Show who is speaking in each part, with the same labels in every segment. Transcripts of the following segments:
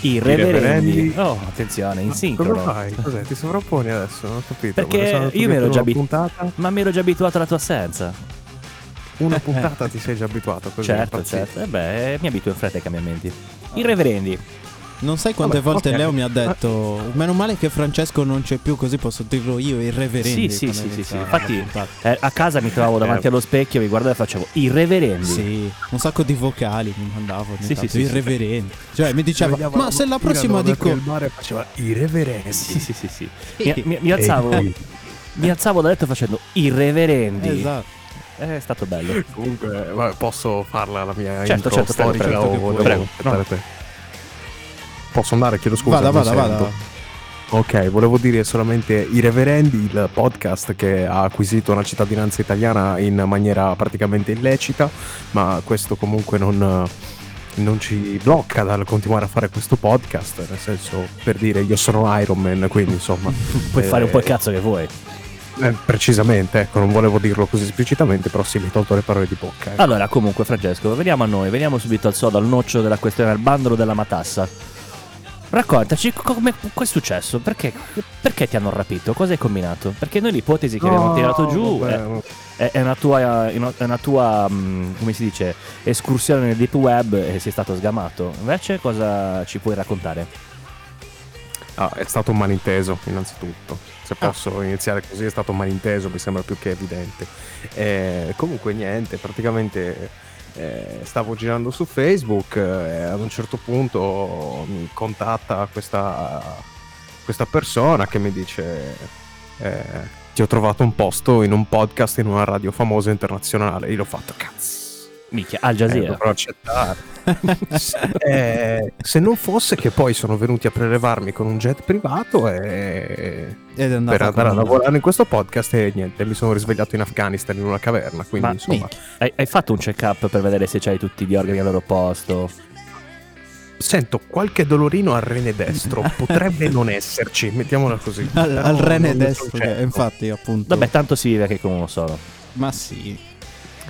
Speaker 1: I reverendi. Oh, attenzione, in
Speaker 2: Ma
Speaker 1: sincrono.
Speaker 2: Come fai? Cos'è? Ti sovrapponi adesso? Non ho capito.
Speaker 1: Perché
Speaker 2: Me ne sono
Speaker 1: io mi ero
Speaker 2: una
Speaker 1: già abitu-
Speaker 2: puntata,
Speaker 1: Ma mi ero già abituato alla tua assenza.
Speaker 2: una puntata ti sei già abituato così.
Speaker 1: certo,
Speaker 2: impazzito. Ah.
Speaker 1: certo. E beh, mi abituo in fretta ai cambiamenti. I reverendi.
Speaker 3: Non sai quante
Speaker 2: Vabbè,
Speaker 3: volte
Speaker 2: ok.
Speaker 3: Leo mi ha detto:
Speaker 1: Eh.
Speaker 3: Meno male che Francesco non c'è più, così posso dirlo io, il reverendo.
Speaker 1: Sì, sì, sì, sì, sì. Infatti, eh, a casa mi trovavo davanti
Speaker 2: Eh.
Speaker 1: allo specchio, mi guardavo e facevo i reverendi.
Speaker 3: Sì, un sacco di vocali mi mandavo. Ogni
Speaker 1: Sì, sì,
Speaker 3: tanto,
Speaker 1: sì,
Speaker 3: il
Speaker 1: sì.
Speaker 3: reverendo. Cioè, mi diceva:
Speaker 2: Svegliavo
Speaker 3: Ma se la
Speaker 2: mattina,
Speaker 3: prossima
Speaker 2: andavo
Speaker 3: dico.
Speaker 2: verso il mare e faceva i reverendi.
Speaker 1: Sì, sì, sì, sì. Mi, mi- mi alzavo,
Speaker 2: Ehi.
Speaker 1: mi alzavo da letto facendo i reverendi. Eh,
Speaker 3: Esatto.
Speaker 1: È stato bello.
Speaker 2: Eh. Comunque, vabbè, posso farla la mia
Speaker 1: Certo,
Speaker 2: intro
Speaker 1: certo, prego,
Speaker 2: storica
Speaker 1: certo che
Speaker 2: o
Speaker 1: puoi.
Speaker 2: devo
Speaker 1: Prego,
Speaker 2: aspettare te? Posso andare? Chiedo scusa.
Speaker 3: Vada,
Speaker 2: non
Speaker 3: vada,
Speaker 2: sento.
Speaker 3: vada.
Speaker 2: Ok, volevo dire solamente I Reverendi, il podcast che ha acquisito una cittadinanza italiana in maniera praticamente illecita, ma questo comunque non, non ci blocca dal continuare a fare questo podcast, nel senso per dire io sono Iron Man, quindi insomma...
Speaker 1: Puoi
Speaker 2: eh,
Speaker 1: fare un po' il cazzo che vuoi.
Speaker 2: eh, precisamente, ecco, non volevo dirlo così esplicitamente, però sì, mi hai tolto le parole di bocca. ecco.
Speaker 1: Allora, comunque, Francesco, veniamo a noi, veniamo subito al sodo, al noccio della questione, al bandolo della matassa. Raccontaci co- come co è successo, perché, perché ti hanno rapito, cosa hai combinato? Perché noi l'ipotesi che abbiamo
Speaker 2: No,
Speaker 1: tirato giù eh.
Speaker 2: vabbè,
Speaker 1: è, è- è una tua, è una- è una tua mm, come si dice, escursione nel deep web e sei stato sgamato. Invece cosa ci puoi raccontare?
Speaker 2: Ah, è stato un malinteso, innanzitutto. Se posso iniziare così, è stato un malinteso, mi sembra più che evidente. Eh, comunque, niente, praticamente eh, stavo girando su Facebook eh, e ad un certo punto mi contatta questa, questa persona che mi dice: eh, Ti ho trovato un posto in un podcast in una radio famosa internazionale. Io l'ho fatto, cazzo.
Speaker 1: Micchia, Al
Speaker 2: Eh,
Speaker 1: Jazeera.
Speaker 2: dovrò accettare. Eh, se non fosse che poi sono venuti a prelevarmi con un jet privato e...
Speaker 3: Ed è andato
Speaker 2: per andare a
Speaker 3: con-
Speaker 2: lavorare in questo podcast e niente, mi sono risvegliato in Afghanistan in una caverna, quindi
Speaker 1: Ma-
Speaker 2: insomma...
Speaker 1: hai, hai fatto un check-up per vedere se c'hai tutti gli organi al loro posto?
Speaker 2: Sento qualche dolorino al rene destro, potrebbe non esserci, mettiamola così.
Speaker 3: Al, al
Speaker 2: Però
Speaker 3: rene
Speaker 2: non
Speaker 3: destro,
Speaker 2: sono certo.
Speaker 3: eh, infatti, appunto.
Speaker 1: Vabbè, tanto si vive anche con uno solo.
Speaker 3: Ma sì,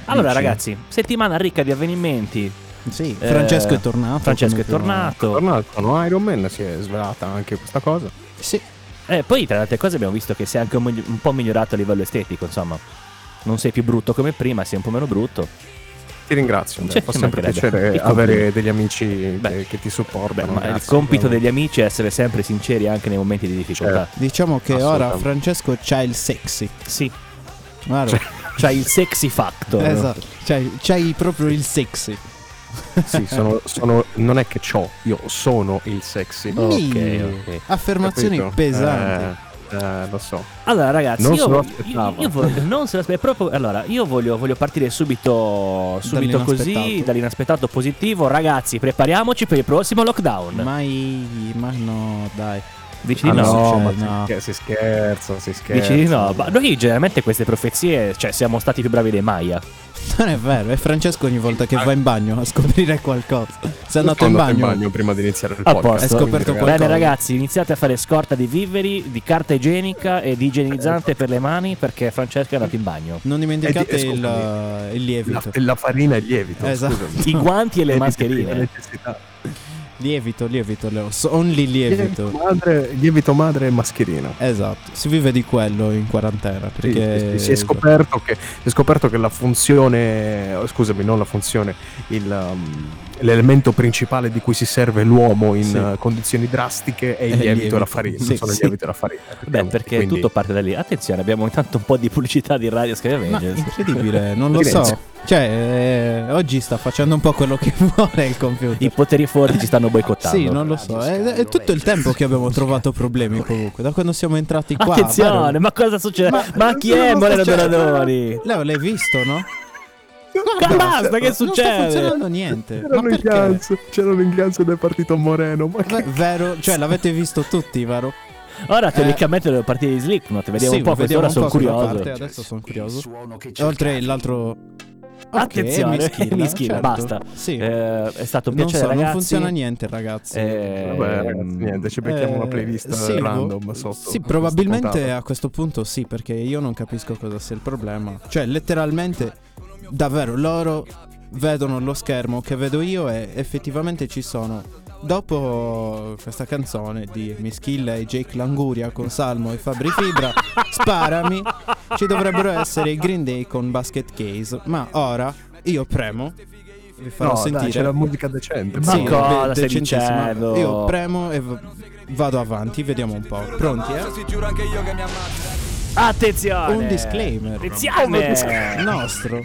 Speaker 1: Allora,
Speaker 3: Dici?
Speaker 1: ragazzi, settimana ricca di avvenimenti.
Speaker 3: sì.
Speaker 1: Eh,
Speaker 3: Francesco è tornato.
Speaker 1: Francesco
Speaker 3: come
Speaker 1: è tornato.
Speaker 2: Tornato, sono Iron Man, si è svelata anche questa cosa.
Speaker 3: prima. Sì,
Speaker 1: Eh, poi, tra le altre cose, abbiamo visto che sei anche un, migli- un po' migliorato a livello estetico, insomma. Non sei più brutto come prima, sei un po' meno brutto.
Speaker 2: Ti ringrazio,
Speaker 1: Sì,
Speaker 2: fa
Speaker 1: ci
Speaker 2: sempre
Speaker 1: mancherebbe.
Speaker 2: piacere
Speaker 1: Il
Speaker 2: avere
Speaker 1: compito.
Speaker 2: degli amici
Speaker 1: Beh,
Speaker 2: che, che ti supportano.
Speaker 1: ma il
Speaker 2: grazie,
Speaker 1: compito
Speaker 2: veramente.
Speaker 1: degli amici è essere sempre sinceri anche nei momenti di difficoltà.
Speaker 3: diciamo che ora
Speaker 2: Assolutamente.
Speaker 3: Francesco c'ha il sexy.
Speaker 1: Sì,
Speaker 3: Guarda,
Speaker 1: c'hai il sexy factor.
Speaker 3: esatto. C'hai, c'hai proprio il sexy.
Speaker 2: Sì, sono, sono- non è che c'ho, io sono il sexy.
Speaker 1: Oh, ok,
Speaker 3: Mille
Speaker 1: ok.
Speaker 3: Affermazioni
Speaker 2: Capito?
Speaker 3: pesanti.
Speaker 2: Eh, eh, lo so.
Speaker 1: Allora, ragazzi,
Speaker 2: Non
Speaker 1: io,
Speaker 2: se lo
Speaker 1: io-
Speaker 2: aspettavo.
Speaker 1: io voglio, non se lo aspe- proprio- allora, io voglio, voglio partire subito, subito così,
Speaker 3: Dall'inaspettato.
Speaker 1: dall'inaspettato positivo. Ragazzi, prepariamoci per il prossimo
Speaker 2: Eh.
Speaker 1: lockdown.
Speaker 3: Ma, i- ma no, dai.
Speaker 1: Dici di
Speaker 3: Ah,
Speaker 1: no?
Speaker 3: no.
Speaker 2: ma
Speaker 3: cioè, no.
Speaker 2: si scher- si scherza, si scherza.
Speaker 1: Dici di no? Ma noi generalmente queste profezie, cioè, siamo stati più bravi dei Maya.
Speaker 3: Non è vero, è Francesco ogni volta che va in bagno a scoprire qualcosa. Sei andato
Speaker 2: Sono
Speaker 3: in
Speaker 2: andato
Speaker 3: bagno.
Speaker 2: prima di iniziare il
Speaker 1: A
Speaker 2: podcast.
Speaker 1: posto. Hai
Speaker 3: scoperto
Speaker 2: quindi,
Speaker 3: qualcosa?
Speaker 1: Bene, ragazzi, iniziate a fare scorta di viveri, di carta igienica e di igienizzante per le mani perché Francesco è andato in bagno.
Speaker 3: Non dimenticate
Speaker 2: Eh, di- eh,
Speaker 3: il,
Speaker 2: scusami.
Speaker 3: il
Speaker 2: ragazzi,
Speaker 3: lievito.
Speaker 2: la, la farina e il lievito.
Speaker 3: Esatto.
Speaker 2: scusami.
Speaker 1: I guanti e le
Speaker 2: Lievito prima
Speaker 1: mascherine.
Speaker 2: necessità.
Speaker 3: Lievito, lievito, Leo. So- Only
Speaker 2: Lievito
Speaker 3: lievito.
Speaker 2: madre, lievito madre e mascherina.
Speaker 3: Esatto, si vive di quello in quarantena.
Speaker 2: Sì,
Speaker 3: Perché
Speaker 2: sì, sì, si, è scoperto che, si è scoperto che la funzione, oh, scusami, non la funzione, il, um, l'elemento principale di cui si serve l'uomo in
Speaker 3: Sì.
Speaker 2: uh, condizioni drastiche è il
Speaker 3: È il
Speaker 2: lievito e la
Speaker 3: lievito.
Speaker 2: farina.
Speaker 3: Sì,
Speaker 2: sono il
Speaker 3: sì.
Speaker 2: lievito e la farina.
Speaker 1: Beh, perché
Speaker 2: Quindi-
Speaker 1: tutto parte da lì. Attenzione, abbiamo intanto un po' di pubblicità di Radio Sky
Speaker 3: Ma
Speaker 1: Avengers.
Speaker 3: incredibile, non lo so.
Speaker 2: Silenzio.
Speaker 3: Cioè, eh, oggi sta facendo un po' quello che vuole il computer.
Speaker 1: I poteri forti ci stanno boicottando.
Speaker 3: Sì, non lo so. È, è tutto il tempo che abbiamo trovato problemi comunque. Da quando siamo entrati qua.
Speaker 1: Attenzione,
Speaker 3: Vero?
Speaker 1: ma cosa succede? Ma,
Speaker 3: Ma-
Speaker 1: chi è
Speaker 3: cosa
Speaker 1: Moreno
Speaker 3: succede?
Speaker 1: Donadoni?
Speaker 3: Leo, l'hai visto, no?
Speaker 1: Ma basta, che
Speaker 3: Non sta
Speaker 1: succede?
Speaker 3: funzionando niente. Ma
Speaker 2: C'erano in
Speaker 3: perché?
Speaker 2: ganzo, c'erano in ganzo ed è partito Moreno. Ma che
Speaker 3: Ve- vero? Cioè, l'avete visto tutti, vero?
Speaker 1: Certo. Ora teoricamente devo partire di Slipknot, vediamo
Speaker 3: Eh.
Speaker 1: un
Speaker 3: Sì,
Speaker 1: po', perché
Speaker 3: vediamo
Speaker 1: ora
Speaker 3: un
Speaker 1: sono
Speaker 3: po' come
Speaker 1: curioso.
Speaker 3: parte. Adesso sono curioso. Oltre l'altro. Ok,
Speaker 1: Attenzione,
Speaker 3: Mischilla,
Speaker 1: Mischilla,
Speaker 3: certo.
Speaker 1: basta.
Speaker 3: Sì.
Speaker 1: Eh, è stato un
Speaker 3: non
Speaker 1: piacere
Speaker 3: so,
Speaker 1: ragazzi.
Speaker 3: non funziona niente, ragazzi.
Speaker 1: Eh,
Speaker 2: Vabbè, ragazzi, niente, ci becchiamo
Speaker 3: Eh,
Speaker 2: una playlist eh,
Speaker 3: sì,
Speaker 2: random
Speaker 3: boh,
Speaker 2: sotto.
Speaker 3: Sì, probabilmente
Speaker 2: questa
Speaker 3: a questo punto sì, perché io non capisco cosa sia il problema. Cioè, letteralmente, davvero, loro vedono lo schermo che vedo io e effettivamente ci sono dopo questa canzone di Mischilla e Jake Languria con Salmo e Fabri Fibra, Sparami, ci dovrebbero essere i Green Day con Basket Case. Ma ora io premo, vi farò
Speaker 2: no, dai,
Speaker 3: sentire.
Speaker 2: c'è la musica decente.
Speaker 1: Ma
Speaker 3: Sì,
Speaker 2: però.
Speaker 1: cosa
Speaker 3: de-
Speaker 1: stai
Speaker 3: decentissima.
Speaker 1: dicendo?
Speaker 3: Io premo e v- vado avanti, vediamo un po'. Pronti? eh?
Speaker 4: Si giuro anche io che mi ammazzo.
Speaker 1: Attenzione!
Speaker 3: Un disclaimer.
Speaker 1: Attenzione!
Speaker 3: Nostro.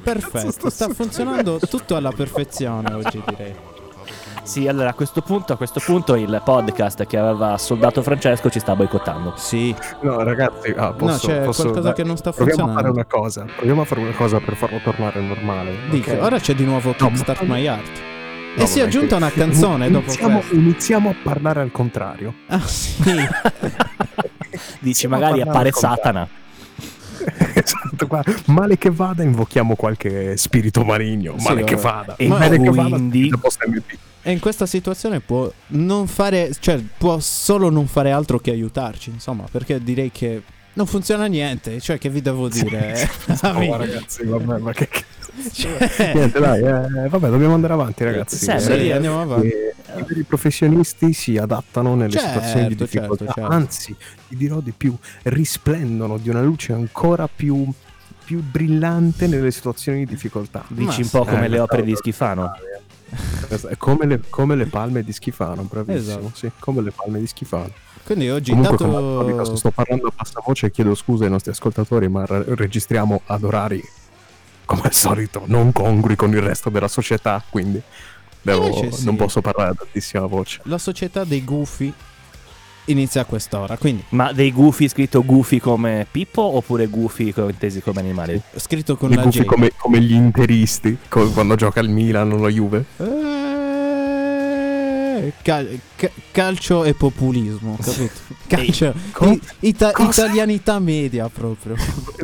Speaker 3: Perfetto, sta funzionando tutto alla perfezione oggi direi.
Speaker 1: Sì, allora a questo punto, a questo punto il podcast che aveva soldato Francesco ci sta boicottando.
Speaker 3: Sì,
Speaker 2: No, ragazzi, ah, posso,
Speaker 3: c'è
Speaker 2: posso-
Speaker 3: qualcosa
Speaker 2: dai,
Speaker 3: che non sta
Speaker 2: Proviamo a fare
Speaker 3: funzionando.
Speaker 2: una cosa. Proviamo a fare una cosa per farlo tornare normale.
Speaker 3: dico,
Speaker 2: ok?
Speaker 3: ora c'è di nuovo
Speaker 2: ma-
Speaker 3: Kickstart My Heart.
Speaker 2: No,
Speaker 3: e si
Speaker 2: vabbè,
Speaker 3: è aggiunta una
Speaker 2: quindi-
Speaker 3: canzone dopo
Speaker 2: iniziamo,
Speaker 3: questo.
Speaker 2: iniziamo a parlare al contrario.
Speaker 3: Ah sì.
Speaker 1: Dici,
Speaker 2: Stiamo
Speaker 1: magari
Speaker 2: parlando
Speaker 1: appare
Speaker 2: al contrario.
Speaker 1: Satana.
Speaker 2: Esatto, guarda, male che vada, invochiamo qualche spirito marigno.
Speaker 3: Sì,
Speaker 2: Male che
Speaker 3: vabbè.
Speaker 2: vada.
Speaker 1: E
Speaker 2: male
Speaker 1: quindi-
Speaker 2: che vada, spirito post-MP.
Speaker 3: E in questa situazione può non fare, cioè può solo non fare altro che aiutarci, insomma, perché direi che non funziona niente, cioè che vi devo dire? amici?
Speaker 2: Oh, ragazzi, vabbè, ma che
Speaker 3: Cioè,
Speaker 2: Niente, dai, eh, vabbè, dobbiamo andare avanti, ragazzi.
Speaker 1: Sì,
Speaker 2: Eh,
Speaker 3: sì, andiamo avanti.
Speaker 2: eh,
Speaker 1: Certo.
Speaker 2: I veri professionisti si adattano nelle
Speaker 3: Certo,
Speaker 2: situazioni di
Speaker 3: certo,
Speaker 2: difficoltà,
Speaker 3: certo.
Speaker 2: anzi, ti dirò di più, risplendono di una luce ancora più, più brillante nelle situazioni di difficoltà.
Speaker 1: Dici
Speaker 3: Ma
Speaker 1: un po'
Speaker 2: sì.
Speaker 1: come
Speaker 2: Eh,
Speaker 1: le opere di
Speaker 2: d'accordo.
Speaker 1: Schifano.
Speaker 2: Esatto, è Come le, come le palme di Schifano, bravissimo,
Speaker 3: Esatto.
Speaker 2: sì, come le palme di Schifano.
Speaker 3: Quindi oggi
Speaker 2: Comunque, come al solito, se
Speaker 3: dato
Speaker 2: sto parlando a bassa voce, chiedo scusa ai nostri ascoltatori, ma re- registriamo ad orari come al solito, non congrui con il resto della società, quindi devo-
Speaker 3: Invece sì.
Speaker 2: non posso parlare a tantissima voce.
Speaker 3: la società dei gufi inizia a quest'ora, quindi
Speaker 1: Ma dei gufi scritto gufi come Pippo oppure gufi co- intesi come animali?
Speaker 3: scritto con
Speaker 2: I
Speaker 3: la
Speaker 2: gufi
Speaker 3: J.
Speaker 2: come, come gli interisti co- quando gioca il Milan o la Juve.
Speaker 3: Eh, cal- ca- calcio e populismo, capito? Calcio
Speaker 2: co-
Speaker 3: i- ita-
Speaker 2: cosa?
Speaker 3: italianità media proprio.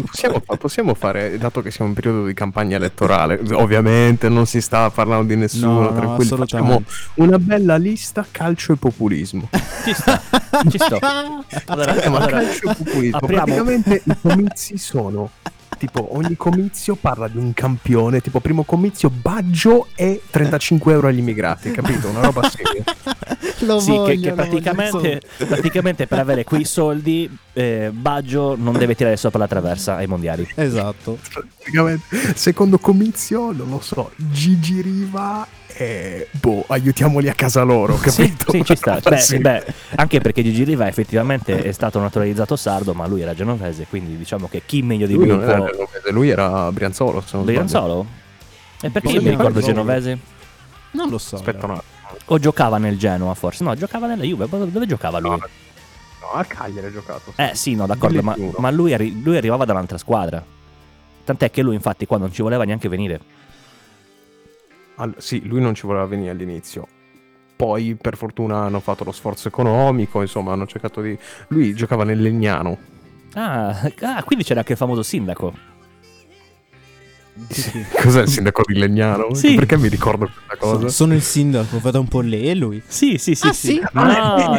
Speaker 2: Possiamo, fa- possiamo fare, dato che siamo in periodo di campagna elettorale, ovviamente non si sta parlando di nessuno,
Speaker 3: No, no,
Speaker 2: tranquilli, facciamo
Speaker 3: assolutamente.
Speaker 2: una bella lista calcio e populismo.
Speaker 1: Ci sto, ci sto. Allora,
Speaker 2: Eh, ma
Speaker 1: allora,
Speaker 2: calcio e populismo.
Speaker 1: apriamo.
Speaker 2: Praticamente i comizi sono. Tipo, ogni comizio parla di un campione. Tipo, primo comizio, Baggio e 35 euro agli immigrati. Capito? Una roba seria.
Speaker 3: Lo
Speaker 1: sì,
Speaker 3: voglio,
Speaker 1: che, che
Speaker 3: lo voglio.
Speaker 1: praticamente, praticamente per avere quei soldi eh, Baggio non deve tirare sopra la traversa ai mondiali.
Speaker 3: Esatto.
Speaker 2: Praticamente, secondo comizio, non lo so, Gigi Riva e boh, aiutiamoli a casa loro.
Speaker 1: Sì,
Speaker 2: Capito?
Speaker 1: sì, ci sta.
Speaker 2: Una roba
Speaker 1: Beh,
Speaker 2: seria.
Speaker 1: beh, anche perché Gigi Riva effettivamente è stato naturalizzato sardo, ma lui era genovese, quindi diciamo che chi meglio di
Speaker 2: Lui,
Speaker 1: lui
Speaker 2: non era,
Speaker 1: può...
Speaker 2: genovese, lui era Brianzolo. se non
Speaker 1: Lui era
Speaker 2: sbaglio.
Speaker 1: solo? E perché
Speaker 3: Ma
Speaker 1: io mi
Speaker 3: lui era
Speaker 1: ricordo
Speaker 3: solo.
Speaker 1: genovese?
Speaker 3: Non lo so.
Speaker 2: Aspetta un attimo.
Speaker 1: O giocava nel Genoa forse? No, giocava nella Juve. Dove dove giocava lui?
Speaker 2: No, no, a Cagliari ha giocato.
Speaker 1: Eh sì, no, d'accordo, ma,
Speaker 2: Dillo.
Speaker 1: ma lui, arri- lui arrivava da un'altra squadra. Tant'è che lui infatti qua non ci voleva neanche venire.
Speaker 2: All- sì, lui non ci voleva venire all'inizio. Poi, per fortuna, hanno fatto lo sforzo economico. Insomma, hanno cercato di. Lui giocava nel Legnano.
Speaker 1: Ah, ah, quindi c'era anche il famoso sindaco.
Speaker 2: Cos'è il sindaco di Legnano? Ecco,
Speaker 1: Sì.
Speaker 2: Perché mi ricordo questa cosa?
Speaker 3: Sono, sono il sindaco, vado un po' lì e lui.
Speaker 1: Sì, sì, sì.
Speaker 3: Ah,
Speaker 1: sì.
Speaker 3: sì?
Speaker 1: No,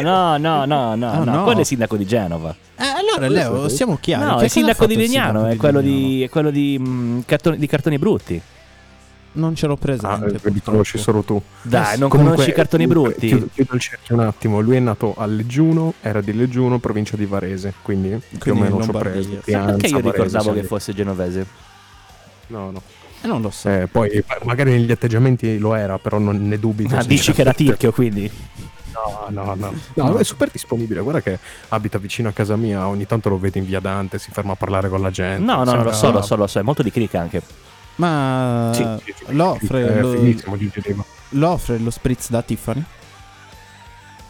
Speaker 1: no, no, no, no, no.
Speaker 3: Ah, no.
Speaker 1: Quello è il sindaco di Genova.
Speaker 3: Eh, allora, Leo, siamo chiari.
Speaker 1: no,
Speaker 3: Che
Speaker 1: il
Speaker 3: cosa ha
Speaker 1: sindaco
Speaker 3: fatto
Speaker 1: di
Speaker 3: il
Speaker 1: Legnano
Speaker 3: sindaco
Speaker 1: è quello
Speaker 3: Legnano?
Speaker 1: di, è quello di, mm, cartoni, di cartoni brutti.
Speaker 3: Non ce l'ho
Speaker 2: Ah,
Speaker 3: presente.
Speaker 2: li conosci
Speaker 3: purtroppo.
Speaker 2: solo tu.
Speaker 1: Dai, non
Speaker 2: Comunque,
Speaker 1: conosci i cartoni
Speaker 2: comunque,
Speaker 1: brutti?
Speaker 2: Chiudo, chiudo il cerchio un attimo. Lui è nato a Leggiuno, era di Leggiuno, provincia di Varese. Quindi, più o
Speaker 3: Quindi
Speaker 2: meno ci ho
Speaker 3: Lombardia.
Speaker 2: preso.
Speaker 3: Ma
Speaker 1: Ma perché
Speaker 2: Pianza,
Speaker 1: io
Speaker 2: Varese,
Speaker 1: ricordavo
Speaker 2: sì.
Speaker 1: che fosse genovese?
Speaker 2: No, no.
Speaker 3: Eh, non lo so.
Speaker 2: Eh, poi magari negli atteggiamenti lo era, però non ne dubito.
Speaker 1: Ah, dici che era
Speaker 2: sinceramente.
Speaker 1: tirchio, quindi.
Speaker 2: No, no, no. è super disponibile. Guarda che abita vicino a casa mia. Ogni tanto lo vedo in via Dante. Si ferma a parlare con la gente.
Speaker 1: No, no, no,
Speaker 2: Sembra-
Speaker 1: lo so, lo so, lo so. È molto di critica anche.
Speaker 3: Ma
Speaker 2: Sì, Eh, sì, sì.
Speaker 3: l'offre,
Speaker 2: Eh,
Speaker 3: lo,
Speaker 2: finissimo, Gigi Riva.
Speaker 3: l'offre lo spritz da Tiffany?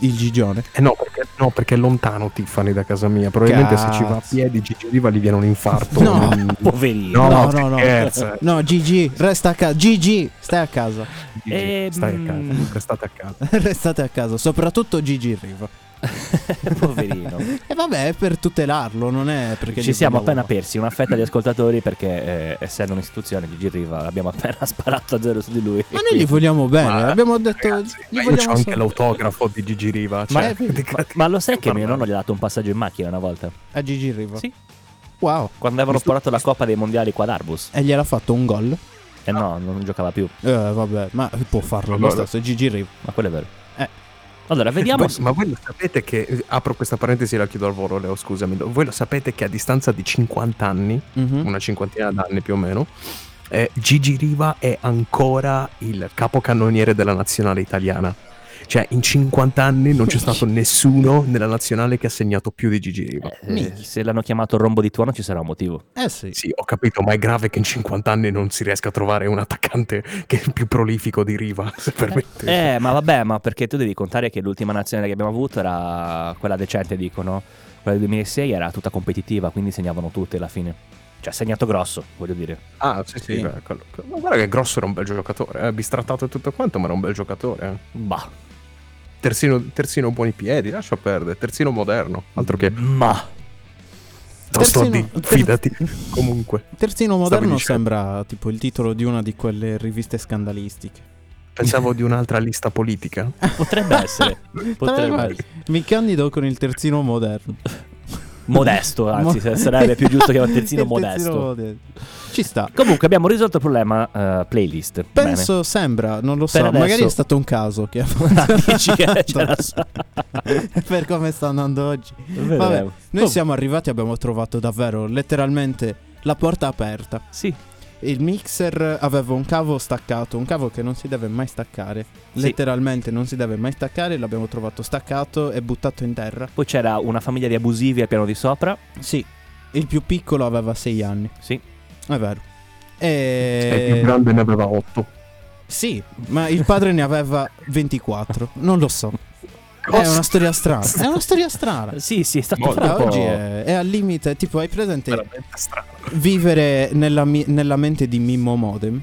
Speaker 3: Il gigione?
Speaker 2: Eh no perché, no, perché è lontano Tiffany da casa mia. Probabilmente se ci va a
Speaker 3: Cazzo.
Speaker 2: piedi, Gigi Riva gli viene un infarto.
Speaker 3: No.
Speaker 2: Mm.
Speaker 1: Poverino.
Speaker 2: No,
Speaker 3: No,
Speaker 2: no,
Speaker 3: no, no.
Speaker 2: scherzo.
Speaker 3: No, Gigi, resta a casa. Gigi, stai a casa.
Speaker 2: Gigi,
Speaker 1: Ehm.
Speaker 2: stai a casa. Restate a casa.
Speaker 3: Restate a casa, soprattutto Gigi Riva.
Speaker 1: Poverino.
Speaker 3: E vabbè, è per tutelarlo, non è perché
Speaker 1: Ci
Speaker 3: gli
Speaker 1: siamo
Speaker 3: vogliamo-
Speaker 1: appena persi una fetta di ascoltatori perché, eh, essendo un'istituzione di Riva, abbiamo appena sparato a zero su di lui.
Speaker 3: Ma noi gli vogliamo bene,
Speaker 2: Ma,
Speaker 3: abbiamo detto
Speaker 2: Ragazzi,
Speaker 3: gli
Speaker 2: ma io
Speaker 3: vogliamo
Speaker 2: c'ho anche
Speaker 3: solo-
Speaker 2: l'autografo di Gigi Riva.
Speaker 1: Ma,
Speaker 2: Cioè, di-
Speaker 1: ma- ma lo sai che mio nonno gli ha dato un passaggio in macchina una volta?
Speaker 3: a Gigi Riva.
Speaker 1: Sì.
Speaker 3: Wow,
Speaker 1: Quando avevano portato la Coppa dei Mondiali qua ad Arbus.
Speaker 3: e gliel'ha fatto un gol?
Speaker 1: E no, non giocava più,
Speaker 3: Eh, vabbè, ma può farlo lo
Speaker 2: Allora.
Speaker 3: stesso, Gigi Riva.
Speaker 1: ma quello è vero. Allora, vediamo.
Speaker 2: Voi- ma voi lo sapete che, eh, apro questa parentesi e la chiudo al volo, Leo, scusami, lo- voi lo sapete che a distanza di 50 anni,
Speaker 1: Mm.
Speaker 3: Mhm.
Speaker 2: una cinquantina d'anni più o meno, eh, Gigi Riva è ancora il capocannoniere della nazionale italiana. Cioè, in 50 anni non c'è stato nessuno nella nazionale che ha segnato più di Gigi Riva.
Speaker 1: Eh, se l'hanno chiamato rombo di tuono ci sarà un motivo.
Speaker 3: Eh sì.
Speaker 2: Sì, ho capito, ma è grave che in 50 anni non si riesca a trovare un attaccante che è più prolifico di Riva, se permettete.
Speaker 1: Eh, ma vabbè, ma perché tu devi contare che l'ultima nazionale che abbiamo avuto era quella decente, dicono. Quella del 2006 era tutta competitiva, quindi segnavano tutte alla fine. Cioè, ha segnato grosso, voglio dire.
Speaker 2: Ah, sì, sì.
Speaker 3: Sì.
Speaker 2: beh, quello- ma guarda che Grosso era un bel giocatore, eh, bistrattato e tutto quanto, ma era un bel giocatore. eh.
Speaker 1: Bah.
Speaker 2: Terzino, terzino buoni piedi, lascia perdere, terzino moderno, altro che...
Speaker 1: Ma.
Speaker 2: Non sto a di-
Speaker 3: Terzino-
Speaker 2: fidati. Comunque,
Speaker 3: Terzino
Speaker 2: Stavi
Speaker 3: moderno
Speaker 2: dicendo.
Speaker 3: sembra tipo il titolo di una di quelle riviste scandalistiche.
Speaker 2: pensavo di un'altra lista politica.
Speaker 1: Potrebbe essere. Potrebbe
Speaker 3: Vabbè,
Speaker 1: essere.
Speaker 3: Mi candido con il terzino moderno.
Speaker 1: Modesto, anzi,
Speaker 3: Mo-
Speaker 1: sarebbe più giusto che un terzino
Speaker 3: Il
Speaker 1: modesto.
Speaker 3: moderno. Ci sta.
Speaker 1: Comunque abbiamo risolto il problema eh, playlist. Bene.
Speaker 3: Penso, sembra, non lo so.
Speaker 1: Per adesso-
Speaker 3: Magari è stato un caso che ha
Speaker 1: Dici che c'era
Speaker 3: funzionato.
Speaker 1: solo-
Speaker 3: per come sta andando oggi.
Speaker 1: Vedremo.
Speaker 3: Vabbè, noi
Speaker 1: Com-
Speaker 3: siamo arrivati e abbiamo trovato davvero, letteralmente, la porta aperta.
Speaker 1: Sì,
Speaker 3: Il mixer aveva un cavo staccato, un cavo che non si deve mai staccare.
Speaker 1: Sì.
Speaker 3: Letteralmente non si deve mai staccare, l'abbiamo trovato staccato e buttato in terra.
Speaker 1: poi c'era una famiglia di abusivi al piano di sopra.
Speaker 3: Sì. Il più piccolo aveva 6 anni,
Speaker 1: Sì.
Speaker 3: è vero.
Speaker 2: E il più
Speaker 3: E...
Speaker 2: grande ne aveva 8.
Speaker 3: Sì, ma il padre ne aveva 24, non lo so. È eh, una storia strana. È una storia strana.
Speaker 1: Sì, sì, è stato
Speaker 2: Molto.
Speaker 1: un
Speaker 3: Però
Speaker 1: po'-
Speaker 3: oggi è, è al limite, tipo hai presente
Speaker 2: Veramente strano.
Speaker 3: vivere nella, mi- nella mente di Mimmo Modem?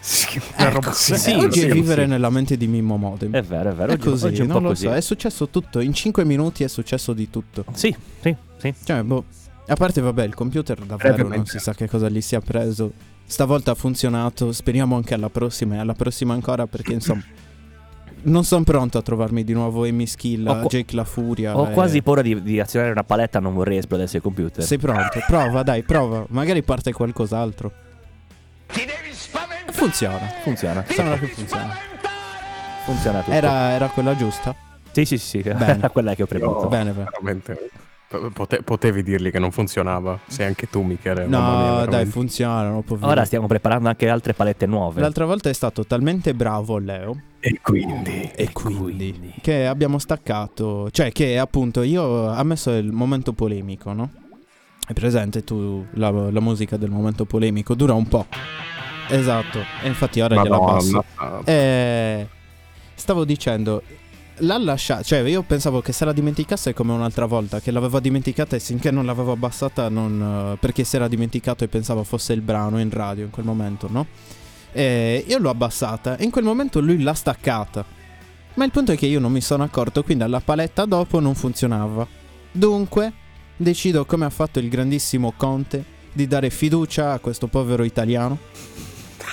Speaker 2: Sì, una
Speaker 3: Ecco,
Speaker 2: roba simile,
Speaker 1: sì,
Speaker 3: eh, oggi
Speaker 1: sì,
Speaker 3: è vivere
Speaker 2: sì.
Speaker 3: nella mente di Mimmo Modem.
Speaker 1: È vero, è vero.
Speaker 3: è
Speaker 1: oggi-
Speaker 3: così,
Speaker 1: oggi è un
Speaker 3: non
Speaker 1: po'
Speaker 3: lo
Speaker 1: così.
Speaker 3: so, è successo tutto, in 5 minuti è successo di tutto.
Speaker 1: Sì, sì, sì.
Speaker 3: Cioè, boh, a parte vabbè, il computer davvero non
Speaker 2: Brevemente.
Speaker 3: si sa che cosa gli sia preso. Stavolta ha funzionato, speriamo anche alla prossima e alla prossima ancora perché insomma non sono pronto a trovarmi di nuovo Amy
Speaker 1: Ho
Speaker 3: Skill,
Speaker 1: qua-
Speaker 3: Jake eh. La Furia.
Speaker 1: Ho
Speaker 3: e-
Speaker 1: quasi paura di, di azionare una paletta, non vorrei esplodersi il computer.
Speaker 3: Sei pronto? Prova, dai, prova. Magari parte qualcos'altro. Funziona.
Speaker 1: Funziona,
Speaker 3: Sembra che funziona.
Speaker 1: funziona tutto.
Speaker 3: Era, era quella giusta?
Speaker 1: Sì, sì, sì, sì,
Speaker 3: Bene.
Speaker 1: era quella che ho premuto.
Speaker 2: No.
Speaker 3: Bene, bene.
Speaker 2: Veramente. P- pote- potevi dirgli che non funzionava. Sei anche tu, Michele. mamma mia,
Speaker 3: No, dai,
Speaker 2: veramente.
Speaker 3: funzionano. poverino.
Speaker 1: Ora stiamo preparando anche altre palette nuove.
Speaker 3: L'altra volta è stato talmente bravo Leo
Speaker 2: E quindi.
Speaker 3: e quindi che abbiamo staccato, cioè che appunto io ha messo il momento polemico, no? È presente tu la, la musica del momento polemico, dura un po'. Esatto, e infatti ora gliela passo.
Speaker 2: Madonna. Ah,
Speaker 3: Eh, stavo dicendo, l'ha lasciata, cioè io pensavo che se la dimenticasse come un'altra volta, che l'aveva dimenticata e finché non l'avevo abbassata non, eh, perché si era dimenticato e pensavo fosse il brano in radio in quel momento, no? Eh, io l'ho abbassata e in quel momento lui l'ha staccata. Ma il punto è che io non mi sono accorto, quindi alla paletta dopo non funzionava. Dunque, decido come ha fatto il grandissimo Conte di dare fiducia a questo povero italiano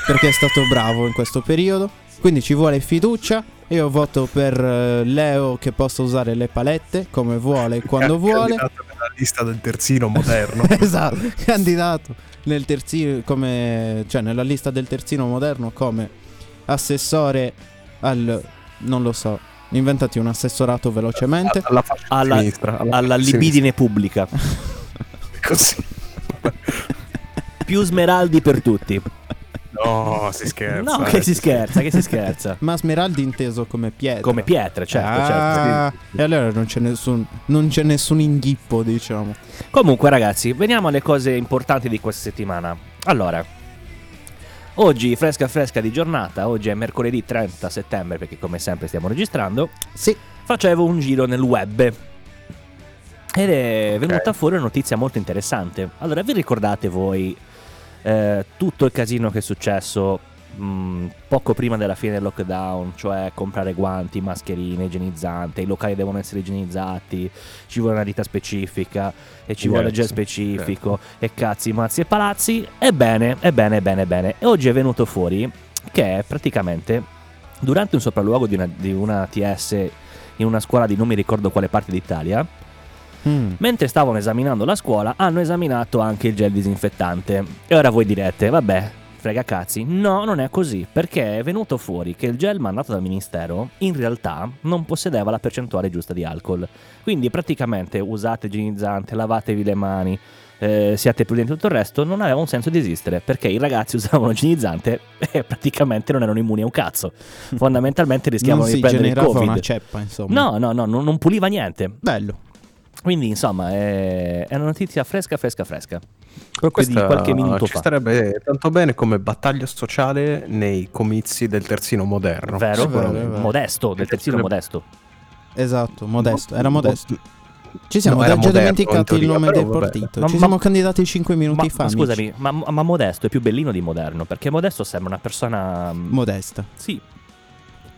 Speaker 3: perché è stato bravo in questo periodo. Quindi ci vuole fiducia. Io voto per eh, Leo che possa usare le palette come vuole e quando
Speaker 2: Ca-
Speaker 3: vuole.
Speaker 2: candidato nella lista del terzino moderno.
Speaker 3: esatto, candidato nel terzino come cioè nella lista del terzino moderno come assessore al non lo so, inventati un assessorato velocemente.
Speaker 2: alla fascia
Speaker 1: Alla-
Speaker 2: sinistra.
Speaker 1: Alla
Speaker 2: fascia
Speaker 1: libidine pubblica.
Speaker 2: sinistra, Così.
Speaker 1: Più smeraldi per tutti.
Speaker 2: No, si scherza.
Speaker 1: no, che
Speaker 2: eh,
Speaker 1: si scherza, che si scherza.
Speaker 3: Ma Smeraldi inteso come pietra.
Speaker 1: Come pietre, certo, certo.
Speaker 3: Ah, E allora non c'è nessun non c'è nessun inghippo, diciamo.
Speaker 1: Comunque, ragazzi, veniamo alle cose importanti di questa settimana. Allora, oggi fresca fresca di giornata, oggi è mercoledì 30 settembre, perché come sempre stiamo registrando.
Speaker 3: Sì.
Speaker 1: Facevo un giro nel web. Ed è
Speaker 2: Ok.
Speaker 1: venuta fuori una notizia molto interessante. Allora, vi ricordate voi eh, tutto il casino che è successo mh, poco prima della fine del lockdown? Cioè comprare guanti, mascherine, igienizzante, i locali devono essere igienizzati, ci vuole una ditta specifica e ci vuole gel
Speaker 2: Diverso,
Speaker 1: specifico e cazzi, mazzi e palazzi. Ebbene, ebbene, ebbene, ebbene. E oggi è venuto fuori che praticamente durante un sopralluogo di una, di una TS in una scuola di non mi ricordo quale parte d'Italia,
Speaker 3: Mm.
Speaker 1: mentre stavano esaminando la scuola hanno esaminato anche il gel disinfettante. E ora voi direte, vabbè, frega cazzi. No, non è così, perché è venuto fuori che il gel mandato dal ministero in realtà non possedeva la percentuale giusta di alcol. Quindi praticamente usate igienizzante, lavatevi le mani, eh, siate prudenti e tutto il resto, non aveva un senso di esistere, perché i ragazzi usavano igienizzante e praticamente non erano immuni a un cazzo. Fondamentalmente rischiavano
Speaker 3: non
Speaker 1: di
Speaker 3: si
Speaker 1: prendere il
Speaker 3: generava
Speaker 1: Covid.
Speaker 3: una ceppa, insomma.
Speaker 1: No, no, no, non non puliva niente.
Speaker 3: Bello.
Speaker 1: Quindi, insomma, è, è una notizia fresca, fresca, fresca. Proprio
Speaker 2: Questa
Speaker 1: di qualche minuto
Speaker 2: ci
Speaker 1: fa.
Speaker 2: starebbe tanto bene come battaglia sociale nei comizi del terzino moderno.
Speaker 1: Vero?
Speaker 3: Sì, vero, vero.
Speaker 1: Modesto, del terzino
Speaker 2: Sì.
Speaker 1: modesto.
Speaker 3: Esatto, modesto. Era
Speaker 2: Mo-
Speaker 3: modesto. Ci siamo
Speaker 2: No,
Speaker 3: già
Speaker 2: era moderno, in
Speaker 3: dimenticati il
Speaker 2: teoria,
Speaker 3: nome
Speaker 2: però
Speaker 3: del
Speaker 2: vabbè.
Speaker 3: partito.
Speaker 1: Ma-
Speaker 3: Ci
Speaker 1: ma-
Speaker 3: siamo candidati 5 minuti
Speaker 1: Ma,
Speaker 3: fa.
Speaker 1: ma
Speaker 3: amici.
Speaker 1: scusami, ma, ma Modesto è più bellino di Moderno, perché Modesto sembra una persona... mm,
Speaker 3: Modesta.
Speaker 1: sì,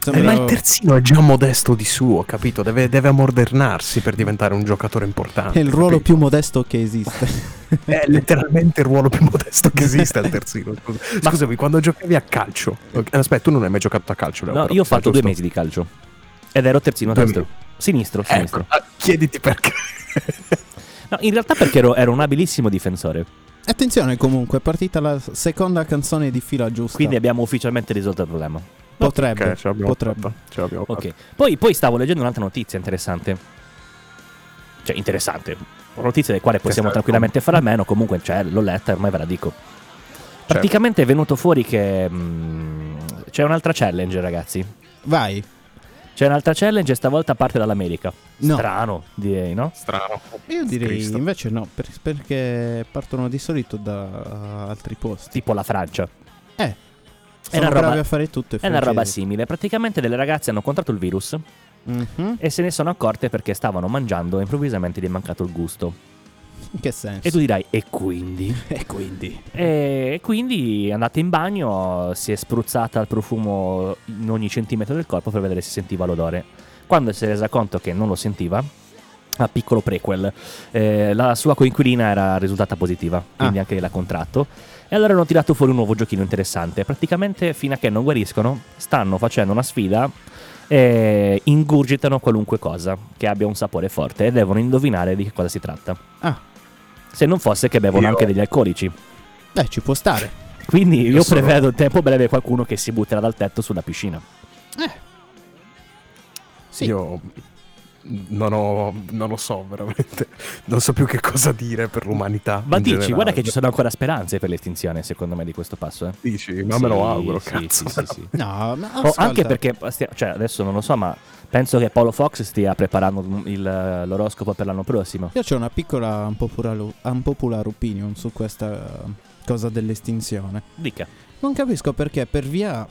Speaker 2: Eh, ma il
Speaker 3: Sembravo-
Speaker 2: terzino è già modesto di suo, capito? Deve, deve ammodernarsi per diventare un giocatore importante.
Speaker 3: È il ruolo
Speaker 2: capito?
Speaker 3: più modesto che esiste.
Speaker 2: È letteralmente il ruolo più modesto che esiste al terzino. scusa. Scusami, quando giocavi a calcio. ok, Aspetta, tu non hai mai giocato a calcio, Leo,
Speaker 1: no,
Speaker 2: però,
Speaker 1: io ho
Speaker 2: sai,
Speaker 3: certo
Speaker 1: fatto due mesi
Speaker 2: giusto?
Speaker 1: di calcio. Ed ero terzino
Speaker 2: Due
Speaker 1: destro. Sinistro, sinistro.
Speaker 2: Ecco, ah, chiediti perché.
Speaker 1: No, in realtà perché ero, ero un abilissimo difensore.
Speaker 3: Attenzione comunque, è partita la seconda canzone di fila giusta.
Speaker 1: Quindi boh, abbiamo ufficialmente risolto il problema.
Speaker 3: potrebbe,
Speaker 2: Ok, ce l'abbiamo
Speaker 3: Eh potrebbe.
Speaker 2: fatta, Ce l'abbiamo fatta.
Speaker 1: Ok. Poi, poi stavo leggendo un'altra notizia interessante. Cioè, interessante. Una notizia del quale possiamo
Speaker 2: Interessante.
Speaker 1: tranquillamente fare a meno. Comunque, cioè, l'ho letta e ormai ve la dico. Praticamente è venuto fuori che. mm, c'è un'altra challenge, ragazzi.
Speaker 3: Vai.
Speaker 1: C'è un'altra challenge e stavolta parte dall'America.
Speaker 3: No.
Speaker 1: Strano, direi, no?
Speaker 2: Strano.
Speaker 3: Io direi
Speaker 2: Cristo.
Speaker 3: invece no, per- perché partono di solito da altri posti.
Speaker 1: Tipo la Francia.
Speaker 3: Eh.
Speaker 1: È
Speaker 3: Sono
Speaker 1: una,
Speaker 3: bravi
Speaker 1: roba,
Speaker 3: a fare tutto. i
Speaker 1: è una roba
Speaker 3: francesi.
Speaker 1: simile. Praticamente delle ragazze hanno contratto il virus
Speaker 3: Mhm.
Speaker 1: e se ne sono accorte perché stavano mangiando e improvvisamente gli è mancato il gusto.
Speaker 3: In che senso?
Speaker 1: E tu dirai, e quindi?
Speaker 3: E quindi?
Speaker 1: E quindi è andata in bagno, si è spruzzata il profumo in ogni centimetro del corpo per vedere se sentiva l'odore. Quando si è resa conto che non lo sentiva, a piccolo prequel, eh, la sua coinquilina era risultata positiva, quindi anche lei l'ha contratto. E allora hanno tirato fuori un nuovo giochino interessante. Praticamente, fino a che non guariscono, stanno facendo una sfida e ingurgitano qualunque cosa che abbia un sapore forte e devono indovinare di che cosa si tratta.
Speaker 3: Ah.
Speaker 1: Se non fosse che bevono
Speaker 2: Io-
Speaker 1: anche degli alcolici.
Speaker 3: Beh, ci può stare.
Speaker 1: Quindi io,
Speaker 2: Io sono-
Speaker 1: prevedo in tempo breve qualcuno che si butterà dal tetto sulla piscina.
Speaker 3: Eh, Sì.
Speaker 2: Io non, ho, non lo so veramente, non so più che cosa dire per l'umanità.
Speaker 1: Ma
Speaker 2: in
Speaker 1: dici,
Speaker 2: generale.
Speaker 1: guarda che ci sono ancora speranze per l'estinzione, secondo me, di questo passo. Eh?
Speaker 2: Dici, ma
Speaker 1: Sì,
Speaker 2: me lo auguro,
Speaker 1: sì,
Speaker 2: cazzo.
Speaker 1: sì, sì, sì.
Speaker 3: No, ma
Speaker 1: Oh,
Speaker 3: ascolta,
Speaker 1: anche perché, stia- cioè, adesso non lo so, ma penso che Paolo Fox stia preparando il- eh, l'oroscopo per l'anno prossimo.
Speaker 3: Io c'ho una piccola unpopular, unpopular opinion su questa cosa dell'estinzione.
Speaker 1: Dica.
Speaker 3: Non capisco perché per via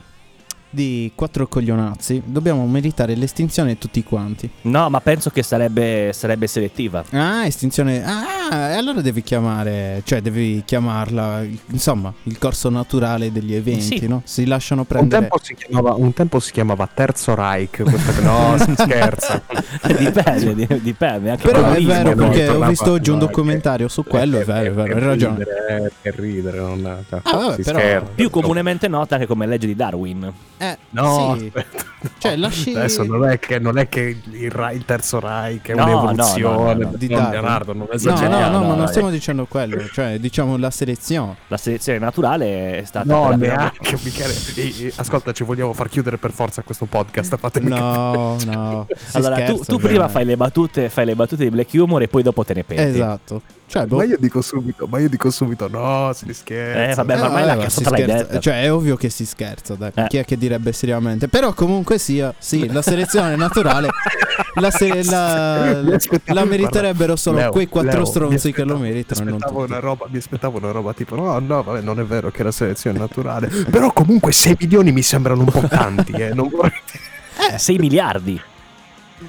Speaker 3: di quattro coglionazzi dobbiamo meritare l'estinzione tutti quanti.
Speaker 1: No, ma penso che sarebbe, sarebbe selettiva.
Speaker 3: Ah, estinzione. Ah, e allora devi chiamare, cioè devi chiamarla, il- insomma, il corso naturale degli eventi,
Speaker 1: Sì.
Speaker 3: no? Si lasciano
Speaker 2: Un
Speaker 3: prendere.
Speaker 2: tempo, si chiamava, un tempo si chiamava Terzo Reich. questa- no, si scherza.
Speaker 1: dipende, di- dipende. Anche
Speaker 3: Però
Speaker 1: quello
Speaker 3: è
Speaker 1: lì,
Speaker 3: vero
Speaker 1: ma no.
Speaker 3: perché ho
Speaker 2: tornava-
Speaker 3: visto oggi un
Speaker 2: no,
Speaker 3: documentario su quello, è vero, è vero, hai ragione.
Speaker 2: ridere, è Per ridere, non cioè,
Speaker 3: Ah, vabbè,
Speaker 2: si
Speaker 3: però-
Speaker 2: scherza.
Speaker 1: Più comunemente nota anche come legge di Darwin.
Speaker 3: Eh,
Speaker 2: No,
Speaker 3: sì.
Speaker 2: aspetta, no.
Speaker 3: Cioè, lasci-
Speaker 2: Oh, Adesso non è che, non è che il, Ra- il terzo Reich è
Speaker 1: No, no, no,
Speaker 2: un'evoluzione.
Speaker 1: no, no.
Speaker 3: Di
Speaker 2: No,
Speaker 3: Darwin.
Speaker 2: Leonardo, non
Speaker 3: No, no, no,
Speaker 1: esageriamo,
Speaker 3: ma
Speaker 1: no,
Speaker 3: non
Speaker 1: dai.
Speaker 3: stiamo dicendo quello, cioè diciamo la selezione.
Speaker 1: La selezione naturale è stata
Speaker 2: No,
Speaker 1: per la prima
Speaker 2: neanche Michele. Ehi, eh, Ascolta, ci vogliamo far chiudere per forza questo podcast. Fatemi
Speaker 3: No, no. si
Speaker 1: Allora, tu-
Speaker 3: scherza,
Speaker 1: tu, prima
Speaker 3: ovviamente.
Speaker 1: fai le, battute, fai le battute di Black Humor e poi dopo te ne penti.
Speaker 3: Esatto. Cioè, boh.
Speaker 2: Ma io dico subito, ma io dico subito, no, si scherza.
Speaker 1: Eh, vabbè,
Speaker 3: Eh,
Speaker 1: ma ormai
Speaker 3: vabbè,
Speaker 1: la
Speaker 3: ma
Speaker 1: cazzata
Speaker 3: si
Speaker 1: l'hai
Speaker 3: scherza.
Speaker 1: detta.
Speaker 3: Cioè, è ovvio che si scherza, dai.
Speaker 1: Eh.
Speaker 3: Chi è che direbbe seriamente? Però comunque sia, sì, la selezione naturale la, se- la-
Speaker 2: Mi aspettavo-
Speaker 3: la meriterebbero solo
Speaker 2: Leo,
Speaker 3: quei quattro
Speaker 2: Leo, mi
Speaker 3: stronzi che
Speaker 2: aspettavo-
Speaker 3: lo meritano e
Speaker 2: Mi
Speaker 3: non
Speaker 2: aspettavo,
Speaker 3: tutti.
Speaker 2: una roba, mi aspettavo una roba tipo, no, no, vabbè, non è vero che la selezione è naturale. Però comunque 6 milioni mi sembrano un po' tanti, eh. Non vorrei...
Speaker 1: 6 Eh, miliardi.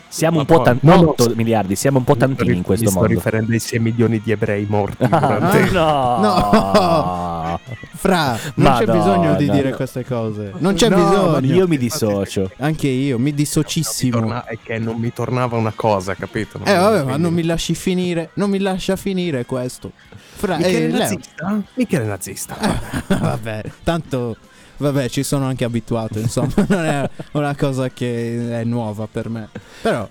Speaker 1: Siamo
Speaker 2: Ma
Speaker 1: un po'
Speaker 2: poi-
Speaker 1: tanti.
Speaker 2: no, no,
Speaker 1: 8
Speaker 2: sì.
Speaker 1: miliardi, siamo un po' tantini in questo
Speaker 2: mi sto
Speaker 1: mondo.
Speaker 2: riferendo ai 6 milioni di ebrei morti. durante-
Speaker 1: Ah, no,
Speaker 3: No. Fra, non c'è
Speaker 1: Madonna.
Speaker 3: bisogno di dire queste cose. Non c'è
Speaker 2: No, ma
Speaker 3: bisogno.
Speaker 1: Io mi dissocio.
Speaker 3: Anche io, mi
Speaker 2: Mi
Speaker 3: dissocissimo.
Speaker 2: torna- è che non mi tornava una cosa, capito?
Speaker 3: Eh vabbè, ma
Speaker 2: Quindi-
Speaker 3: non mi lasci finire, non mi lascia finire questo. Fra,
Speaker 2: Michele
Speaker 3: eh,
Speaker 2: è
Speaker 3: Leo. Eh.
Speaker 2: nazista? Michele è nazista.
Speaker 3: vabbè, tanto vabbè, ci sono anche abituato, insomma, non è una cosa che è nuova per me. Però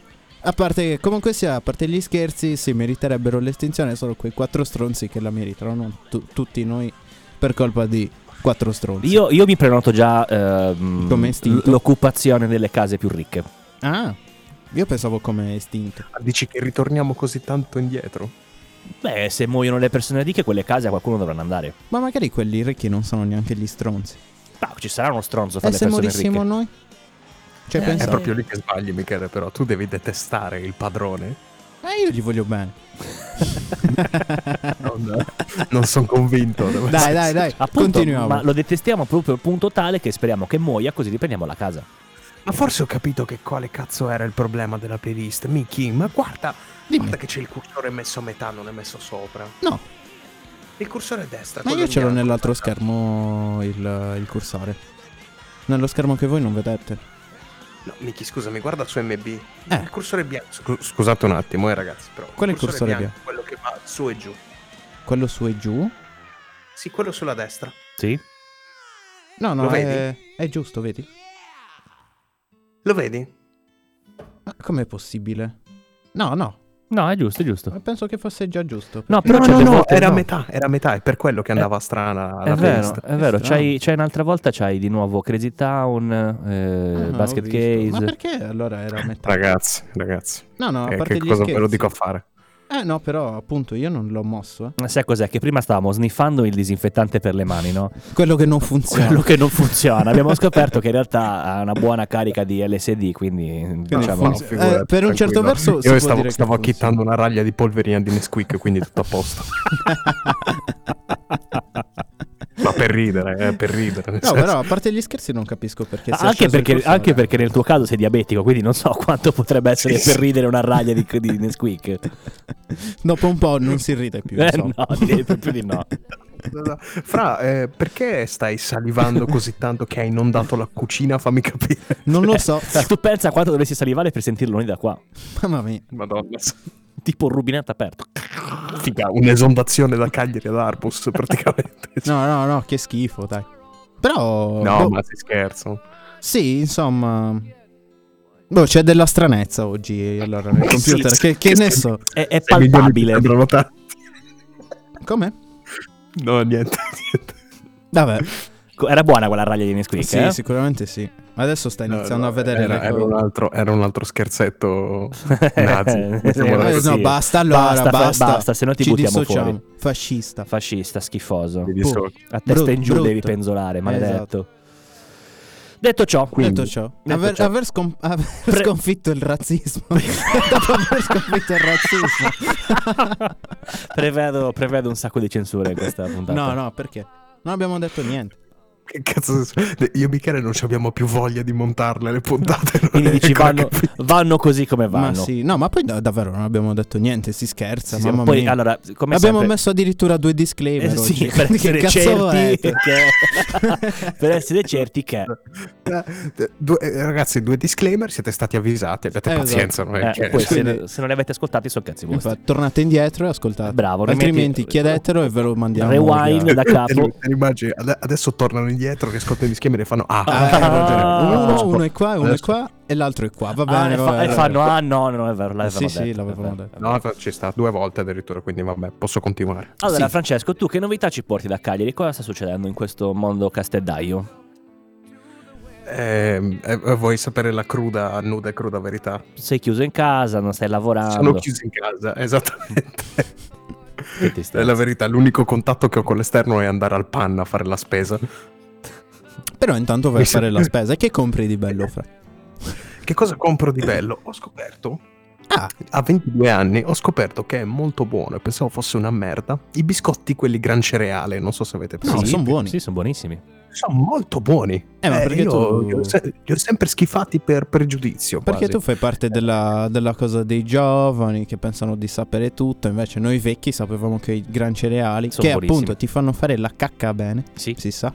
Speaker 3: a parte comunque sia, a parte gli scherzi, si meriterebbero l'estinzione solo quei quattro stronzi che la meritano, non tu- tutti noi per colpa di Quattro stronzi.
Speaker 1: Io, io mi prenoto già ehm,
Speaker 3: Come istinto?
Speaker 1: l- l'occupazione delle case più ricche.
Speaker 3: Ah, io pensavo come estinto.
Speaker 2: Ah, Dici che ritorniamo così tanto indietro?
Speaker 1: Beh, se muoiono le persone ricche, quelle case a qualcuno dovranno andare.
Speaker 3: Ma magari quelli ricchi non sono neanche gli stronzi.
Speaker 1: Ma ci sarà uno stronzo fra
Speaker 3: E
Speaker 1: le
Speaker 3: Eh, se
Speaker 1: persone
Speaker 3: morissimo
Speaker 1: ricche.
Speaker 3: noi? Cioè,
Speaker 1: Eh,
Speaker 2: È
Speaker 3: pensa.
Speaker 2: proprio lì che sbagli, Michele, però tu devi detestare il padrone.
Speaker 3: Ma Eh, io gli voglio bene.
Speaker 2: Non, sono convinto. devo
Speaker 3: Dai,
Speaker 2: essere
Speaker 3: dai,
Speaker 2: sincero.
Speaker 3: dai.
Speaker 1: Appunto,
Speaker 3: Continuiamo.
Speaker 1: ma lo detestiamo proprio al punto tale che speriamo che muoia così riprendiamo la casa.
Speaker 2: Ma forse ho capito che quale cazzo era il problema della playlist. Miki, ma guarda,
Speaker 3: Dimmi.
Speaker 2: guarda che c'è il cursore messo a metà, non è messo sopra.
Speaker 3: No,
Speaker 2: Il cursore a destra.
Speaker 3: ma
Speaker 2: quello
Speaker 3: io ce l'ho
Speaker 2: in bianco.
Speaker 3: nell'altro schermo il, il cursore. Nello schermo che voi non vedete.
Speaker 2: No, Miki, scusami, guarda su MB.
Speaker 3: Eh.
Speaker 2: Il cursore bianco. scu- Scusate un attimo, eh, ragazzi, però.
Speaker 3: Qual è il cursore
Speaker 2: Quello che va su e giù.
Speaker 3: Quello su e giù?
Speaker 2: Sì, quello sulla destra.
Speaker 1: Sì?
Speaker 3: No, no,
Speaker 2: Lo
Speaker 3: è, è giusto, vedi?
Speaker 2: Lo vedi?
Speaker 3: Ma com'è possibile? No, no,
Speaker 1: No, è giusto, è giusto.
Speaker 3: ma penso che fosse già giusto.
Speaker 1: No, però
Speaker 2: no,
Speaker 1: c'è
Speaker 2: no,
Speaker 1: delle
Speaker 2: no, Eh.
Speaker 1: volte-
Speaker 2: era a
Speaker 1: no.
Speaker 2: metà, era a metà, è per quello che andava strana la
Speaker 1: È vero,
Speaker 2: playlist.
Speaker 1: è vero.
Speaker 3: È strano.
Speaker 1: C'hai, c'hai un'altra volta, c'hai di nuovo Crazy Town, eh,
Speaker 3: Ah, ho
Speaker 1: Basket
Speaker 3: visto.
Speaker 1: Case.
Speaker 3: Ma perché allora era a metà?
Speaker 2: Ragazzi, ragazzi,
Speaker 3: No, no, a
Speaker 2: eh,
Speaker 3: parte
Speaker 2: che
Speaker 3: gli
Speaker 2: cosa ve lo
Speaker 3: scherzi.
Speaker 2: dico a fare?
Speaker 3: Eh no, però appunto io non l'ho mosso. eh.
Speaker 1: Sai cos'è? Che prima stavamo sniffando il disinfettante per le mani, no?
Speaker 3: Quello che non funziona.
Speaker 1: Quello che non funziona. Abbiamo scoperto che in realtà ha una buona carica di LSD, quindi diciamo...
Speaker 3: funziona.
Speaker 2: figurati,
Speaker 3: Eh, per un
Speaker 2: tranquillo.
Speaker 3: certo verso si può
Speaker 2: Io stavo,
Speaker 3: dire che
Speaker 2: stavo
Speaker 3: funziona.
Speaker 2: acchittando una raglia di polverina di Nesquik, quindi tutto a posto. Ma per ridere, eh, per ridere. nel
Speaker 3: No,
Speaker 2: senso- Ah,
Speaker 3: però a parte gli scherzi non capisco perché sia
Speaker 1: Anche
Speaker 3: sceso il
Speaker 1: perché,
Speaker 3: cursore.
Speaker 1: anche perché nel tuo caso sei diabetico, quindi non so quanto potrebbe essere
Speaker 2: Sì,
Speaker 1: per
Speaker 2: sì.
Speaker 1: ridere una raglia di, di Nesquik.
Speaker 3: dopo un po' non si ride più,
Speaker 1: Eh,
Speaker 3: insomma.
Speaker 1: no, direi proprio di no.
Speaker 2: Fra, eh, perché stai salivando così tanto che hai inondato la cucina? Fammi capire.
Speaker 3: Non lo so.
Speaker 1: Cioè, tu pensa quanto dovresti salivare per sentirlo noi da qua.
Speaker 3: Mamma mia.
Speaker 2: Madonna.
Speaker 1: Tipo un rubinetto aperto.
Speaker 2: Figa, un'esondazione da Cagliari ad Arbus, praticamente.
Speaker 3: No, no, no, che schifo, dai. Però
Speaker 2: No,
Speaker 3: boh,
Speaker 2: ma si scherzo.
Speaker 3: sì, insomma Boh, c'è della stranezza oggi allora nel computer.
Speaker 2: Sì,
Speaker 3: che,
Speaker 2: sì,
Speaker 3: che
Speaker 2: sì.
Speaker 3: ne so?
Speaker 1: È, è
Speaker 2: Sei milioni di
Speaker 1: palpabile.
Speaker 2: euro notati.
Speaker 3: Com'è?
Speaker 2: No, niente, niente.
Speaker 3: Vabbè.
Speaker 1: Era buona quella raglia di Nesquik,
Speaker 3: Sì,
Speaker 1: eh?
Speaker 3: sicuramente sì. Ma adesso sta iniziando
Speaker 2: No,
Speaker 3: a
Speaker 2: no,
Speaker 3: vedere
Speaker 2: era,
Speaker 3: le
Speaker 2: era
Speaker 3: cose. Boh.
Speaker 2: un altro, era un altro scherzetto nazi. mettiamola
Speaker 1: Eh,
Speaker 3: Eh,
Speaker 2: così.
Speaker 3: no, basta allora,
Speaker 1: Basta,
Speaker 3: basta.
Speaker 1: fa- basta, se no ti
Speaker 3: Ci
Speaker 1: buttiamo
Speaker 3: dissociamo.
Speaker 1: fuori.
Speaker 3: Fascista.
Speaker 1: Fascista, schifoso.
Speaker 2: Quindi
Speaker 3: Boh.
Speaker 2: so-
Speaker 1: A testa
Speaker 3: Brut-
Speaker 1: in giù
Speaker 3: brutto.
Speaker 1: devi penzolare,
Speaker 3: Eh,
Speaker 1: maledetto. Detto ciò,
Speaker 3: detto ciò,
Speaker 1: detto
Speaker 3: aver,
Speaker 1: ciò.
Speaker 3: aver scom- aver
Speaker 1: Pre-
Speaker 3: sconfitto il razzismo. Dopo aver sconfitto il razzismo.
Speaker 1: prevedo, prevedo un sacco di censure in questa puntata.
Speaker 3: No, no, perché? Non abbiamo detto niente.
Speaker 2: Che cazzo Io e Michele non ci abbiamo più voglia di montarle le puntate. non
Speaker 1: Quindi
Speaker 2: è
Speaker 1: dici
Speaker 2: ancora
Speaker 1: vanno,
Speaker 2: capito.
Speaker 1: vanno così come vanno.
Speaker 3: Ecco, Ma sì, no, ma poi da- davvero non abbiamo detto niente, si scherza,
Speaker 1: Sì, sì,
Speaker 3: mamma
Speaker 1: poi,
Speaker 3: mia.
Speaker 1: allora, come
Speaker 3: abbiamo
Speaker 1: sempre-
Speaker 3: messo addirittura due disclaimer
Speaker 1: Eh, sì,
Speaker 3: oggi.
Speaker 1: per
Speaker 3: Che
Speaker 1: essere
Speaker 3: cazzo
Speaker 1: certi
Speaker 3: volete?
Speaker 1: che- per essere certi che
Speaker 2: Eh, due- eh, ragazzi, due disclaimer. Siete stati avvisati. Abbiate
Speaker 3: Eh,
Speaker 2: pazienza. cioè, non è
Speaker 1: eh,
Speaker 2: che-
Speaker 1: poi se,
Speaker 3: quindi-
Speaker 1: ne- se non li avete ascoltati sono cazzi vostri.
Speaker 3: Infatti, tornate indietro e ascoltate.
Speaker 1: Eh, Bravo, rimetti-
Speaker 3: Altrimenti chiedetelo e ve lo mandiamo.
Speaker 1: Rewind
Speaker 3: via.
Speaker 1: da
Speaker 2: Te lo-
Speaker 1: capo.
Speaker 2: te lo immagini? Ad- adesso tornano indietro, riscottano gli schemi e fanno Ah,
Speaker 3: Ah,
Speaker 2: hai ragione.
Speaker 1: Ah.
Speaker 2: Non
Speaker 3: uno,
Speaker 2: so-
Speaker 3: uno è qua, uno è
Speaker 2: adesso-
Speaker 3: qua e l'altro è qua. Va
Speaker 1: Ah,
Speaker 3: bene,
Speaker 1: e fa-
Speaker 3: va bene.
Speaker 1: e fanno, ah no, no, è vero, l'avevamo
Speaker 3: Sì, sì,
Speaker 1: detto.
Speaker 3: l'avevamo
Speaker 1: è vero,
Speaker 3: detto.
Speaker 1: è vero.
Speaker 2: No, ci sta due volte addirittura, quindi vabbè, posso continuare.
Speaker 1: Allora,
Speaker 3: Sì.
Speaker 1: Francesco, tu che novità ci porti da Cagliari? Cosa sta succedendo in questo mondo castellaio?
Speaker 2: Eh, eh, vuoi sapere la cruda, nuda e cruda verità?
Speaker 1: Sei chiuso in casa, non stai lavorando.
Speaker 2: Sono chiuso in casa, esattamente.
Speaker 1: Che ti stai-
Speaker 2: È la verità, l'unico contatto che ho con l'esterno è andare al pan a fare la spesa.
Speaker 3: Però intanto vai a
Speaker 2: Mi sa-
Speaker 3: fare la spesa. E Che compri di bello, fra? Eh,
Speaker 2: Che cosa compro di bello? Ho scoperto,
Speaker 3: Ah,
Speaker 2: a 22 anni, ho scoperto che è molto buono e pensavo fosse una merda. I biscotti, quelli gran cereale, non so se avete
Speaker 3: No,
Speaker 2: presente.
Speaker 3: sono buoni.
Speaker 1: Sì, sono buonissimi.
Speaker 2: Sono molto buoni.
Speaker 3: Eh, ma perché
Speaker 2: io
Speaker 3: tu-
Speaker 2: li ho se- li ho sempre schifati per pregiudizio.
Speaker 3: Perché
Speaker 2: quasi. Eh.
Speaker 3: tu fai parte della, della cosa dei giovani che pensano di sapere tutto, invece noi vecchi sapevamo che i gran cereali,
Speaker 1: Sono
Speaker 3: che
Speaker 1: buonissimi.
Speaker 3: appunto ti fanno fare la cacca bene,
Speaker 1: Sì.
Speaker 3: si sa.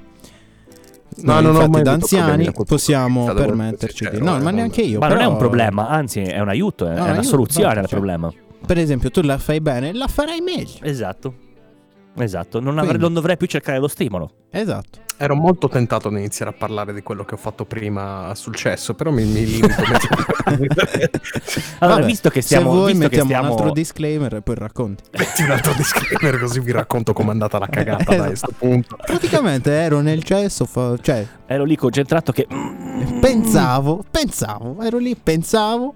Speaker 2: No,
Speaker 3: Noi,
Speaker 2: non ho
Speaker 3: infatti,
Speaker 2: mai
Speaker 3: da
Speaker 2: avuto problemi
Speaker 3: anziani
Speaker 2: da quel punto di
Speaker 3: possiamo
Speaker 2: vista, devo
Speaker 3: permetterci
Speaker 2: essere
Speaker 3: di...
Speaker 2: sincero,
Speaker 3: No,
Speaker 2: eh,
Speaker 3: ma
Speaker 2: non-
Speaker 3: neanche io.
Speaker 1: Ma
Speaker 3: però,
Speaker 1: non è un problema, anzi è un aiuto, è,
Speaker 3: No,
Speaker 1: è
Speaker 3: un
Speaker 1: una
Speaker 3: aiuto,
Speaker 1: soluzione
Speaker 3: esatto,
Speaker 1: al
Speaker 3: cioè.
Speaker 1: problema.
Speaker 3: Per esempio, tu la fai bene, la farai meglio.
Speaker 1: Esatto. Esatto, non, avrei-
Speaker 3: Quindi.
Speaker 1: non dovrei più cercare lo stimolo.
Speaker 3: Esatto.
Speaker 2: Ero molto tentato di iniziare a parlare di quello che ho fatto prima sul cesso, però mi, mi limito.
Speaker 1: Allora,
Speaker 3: Vabbè,
Speaker 1: visto che stiamo...
Speaker 3: Se vuoi
Speaker 1: visto che
Speaker 3: mettiamo
Speaker 1: stiamo-
Speaker 3: un altro disclaimer e poi racconti.
Speaker 2: Metti un altro disclaimer così vi racconto com'è andata la cagata dai, a questo punto.
Speaker 3: Praticamente ero nel cesso, fa- cioè
Speaker 1: Ero lì concentrato che... Mm.
Speaker 3: pensavo, pensavo, ero lì, pensavo.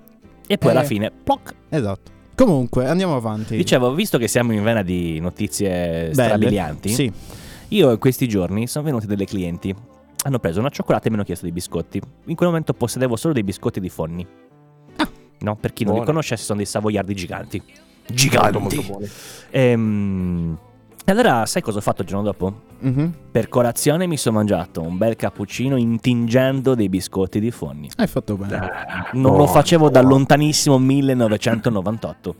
Speaker 1: E poi alla
Speaker 3: Eh.
Speaker 1: fine... Ploc.
Speaker 3: Esatto. Comunque, andiamo avanti.
Speaker 1: Dicevo, visto che siamo in vena di notizie strabilianti,
Speaker 3: Sì.
Speaker 1: io in questi giorni sono venuti delle clienti. Hanno preso una cioccolata e mi hanno chiesto dei biscotti. In quel momento possedevo solo dei biscotti di Fonni.
Speaker 2: Ah.
Speaker 1: No, per chi non li
Speaker 2: Buono.
Speaker 1: conoscesse, sono dei savoiardi giganti.
Speaker 2: Molto, molto
Speaker 1: Giganti! Eh,
Speaker 2: buoni.
Speaker 1: Ehm, E allora, sai cosa ho fatto il giorno dopo?
Speaker 3: Mhm.
Speaker 1: Per colazione mi sono mangiato un bel cappuccino intingendo dei biscotti di Fonni.
Speaker 3: Hai fatto
Speaker 2: Eh,
Speaker 3: bene.
Speaker 1: Non lo
Speaker 2: Buono,
Speaker 1: facevo da
Speaker 2: buono.
Speaker 1: lontanissimo 1998.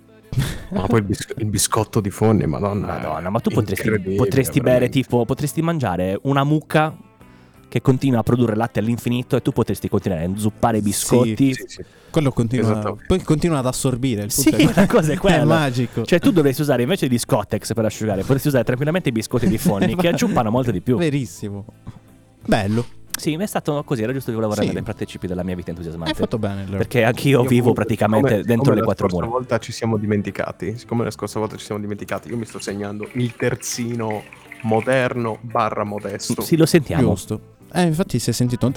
Speaker 2: Ma poi il, bis- il biscotto di Fonni, madonna.
Speaker 1: Madonna, ma tu potresti,
Speaker 2: incredibile,
Speaker 1: potresti bere
Speaker 2: veramente.
Speaker 1: tipo, potresti mangiare una mucca che continua a produrre latte all'infinito e tu potresti continuare a inzuppare i biscotti.
Speaker 2: Sì, sì.
Speaker 3: Quello continua.
Speaker 2: Esattamente.
Speaker 3: Poi continua ad assorbire il punto
Speaker 1: Esatto. Sì, la cosa è quella.
Speaker 3: È magico.
Speaker 1: Cioè tu dovresti usare invece di Scottex per asciugare, potresti usare tranquillamente i biscotti di Fonni che acciuppano molto di più.
Speaker 3: Verissimo. Bello.
Speaker 1: Sì, ma è stato così, era giusto che volevo
Speaker 3: Sì.
Speaker 1: rendere partecipi della mia vita entusiasmante.
Speaker 3: Hai fatto bene. Leo.
Speaker 1: Perché anch'io
Speaker 2: Io
Speaker 1: vivo
Speaker 2: comunque,
Speaker 1: praticamente
Speaker 2: siccome-
Speaker 1: dentro
Speaker 2: siccome
Speaker 1: le
Speaker 2: la
Speaker 1: quattro
Speaker 2: scorsa
Speaker 1: mura.
Speaker 2: volta ci siamo dimenticati, siccome la scorsa volta ci siamo dimenticati, io mi sto segnando il terzino moderno barra modesto.
Speaker 1: Sì, lo sentiamo.
Speaker 3: Giusto. Eh, infatti si è sentito un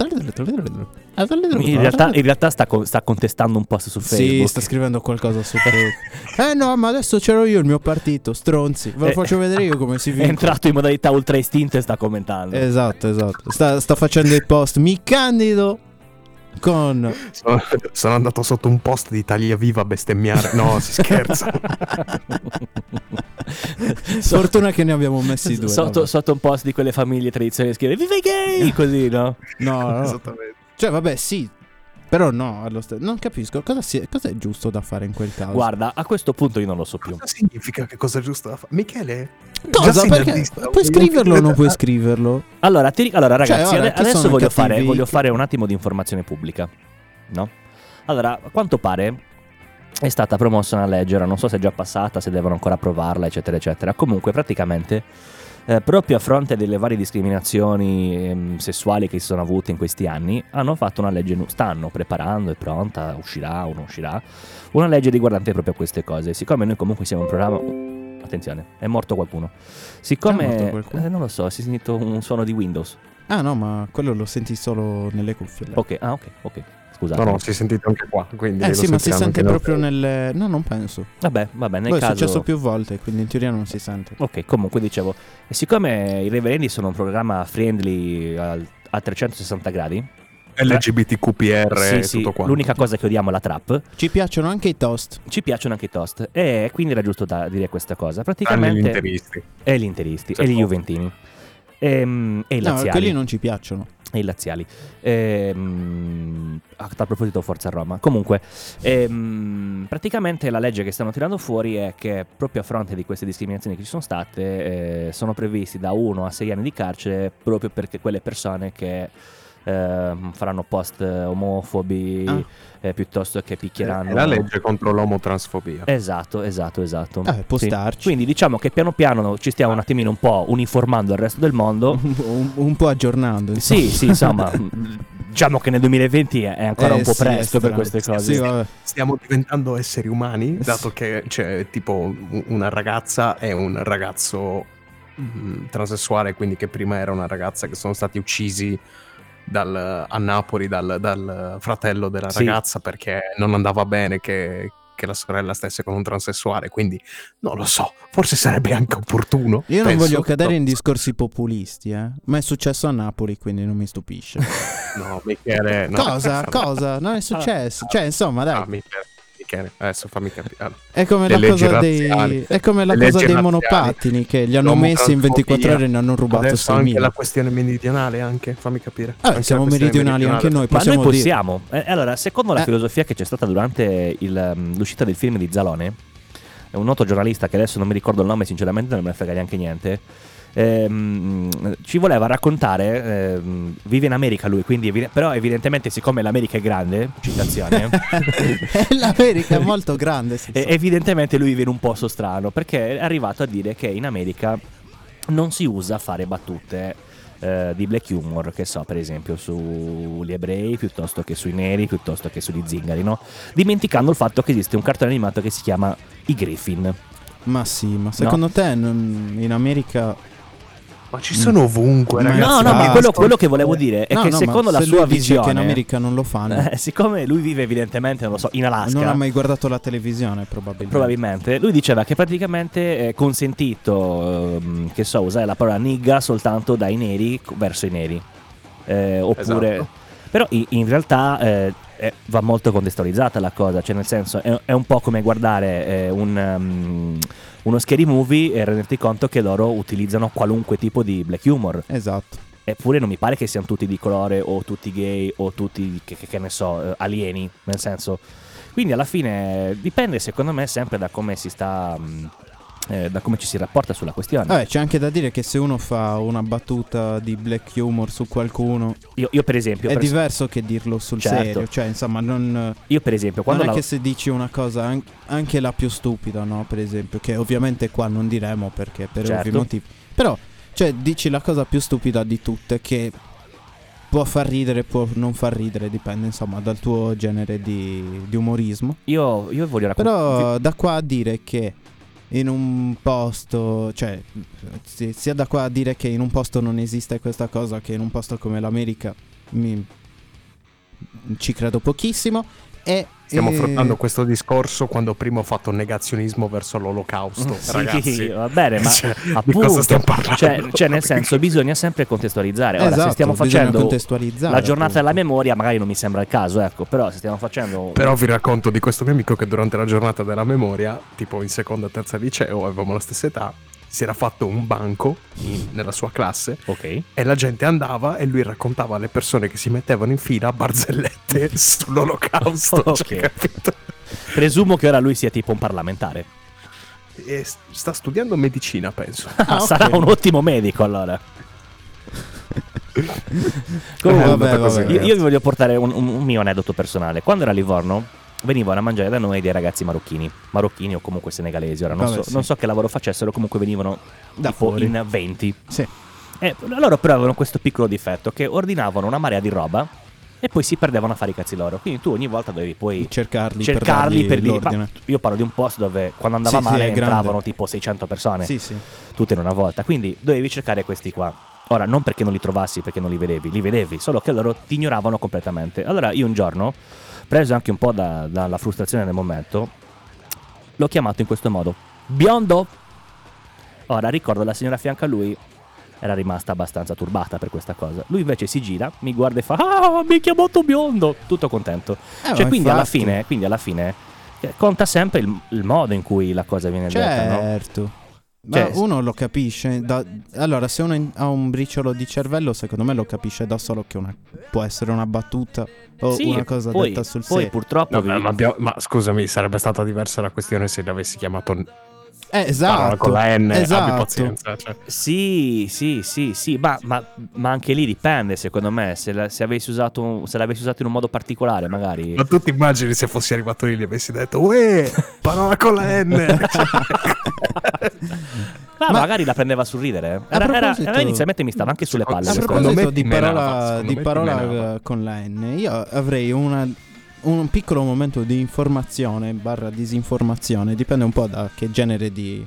Speaker 1: In realtà, in realtà sta, co- sta contestando un post su
Speaker 3: Sì,
Speaker 1: Facebook.
Speaker 3: sta scrivendo qualcosa su Facebook. eh no, ma adesso c'ero io il mio partito, stronzi. Ve lo
Speaker 1: Eh,
Speaker 3: faccio vedere io come si
Speaker 1: È
Speaker 3: vince.
Speaker 1: entrato in modalità ultra istinta e sta commentando.
Speaker 3: Esatto, esatto. Sta, sta facendo il post. Mi candido con
Speaker 2: Sono, sono andato sotto un post di Italia Viva a bestemmiare. No, si scherza.
Speaker 1: So-
Speaker 3: Fortuna che ne abbiamo messi due.
Speaker 1: sotto,
Speaker 3: vabbè.
Speaker 1: sotto un post di quelle famiglie tradizionali scrive Viva i gay! Così, Ah, no?
Speaker 3: No, no, no.
Speaker 2: Esattamente.
Speaker 3: Cioè, vabbè, sì. Però no, allo st- non capisco cosa, si- cosa è giusto da fare in quel caso.
Speaker 1: Guarda, a questo punto io non lo so più.
Speaker 2: Cosa significa che cosa è giusta da fare? Michele? già
Speaker 3: cosa?
Speaker 2: sei
Speaker 3: Perché?
Speaker 2: nerdista,
Speaker 3: Puoi
Speaker 2: voglio-
Speaker 3: scriverlo o non puoi scriverlo?
Speaker 1: Allora, ti dico- allora ragazzi,
Speaker 3: Cioè, ora,
Speaker 1: ade-
Speaker 3: chi
Speaker 1: adesso
Speaker 3: sono i
Speaker 1: voglio
Speaker 3: cattivi?
Speaker 1: fare, voglio
Speaker 3: Chi-
Speaker 1: fare un attimo di informazione pubblica. No? Allora, a quanto pare è stata promossa una legge, ora non so se è già passata, se devono ancora approvarla, eccetera, eccetera. Comunque, praticamente, eh, proprio a fronte delle varie discriminazioni ehm, sessuali che si sono avute in questi anni, hanno fatto una legge, nu- stanno preparando, è pronta, uscirà o non uscirà, una legge riguardante proprio queste cose. Siccome noi comunque siamo un programma... oh, Attenzione, è morto qualcuno. Siccome...
Speaker 3: È morto qualcuno?
Speaker 1: eh, non lo so, si è sentito un suono di Windows.
Speaker 3: Ah no, ma quello lo senti solo nelle cuffie. Leo.
Speaker 1: Ok, ah, ok, ok. Scusate.
Speaker 2: No, no, si sentite anche qua. Quindi
Speaker 3: Eh
Speaker 2: lo
Speaker 3: sì, ma si
Speaker 2: sentiamo
Speaker 3: sente
Speaker 2: anche noi.
Speaker 3: proprio nel... No, non penso.
Speaker 1: Vabbè, vabbè, nel
Speaker 3: Poi
Speaker 1: caso...
Speaker 3: è successo più volte, quindi in teoria non si sente.
Speaker 1: Ok, comunque dicevo, e siccome i Reverendi sono un programma friendly al- a 360 gradi,
Speaker 2: LGBTQPR e
Speaker 1: sì,
Speaker 2: tutto
Speaker 1: sì,
Speaker 2: quanto.
Speaker 1: l'unica cosa che odiamo è la trap,
Speaker 3: Ci piacciono anche i toast.
Speaker 1: ci piacciono anche i toast e quindi era giusto da dire questa cosa.
Speaker 2: Tranne gli
Speaker 1: Praticamente
Speaker 2: interisti.
Speaker 1: e gli interisti
Speaker 2: Cioè,
Speaker 1: e gli
Speaker 2: poco.
Speaker 1: juventini. Ehm, E, i
Speaker 3: No,
Speaker 1: laziali.
Speaker 3: quelli non ci piacciono.
Speaker 1: e i laziali. Ehm, a tal proposito, Forza Roma. Comunque, ehm, praticamente la legge che stanno tirando fuori è che proprio a fronte di queste discriminazioni che ci sono state, eh, sono previsti da 1 a 6 anni di carcere proprio perché quelle persone che ehm, faranno post omofobi
Speaker 3: Ah.
Speaker 1: eh, piuttosto che picchieranno
Speaker 2: È la legge contro l'omotransfobia.
Speaker 1: Esatto, esatto, esatto.
Speaker 3: Eh, può
Speaker 1: Sì.
Speaker 3: starci.
Speaker 1: Quindi diciamo che piano piano ci stiamo un attimino un po' uniformando al resto del mondo.
Speaker 3: Un, un- un po' aggiornando. Insomma.
Speaker 1: Sì, sì, insomma, mh, diciamo che nel 2020 è è ancora
Speaker 3: Eh,
Speaker 1: un po'
Speaker 3: sì,
Speaker 1: presto
Speaker 3: è
Speaker 1: per
Speaker 3: strano.
Speaker 1: queste cose.
Speaker 3: Sì, vabbè.
Speaker 2: Stiamo diventando esseri umani, dato che c'è tipo un- una ragazza e un ragazzo mm, transessuale, quindi che prima era una ragazza che sono stati uccisi dal- a Napoli dal, dal fratello della
Speaker 1: Sì.
Speaker 2: ragazza perché non andava bene che, che la sorella stesse con un transessuale, quindi non lo so, forse sarebbe anche opportuno.
Speaker 3: Io non
Speaker 2: penso.
Speaker 3: voglio cadere in
Speaker 2: No,
Speaker 3: discorsi populisti, eh. Ma è successo a Napoli, quindi non mi stupisce.
Speaker 2: No, Michele, no.
Speaker 3: Cosa? Cosa? Non è successo. Cioè, insomma,
Speaker 2: Ah,
Speaker 3: dai.
Speaker 2: Michele, Michele, adesso fammi capire. Ah, Allora.
Speaker 3: È come
Speaker 2: le
Speaker 3: la
Speaker 2: leggi
Speaker 3: cosa dei,
Speaker 2: razziali.
Speaker 3: è come la
Speaker 2: Le
Speaker 3: cosa
Speaker 2: leggi
Speaker 3: dei
Speaker 2: razziali.
Speaker 3: monopatini che li hanno messi in 24 ore e ne hanno rubato
Speaker 2: Adesso anche
Speaker 3: 6.000.
Speaker 2: la questione meridionale anche, fammi capire.
Speaker 3: Ah,
Speaker 2: Anche
Speaker 3: siamo
Speaker 2: la questione
Speaker 3: meridionali anche
Speaker 1: Ma
Speaker 3: noi, possiamo
Speaker 1: noi
Speaker 3: dire.
Speaker 1: possiamo. Eh, allora, secondo la
Speaker 3: Eh.
Speaker 1: filosofia che c'è stata durante il, um, l'uscita del film di Zalone, un noto giornalista che adesso non mi ricordo il nome, sinceramente non me ne frega neanche niente. ehm, ci voleva raccontare, ehm, vive in America lui, quindi evi- però evidentemente siccome l'America è grande, citazione,
Speaker 3: Eh, L'America è molto grande. sì,
Speaker 1: E-
Speaker 3: so.
Speaker 1: evidentemente lui vive in un posto strano perché è arrivato a dire che in America non si usa fare battute eh, di black humor, che so, per esempio sugli ebrei, piuttosto che sui neri, piuttosto che sugli zingari, no? Dimenticando il fatto che esiste un cartone animato che si chiama I Griffin.
Speaker 3: Ma sì, ma secondo te non- in America...
Speaker 2: Ma ci sono ovunque,
Speaker 3: Ma-
Speaker 2: ragazzi.
Speaker 1: no,
Speaker 2: Ah,
Speaker 1: no, ma
Speaker 3: basta.
Speaker 1: quello, quello che volevo dire è
Speaker 3: Eh, No,
Speaker 1: che
Speaker 3: no, ma
Speaker 1: secondo la
Speaker 3: se
Speaker 1: sua
Speaker 3: lui dice
Speaker 1: visione...
Speaker 3: che in America non lo fanno.
Speaker 1: Eh, siccome lui vive evidentemente, non lo so, in Alaska,
Speaker 3: Non ha mai guardato la televisione, probabilmente.
Speaker 1: probabilmente, lui diceva che praticamente è consentito, ehm, che so, usare la parola nigga soltanto dai neri co- verso i neri. Eh, oppure...
Speaker 2: Esatto.
Speaker 1: Però i- in realtà eh, è- va molto contestualizzata la cosa, cioè nel senso è, è un po' come guardare eh, un, ehm, uno scary movie e renderti conto che loro utilizzano qualunque tipo di black humor.
Speaker 3: Esatto.
Speaker 1: Eppure non mi pare che siano tutti di colore o tutti gay o tutti, che, che- che ne so, eh, alieni, nel senso. Quindi alla fine eh, dipende secondo me sempre da come si sta, mh, eh, da come ci si rapporta sulla questione.
Speaker 3: Vabbè, c'è anche da dire che se uno fa una battuta di black humor su qualcuno
Speaker 1: Io, io per esempio,
Speaker 3: è
Speaker 1: per-
Speaker 3: diverso che dirlo sul
Speaker 1: Certo.
Speaker 3: serio. Cioè, insomma, non,
Speaker 1: io per esempio quando
Speaker 3: non è
Speaker 1: la-
Speaker 3: che se dici una cosa an- anche la più stupida, no? Per esempio, che ovviamente qua non diremo perché per
Speaker 1: Certo.
Speaker 3: ovvi motivi. Però, cioè, dici la cosa più stupida di tutte che può far ridere, può non far ridere, dipende insomma dal tuo genere di, di umorismo.
Speaker 1: io, io voglio raccontare...
Speaker 3: Però da qua a dire che in un posto, cioè, si- sia da qua a dire che in un posto non esiste questa cosa che in un posto come l'America mi, ci credo pochissimo. E, eh,
Speaker 2: Stiamo
Speaker 1: Eh.
Speaker 3: e-
Speaker 2: affrontando questo discorso quando prima ho fatto negazionismo verso l'olocausto,
Speaker 1: Sì,
Speaker 2: ragazzi.
Speaker 1: va bene, ma
Speaker 2: Cioè, di
Speaker 1: appunto,
Speaker 2: cosa stiamo parlando?
Speaker 1: Cioè, cioè, nel senso bisogna sempre contestualizzare. Eh, Ora, se
Speaker 3: Esatto,
Speaker 1: stiamo
Speaker 3: bisogna
Speaker 1: facendo
Speaker 3: contestualizzare,
Speaker 1: la giornata della
Speaker 3: appunto.
Speaker 1: memoria, magari non mi sembra il caso, ecco, però se stiamo facendo...
Speaker 2: Però vi racconto di questo mio amico che durante la giornata della memoria, tipo in seconda e terza liceo, avevamo la stessa età, si era fatto un banco in- nella sua classe
Speaker 1: Ok.
Speaker 2: e la gente andava e lui raccontava alle persone che si mettevano in fila barzellette sull'olocausto. cioè,
Speaker 1: Ok.
Speaker 2: capito?
Speaker 1: Presumo che ora lui sia tipo un parlamentare.
Speaker 2: E s- sta studiando medicina, penso.
Speaker 1: Ah, Sarà un ottimo medico allora. Comunque,
Speaker 3: Eh, vabbè, vabbè.
Speaker 1: io, io vi voglio portare un, un- un mio aneddoto personale. Quando ero a Livorno, venivano a mangiare da noi dei ragazzi marocchini, marocchini o comunque senegalesi. Ora non,
Speaker 3: Vabbè,
Speaker 1: so,
Speaker 3: sì.
Speaker 1: non so che lavoro facessero, comunque venivano
Speaker 3: Da
Speaker 1: tipo
Speaker 3: fuori.
Speaker 1: in 20.
Speaker 3: Sì.
Speaker 1: E loro però avevano questo piccolo difetto che ordinavano una marea di roba e poi si perdevano a fare i cazzi loro. Quindi tu ogni volta dovevi poi
Speaker 3: cercarli,
Speaker 1: cercarli per,
Speaker 3: per, dargli
Speaker 1: dire.
Speaker 3: l'ordine.
Speaker 1: ma io parlo di un posto dove quando andava
Speaker 3: Sì, sì,
Speaker 1: male
Speaker 3: è grande.
Speaker 1: entravano tipo 600 persone
Speaker 3: Sì, sì.
Speaker 1: tutte in una volta. Quindi dovevi cercare questi qua. Ora, non perché non li trovassi, perché non li vedevi, li vedevi, solo che loro ti ignoravano completamente. Allora io un giorno, preso anche un po' da- dalla frustrazione del momento, l'ho chiamato in questo modo. Biondo! Ora ricordo la signora a fianco a lui era rimasta abbastanza turbata per questa cosa. Lui invece si gira, mi guarda e fa Ah, mi hai chiamato biondo! Tutto contento.
Speaker 3: Eh,
Speaker 1: cioè,
Speaker 3: ma
Speaker 1: quindi alla,
Speaker 3: infatti.
Speaker 1: fine, quindi alla fine eh, conta sempre il, il modo in cui la cosa viene detta, eh, cioè, no?
Speaker 3: Certo. Ma
Speaker 1: Cioè,
Speaker 3: uno lo capisce. da- Allora, se uno in- ha un briciolo di cervello, secondo me lo capisce da solo che una... può essere una battuta o
Speaker 1: Sì,
Speaker 3: una cosa
Speaker 1: poi,
Speaker 3: detta sul
Speaker 1: poi
Speaker 3: serio.
Speaker 1: purtroppo
Speaker 2: No,
Speaker 1: vi-
Speaker 2: ma, ma abbiamo- ma scusami, sarebbe stata diversa la questione se l'avessi chiamato n-
Speaker 3: Eh,
Speaker 2: parola
Speaker 3: esatto.
Speaker 2: con la N. Abbi
Speaker 3: esatto.
Speaker 2: pazienza. cioè.
Speaker 1: Sì, sì, sì, sì, ma, ma- ma anche lì dipende secondo me, se, la- se avessi usato, un- se l'avessi usato in un modo particolare magari...
Speaker 2: Ma tu ti immagini se fossi arrivato lì e gli avessi detto, uè, parola con la N. Cioè,
Speaker 1: Ah,
Speaker 3: Ma-
Speaker 1: magari la prendeva sul ridere. Era, era-
Speaker 3: proposito-
Speaker 1: era inizialmente mi stava anche sulle
Speaker 2: Secondo-
Speaker 1: palle.
Speaker 3: A
Speaker 1: questa
Speaker 2: secondo
Speaker 1: cosa.
Speaker 2: me ti
Speaker 3: proposito di
Speaker 2: menava,
Speaker 3: parola,
Speaker 2: secondo
Speaker 3: di
Speaker 2: me ti
Speaker 3: parola,
Speaker 2: menava.
Speaker 3: eh, con la N, io avrei una- un piccolo momento di informazione barra disinformazione, dipende un po' da che genere di,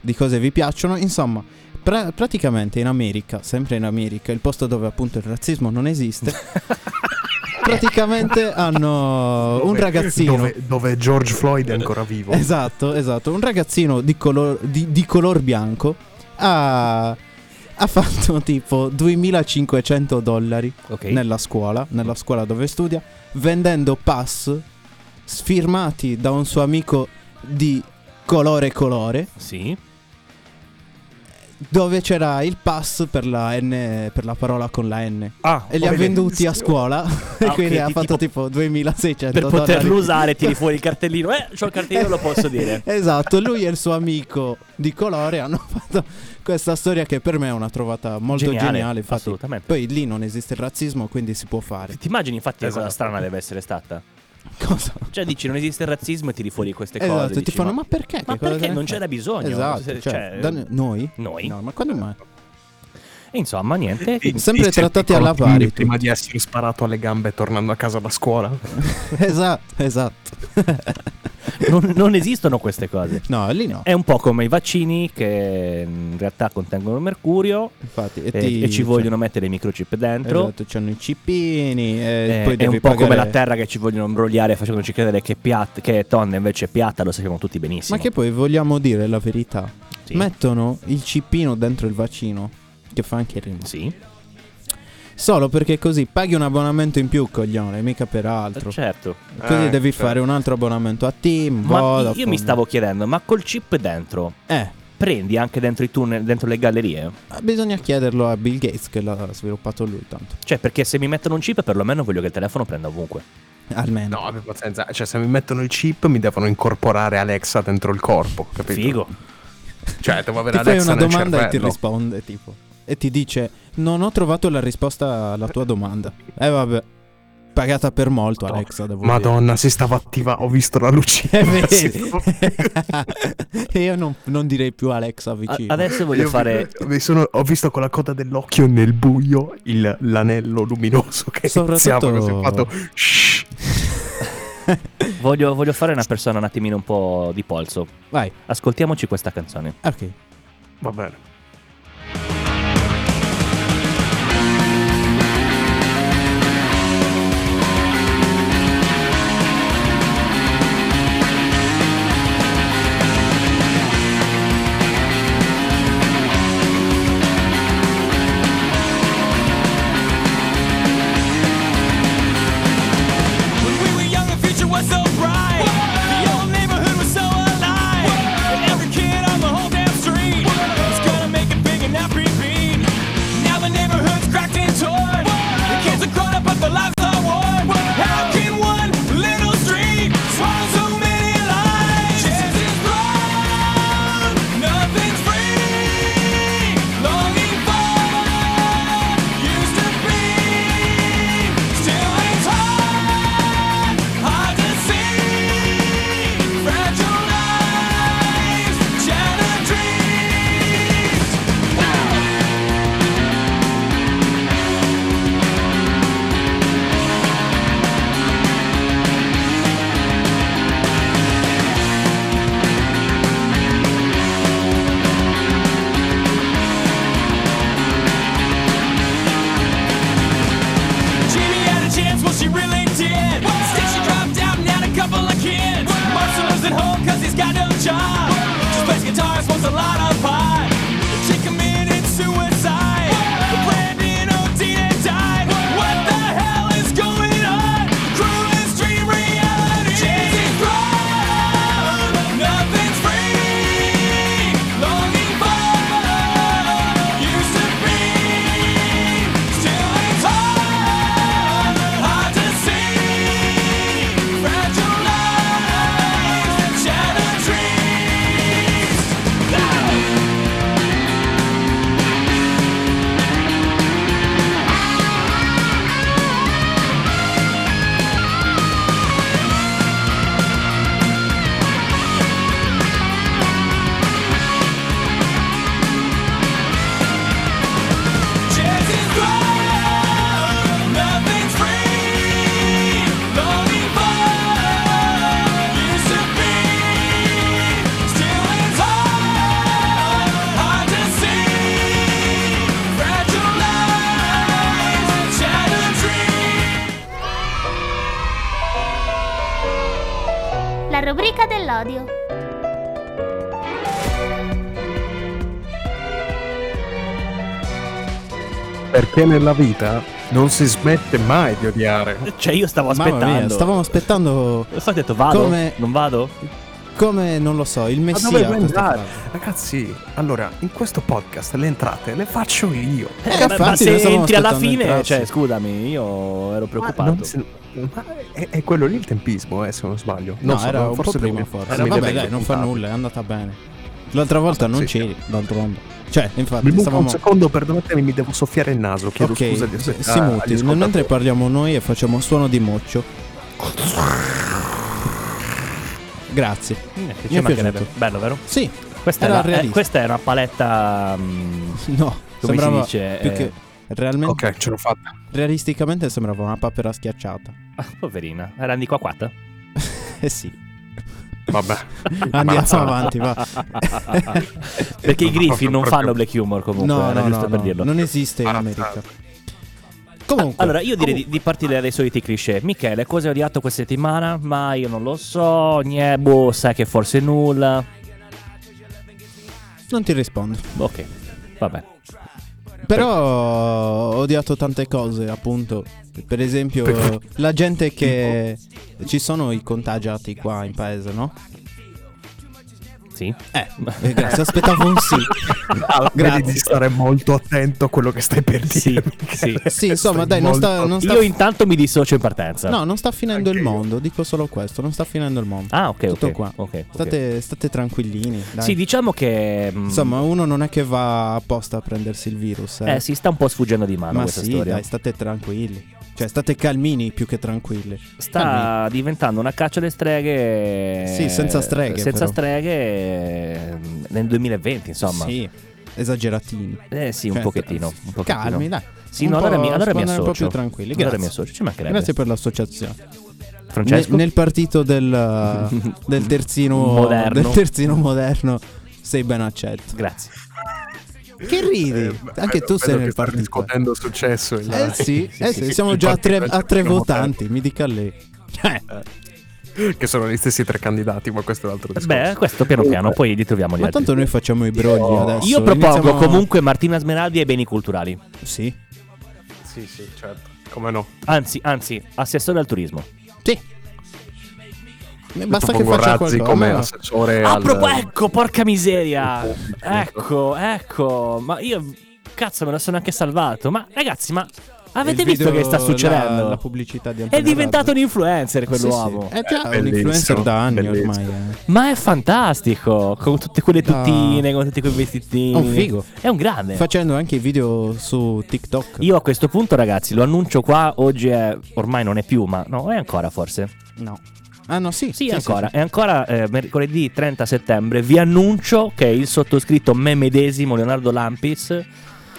Speaker 3: di cose vi piacciono. Insomma, pra- praticamente in America, sempre in America, il posto dove appunto il razzismo non esiste, praticamente hanno un
Speaker 2: Dove-
Speaker 3: ragazzino.
Speaker 2: Dove, dove George Floyd è ancora
Speaker 1: Boh.
Speaker 2: vivo.
Speaker 3: Esatto, esatto. Un ragazzino di color, di- di color bianco ha, ha fatto tipo 2500 dollari
Speaker 1: Ok.
Speaker 3: nella scuola, nella scuola dove studia, vendendo pass sfirmati da un suo amico di colore colore,
Speaker 1: Sì.
Speaker 3: dove c'era il pass per la, N, per la parola con la N.
Speaker 1: Ah,
Speaker 3: E li ha
Speaker 2: Come
Speaker 3: venduti a
Speaker 2: benissimo.
Speaker 3: scuola e
Speaker 1: ok,
Speaker 3: quindi ha
Speaker 1: ti-
Speaker 3: fatto
Speaker 1: tipo-
Speaker 3: tipo 2600
Speaker 1: per
Speaker 3: dollari.
Speaker 1: poterlo usare tiri fuori il cartellino. Eh, c'ho il cartellino, lo posso dire.
Speaker 3: Esatto, lui e il suo amico di colore hanno fatto questa storia che per me è una trovata molto
Speaker 1: Geniale,
Speaker 3: geniale. infatti.
Speaker 1: assolutamente.
Speaker 3: Poi lì non esiste il razzismo, quindi si può fare.
Speaker 1: Ti immagini infatti la cosa
Speaker 2: Esatto.
Speaker 1: strana deve essere stata?
Speaker 3: Cosa?
Speaker 1: Cioè dici non esiste il razzismo e tiri fuori queste cose.
Speaker 3: Esatto, ti
Speaker 1: dici,
Speaker 3: fanno ma perché? Che
Speaker 1: ma
Speaker 3: cosa
Speaker 1: perché
Speaker 3: te ne
Speaker 1: non
Speaker 3: fai?"
Speaker 1: c'era bisogno?
Speaker 3: Esatto,
Speaker 1: Se-
Speaker 3: cioè,
Speaker 1: cioè,
Speaker 3: da ne- noi?
Speaker 1: noi?
Speaker 3: No, ma quando mai?
Speaker 1: E Insomma, niente.
Speaker 3: Sempre
Speaker 2: Dice,
Speaker 3: trattati alla
Speaker 2: "Continui
Speaker 3: pari
Speaker 2: Prima
Speaker 3: tutti."
Speaker 2: di essere sparato alle gambe tornando a casa da scuola.
Speaker 3: esatto, esatto.
Speaker 1: Non, non esistono queste cose.
Speaker 3: No, lì no.
Speaker 1: È un po' come i vaccini che mm, in realtà contengono mercurio
Speaker 3: Infatti,
Speaker 1: e,
Speaker 3: ti-
Speaker 1: e ci
Speaker 3: cioè,
Speaker 1: vogliono mettere i microchip dentro.
Speaker 3: Esatto, c'hanno i cippini. E
Speaker 1: Eh,
Speaker 3: poi
Speaker 1: è
Speaker 3: devi
Speaker 1: un po' come la
Speaker 3: pagare-
Speaker 1: terra che ci vogliono imbrogliare facendoci credere che, è piatta, che è tonna invece è piatta, lo sappiamo tutti benissimo.
Speaker 3: Ma che poi vogliamo dire la verità?
Speaker 1: Sì.
Speaker 3: Mettono il cippino dentro il vaccino. Che fa anche il rim-
Speaker 1: Sì.
Speaker 3: Solo perché così paghi un abbonamento in più, coglione, mica per altro.
Speaker 1: certo.
Speaker 3: Quindi
Speaker 2: Eh,
Speaker 3: devi
Speaker 2: certo.
Speaker 3: fare un altro abbonamento a Team.
Speaker 1: Ma
Speaker 3: Vodafone.
Speaker 1: io mi stavo chiedendo, ma col chip dentro
Speaker 3: Eh,
Speaker 1: prendi anche dentro i tunnel, dentro le gallerie?
Speaker 3: bisogna chiederlo a Bill Gates che l'ha sviluppato lui tanto.
Speaker 1: Cioè, perché se mi mettono un chip, perlomeno voglio che il telefono prenda ovunque.
Speaker 3: Almeno.
Speaker 2: No, abbi pazienza. Cioè, se mi mettono il chip, mi devono incorporare Alexa dentro il corpo. Capito?
Speaker 1: Figo.
Speaker 2: Cioè, devo avere
Speaker 3: Ti fai
Speaker 2: Alexa
Speaker 3: una
Speaker 2: nel
Speaker 3: domanda e ti
Speaker 2: cervello.
Speaker 3: risponde tipo. E ti dice "Non ho trovato la risposta alla tua domanda". E vabbè. Pagata per molto
Speaker 2: No.
Speaker 3: Alexa, devo
Speaker 2: Madonna, si stava attiva. Ho visto la lucina.
Speaker 3: dire. Eh,
Speaker 2: Si
Speaker 3: vedi?
Speaker 2: stava-
Speaker 3: Io non, non direi più Alexa
Speaker 1: A-
Speaker 3: vicino.
Speaker 1: adesso voglio
Speaker 2: Io
Speaker 1: fare.
Speaker 2: mi- mi sono- ho visto con la coda dell'occhio nel buio il- l'anello luminoso che
Speaker 3: Soprattutto-
Speaker 2: iniziava, così ho fatto shh.
Speaker 1: Voglio, voglio fare una persona un attimino un po' di polso.
Speaker 3: Vai.
Speaker 1: Ascoltiamoci questa canzone.
Speaker 3: Ah, Ok.
Speaker 2: Va bene.
Speaker 4: When we were young, the future was so bright. The old neighborhood was so alive. And every kid on the whole damn street was gonna make it big and not repeat. Now the neighborhood's cracked and torn. The kids are grown up, but their lives are worn. How can one little street swallow so many lives? Chances run, nothing's free. Longing for what used to be still hangs high. Hard to see, fragile lives, shattered dreams. Jamie had a chance, well she really did. Instead she dropped out and had a couple of kids. Marcel lives at home cause he's got no job. Just plays guitar, smokes a lot of pot. She committed suicide. Brandon O'Dea died. What the hell is going on? Cruelest dream reality. Jesus Christ, nothing's free. Longing for what used to be. Still hangs hard, hard to see. Fragile lives and shattered dreams. Chances grow, nothing's free. Longing for what used to be. Still hangs hard, hard to see. Fragile lives and shattered dreams.
Speaker 5: La rubrica dell'odio.
Speaker 2: Perché nella vita non si smette mai di odiare.
Speaker 1: Cioè, io stavo aspettando.
Speaker 3: Mamma mia, stavamo aspettando
Speaker 1: Infatti ho detto vado?
Speaker 3: Come-
Speaker 1: Non vado?
Speaker 3: come non lo so, il
Speaker 2: Ma dove
Speaker 3: messia
Speaker 2: vuoi
Speaker 3: questa
Speaker 2: andare?
Speaker 3: frase.
Speaker 2: Ragazzi, allora, in questo podcast le entrate le faccio io.
Speaker 3: Eh,
Speaker 1: ma- ma
Speaker 3: infatti, noi
Speaker 1: se
Speaker 3: stavamo
Speaker 1: entri alla
Speaker 3: aspettando
Speaker 1: fine,
Speaker 3: entrassi.
Speaker 1: cioè, scusami, io ero preoccupato.
Speaker 2: Ma non se- ma è, è quello lì il tempismo, eh, se non sbaglio.
Speaker 3: No,
Speaker 2: Non so,
Speaker 3: era un po'
Speaker 2: forse devo-
Speaker 3: prima forse. Eh,
Speaker 2: era
Speaker 3: Vabbè,
Speaker 2: 1020
Speaker 3: dai, non fa
Speaker 2: puntate.
Speaker 3: nulla, è andata bene. L'altra volta non
Speaker 2: Sì.
Speaker 3: c'eri, d'altronde. Cioè, infatti,
Speaker 2: Mi buco
Speaker 3: stavamo
Speaker 2: un secondo, perdonatemi, mi devo soffiare il naso. Chiedo
Speaker 3: Ok,
Speaker 2: scusa di
Speaker 3: si muti. Mentre parliamo noi e facciamo suono di moccio. Grazie.
Speaker 1: Niente,
Speaker 3: Mi
Speaker 1: Eh, ci
Speaker 3: è
Speaker 1: mancherebbe.
Speaker 3: piaciuto.
Speaker 1: Bello, vero?
Speaker 3: Sì,
Speaker 1: Questa,
Speaker 3: Era
Speaker 1: è, la- eh,
Speaker 3: realista.
Speaker 1: questa è una paletta. mm,
Speaker 3: no,
Speaker 1: si
Speaker 3: sembrava
Speaker 1: dice,
Speaker 3: più
Speaker 1: eh,
Speaker 3: che realmente
Speaker 2: Ok, ce l'ho fatta.
Speaker 3: realisticamente sembrava una papera schiacciata.
Speaker 1: ah, poverina, era di qua quatta.
Speaker 3: Eh sì.
Speaker 2: Vabbè.
Speaker 3: Andiamo avanti, va.
Speaker 1: Perché i Griffin non
Speaker 2: Proprio-
Speaker 1: fanno black humor comunque,
Speaker 3: no,
Speaker 1: era
Speaker 3: no,
Speaker 1: giusto
Speaker 3: no,
Speaker 1: per
Speaker 3: no,
Speaker 1: dirlo.
Speaker 3: non esiste in
Speaker 2: Arazzato.
Speaker 3: America.
Speaker 2: ah.
Speaker 3: Comunque,
Speaker 1: Allora, io direi di, di partire dai soliti cliché. Michele, cosa hai odiato questa settimana? Ma io non lo so. Gne, boh, sai che forse nulla.
Speaker 3: non ti rispondo.
Speaker 1: Ok, vabbè.
Speaker 3: Però ho odiato tante cose, appunto. Per esempio, la gente che. Ci sono i contagiati qua in paese, no?
Speaker 1: Sì. Ah,
Speaker 3: Eh, eh, grazie, aspettavo un sì.
Speaker 2: Allora,
Speaker 3: Ah, Grazie.
Speaker 2: Vedi di stare molto attento a quello che stai per
Speaker 1: Sì,
Speaker 2: dire.
Speaker 1: sì.
Speaker 2: Michele.
Speaker 3: Sì, insomma,
Speaker 2: Stai
Speaker 3: dai, non sta.
Speaker 2: molto-
Speaker 3: non sta-
Speaker 1: Io intanto mi dissocio in partenza.
Speaker 3: no, non sta finendo
Speaker 2: Anche
Speaker 3: il
Speaker 2: io.
Speaker 3: mondo, dico solo questo, non sta finendo il mondo.
Speaker 1: Ah, ok,
Speaker 3: Tutto
Speaker 1: ok.
Speaker 3: qua.
Speaker 1: ok, ok.
Speaker 3: State, state tranquillini. Dai.
Speaker 1: Sì, diciamo che. mm,
Speaker 3: Insomma, uno non è che va apposta a prendersi il virus. Eh,
Speaker 1: eh, si sta un po' sfuggendo di mano
Speaker 3: Ma
Speaker 1: questa
Speaker 3: sì,
Speaker 1: storia.
Speaker 3: dai, state tranquilli. Cioè, state calmini più che tranquilli. Calmini.
Speaker 1: Sta diventando una caccia alle streghe.
Speaker 3: Sì, senza streghe,
Speaker 1: Senza
Speaker 3: però.
Speaker 1: streghe mm, nel 2020, insomma.
Speaker 3: Sì, esageratini.
Speaker 1: Eh sì, un
Speaker 3: Cioè,
Speaker 1: pochettino. un pochettino.
Speaker 3: Calmi, dai.
Speaker 1: Sì,
Speaker 3: Un
Speaker 1: no,
Speaker 3: po'
Speaker 1: allora mi, allora mi
Speaker 3: rispondere un po'
Speaker 1: associo.
Speaker 3: più tranquilli,
Speaker 1: Allora mi
Speaker 3: grazie.
Speaker 1: associo, ci mancherebbe.
Speaker 3: Grazie per l'associazione.
Speaker 1: Francesco?
Speaker 3: Ne- nel partito del, del terzino
Speaker 1: Moderno.
Speaker 3: Del terzino moderno sei ben accetto.
Speaker 1: Grazie.
Speaker 3: Che ridi?
Speaker 2: Eh, ma
Speaker 3: Anche
Speaker 2: vedo-
Speaker 3: tu sei
Speaker 2: vedo che
Speaker 3: nel
Speaker 2: stai
Speaker 3: partito.
Speaker 2: riscuotendo successo. il-
Speaker 3: Eh sì,
Speaker 1: Sì,
Speaker 3: eh
Speaker 1: sì,
Speaker 3: sì,
Speaker 1: sì.
Speaker 3: siamo
Speaker 2: Il
Speaker 3: già a
Speaker 2: partito
Speaker 3: tre,
Speaker 2: del
Speaker 3: a tre
Speaker 2: terzino
Speaker 3: votanti, mi dica lei. Eh,
Speaker 2: Che sono gli stessi tre candidati, ma questo è un
Speaker 3: Eh
Speaker 2: altro discorso.
Speaker 1: Beh, questo piano piano, poi li troviamo gli
Speaker 3: ma
Speaker 1: altri.
Speaker 3: tanto noi facciamo i brogli adesso.
Speaker 1: Oh. Io propongo
Speaker 3: iniziamo-
Speaker 1: comunque Martina Smeraldi ai beni culturali.
Speaker 3: Sì.
Speaker 2: Sì, sì, certo. Come no?
Speaker 1: Anzi, anzi, assessore al turismo.
Speaker 3: Sì. Basta che
Speaker 2: Propongo
Speaker 3: faccia
Speaker 2: Razzi
Speaker 3: qualcosa.
Speaker 2: come
Speaker 3: no?
Speaker 2: assessore
Speaker 1: Ah,
Speaker 2: al...
Speaker 1: proprio, ecco, porca miseria.
Speaker 2: Eh, sì.
Speaker 1: Ecco, ecco. Ma io, cazzo, me lo sono anche salvato. Ma ragazzi, ma avete
Speaker 3: Il
Speaker 1: visto
Speaker 3: video-
Speaker 1: che sta succedendo?
Speaker 3: La, la pubblicità di
Speaker 1: È
Speaker 3: Antonio
Speaker 1: diventato
Speaker 3: Razzi.
Speaker 1: un influencer
Speaker 3: Sì, sì.
Speaker 1: quell'uomo.
Speaker 3: È Eh, già un
Speaker 2: Bellissimo,
Speaker 3: influencer da anni ormai.
Speaker 2: bellissimo.
Speaker 3: eh.
Speaker 1: Ma è fantastico. Con tutte quelle tuttine, con tutti quei vestitini.
Speaker 3: È un figo.
Speaker 1: È un grande.
Speaker 3: Facendo anche i video su TikTok.
Speaker 1: Io a questo punto, ragazzi, lo annuncio qua. Oggi è. Ormai non è più, ma no, è ancora forse.
Speaker 3: No. Ah no, sì.
Speaker 1: Sì, ancora. È ancora eh, mercoledì 30 settembre. Vi annuncio che il sottoscritto me medesimo, Leonardo Lampis,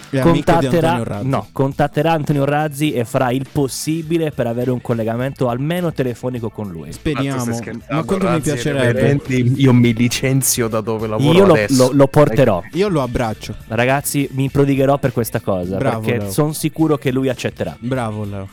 Speaker 3: È amico di
Speaker 1: contatterà,
Speaker 3: Antonio Razzi.
Speaker 1: no, contatterà Antonio Razzi e farà il possibile per avere un collegamento almeno telefonico con lui.
Speaker 2: Razzi,
Speaker 3: Speriamo.
Speaker 2: stai scherzando,
Speaker 3: Ma quanto mi
Speaker 2: Razzi,
Speaker 3: piacerebbe.
Speaker 2: reverenti, Io mi licenzio da dove lavoro
Speaker 1: Io lo,
Speaker 2: adesso.
Speaker 1: lo- lo porterò.
Speaker 3: Io lo abbraccio.
Speaker 1: Ragazzi, mi prodigherò per questa cosa
Speaker 3: Bravo,
Speaker 1: perché
Speaker 3: Leo.
Speaker 1: sono sicuro che lui accetterà.
Speaker 3: Bravo Leo.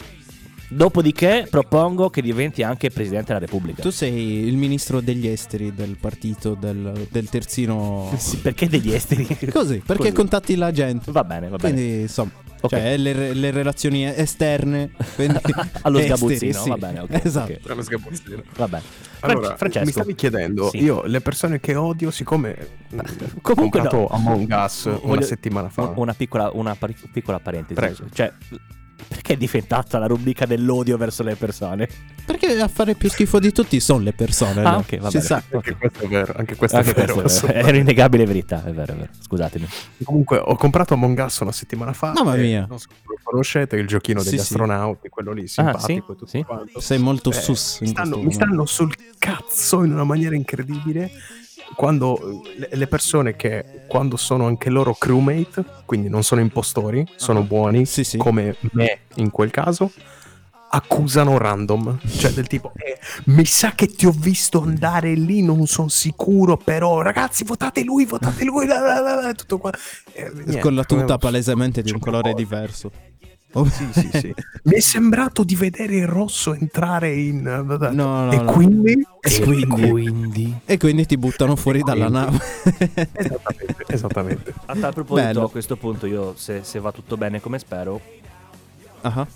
Speaker 1: Dopodiché, propongo che diventi anche presidente della Repubblica.
Speaker 3: Tu sei il ministro degli esteri del partito del, del terzino.
Speaker 1: Sì, perché degli esteri?
Speaker 3: Così, perché
Speaker 1: Così.
Speaker 3: contatti la gente.
Speaker 1: Va bene, va bene.
Speaker 3: Quindi insomma.
Speaker 1: Ok.
Speaker 3: Cioè, le, re- le relazioni esterne quindi-
Speaker 1: Allo
Speaker 3: esteri,
Speaker 1: sgabuzzino,
Speaker 3: sì.
Speaker 1: va bene, ok,
Speaker 3: Esatto.
Speaker 1: ok.
Speaker 2: Tra lo sgabuzzino.
Speaker 1: Va bene. Fran-
Speaker 2: Allora,
Speaker 1: Francesco.
Speaker 2: mi stavi chiedendo,
Speaker 1: Sì.
Speaker 2: io le persone che odio, siccome
Speaker 1: Comunque
Speaker 2: comunque ho
Speaker 1: no.
Speaker 2: comprato Among Us
Speaker 1: Voglio-
Speaker 2: una settimana fa.
Speaker 1: un- Una piccola, una par- piccola parentesi.
Speaker 2: Prego.
Speaker 1: Cioè, perché è diventata la rubrica dell'odio verso le persone?
Speaker 3: Perché a fare più schifo di tutti sono le persone.
Speaker 1: Ah,
Speaker 3: no?
Speaker 1: ok, va
Speaker 3: Si
Speaker 1: bene.
Speaker 3: sa.
Speaker 2: Anche
Speaker 1: Ok.
Speaker 2: questo è vero, anche questo
Speaker 1: Anche
Speaker 2: è vero.
Speaker 1: questo è, vero. è un'innegabile verità, è vero, è vero. Scusatemi.
Speaker 2: Comunque ho comprato Among Us una settimana fa.
Speaker 3: Mamma
Speaker 2: e
Speaker 3: mia.
Speaker 2: Non so se lo conoscete, il giochino degli
Speaker 3: Sì, sì.
Speaker 2: astronauti, quello lì, simpatico e tutto
Speaker 1: sì?
Speaker 2: quanto.
Speaker 3: Sei molto
Speaker 2: Eh,
Speaker 3: sus.
Speaker 2: mi stanno,
Speaker 3: in questo
Speaker 2: mi
Speaker 3: momento.
Speaker 2: stanno sul cazzo in una maniera incredibile quando eh, le- le persone che quando sono anche loro crewmate, quindi non sono impostori, sono buoni
Speaker 3: Ah. Sì, sì.
Speaker 2: come me in quel caso, accusano random, cioè del tipo eh, mi sa che ti ho visto andare lì, non sono sicuro, però ragazzi votate lui, votate lui, la, la, la, la", tutto qua. Eh, niente,
Speaker 3: con la tuta
Speaker 2: come-
Speaker 3: palesemente di un
Speaker 2: C'è
Speaker 3: colore
Speaker 2: qualcosa.
Speaker 3: diverso.
Speaker 2: Oh, Sì, sì, sì. Mi è sembrato di vedere il rosso entrare in... eh,
Speaker 3: No, no,
Speaker 2: e
Speaker 3: no.
Speaker 2: quindi...
Speaker 3: E quindi-
Speaker 1: Quindi...
Speaker 3: E quindi ti buttano fuori dalla nave.
Speaker 2: Esattamente, esattamente.
Speaker 1: A tal proposito,
Speaker 3: Bello.
Speaker 1: a questo punto, io, se, se va tutto bene come spero,
Speaker 3: Ah,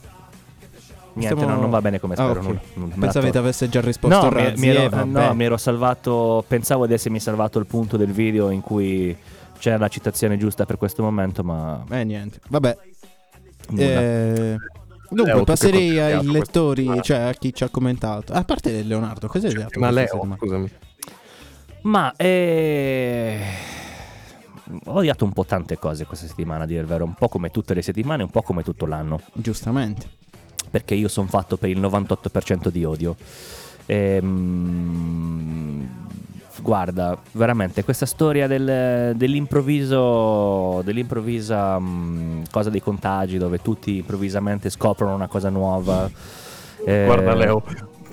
Speaker 1: niente,
Speaker 3: Stiamo-
Speaker 1: no, non va bene come
Speaker 3: ah,
Speaker 1: spero.
Speaker 3: ok.
Speaker 1: nulla, non- me la
Speaker 3: Pensavete
Speaker 1: tolgo.
Speaker 3: avesse già risposto
Speaker 1: No, mi,
Speaker 3: Razzi,
Speaker 1: mi
Speaker 3: eh,
Speaker 1: ero,
Speaker 3: vabbè.
Speaker 1: no, mi ero salvato. Pensavo di essermi salvato il punto del video in cui c'era la citazione giusta per questo momento, ma.
Speaker 3: Eh, niente. Vabbè.
Speaker 1: nulla.
Speaker 3: eh,
Speaker 2: Leo, tu
Speaker 3: Dunque,
Speaker 2: che
Speaker 3: passerei
Speaker 2: cosa hai
Speaker 3: ai
Speaker 2: odiato questa
Speaker 3: lettori,
Speaker 2: settimana?
Speaker 3: cioè a chi ci ha commentato. A parte Leonardo, cosa hai detto?
Speaker 2: Cioè, Ma Leo, scusami.
Speaker 1: Ma eh... ho odiato un po' tante cose questa settimana, a dire il vero, un po' come tutte le settimane, un po' come tutto l'anno.
Speaker 3: Giustamente.
Speaker 1: perché io sono fatto per il 98% di odio. Ehm, guarda, veramente questa storia del- dell'improvviso, dell'improvvisa mm, cosa dei contagi dove tutti improvvisamente scoprono una cosa nuova. eh,
Speaker 2: Guarda Leo.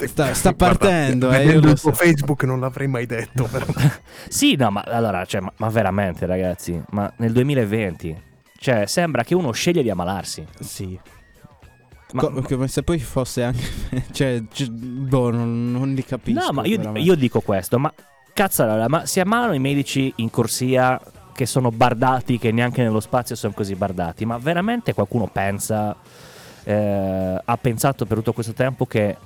Speaker 3: Sta- sta partendo,
Speaker 2: guarda,
Speaker 3: eh, io
Speaker 2: vedendo
Speaker 3: lo
Speaker 2: il tuo
Speaker 3: so. Eh,
Speaker 2: Facebook non l'avrei mai detto. però.
Speaker 1: Sì, no, ma allora, cioè, ma, ma veramente ragazzi, ma nel 2020, cioè sembra che uno sceglie di ammalarsi.
Speaker 3: Sì.
Speaker 1: Ma-
Speaker 3: Co- come se poi fosse anche. cioè, c- boh, non, non li capisco.
Speaker 1: No, ma io,
Speaker 3: veramente.
Speaker 1: io dico questo, ma cazzarola, ma si ammalano i medici in corsia che sono bardati, che neanche nello spazio sono così bardati, ma veramente qualcuno pensa, eh, ha pensato per tutto questo tempo che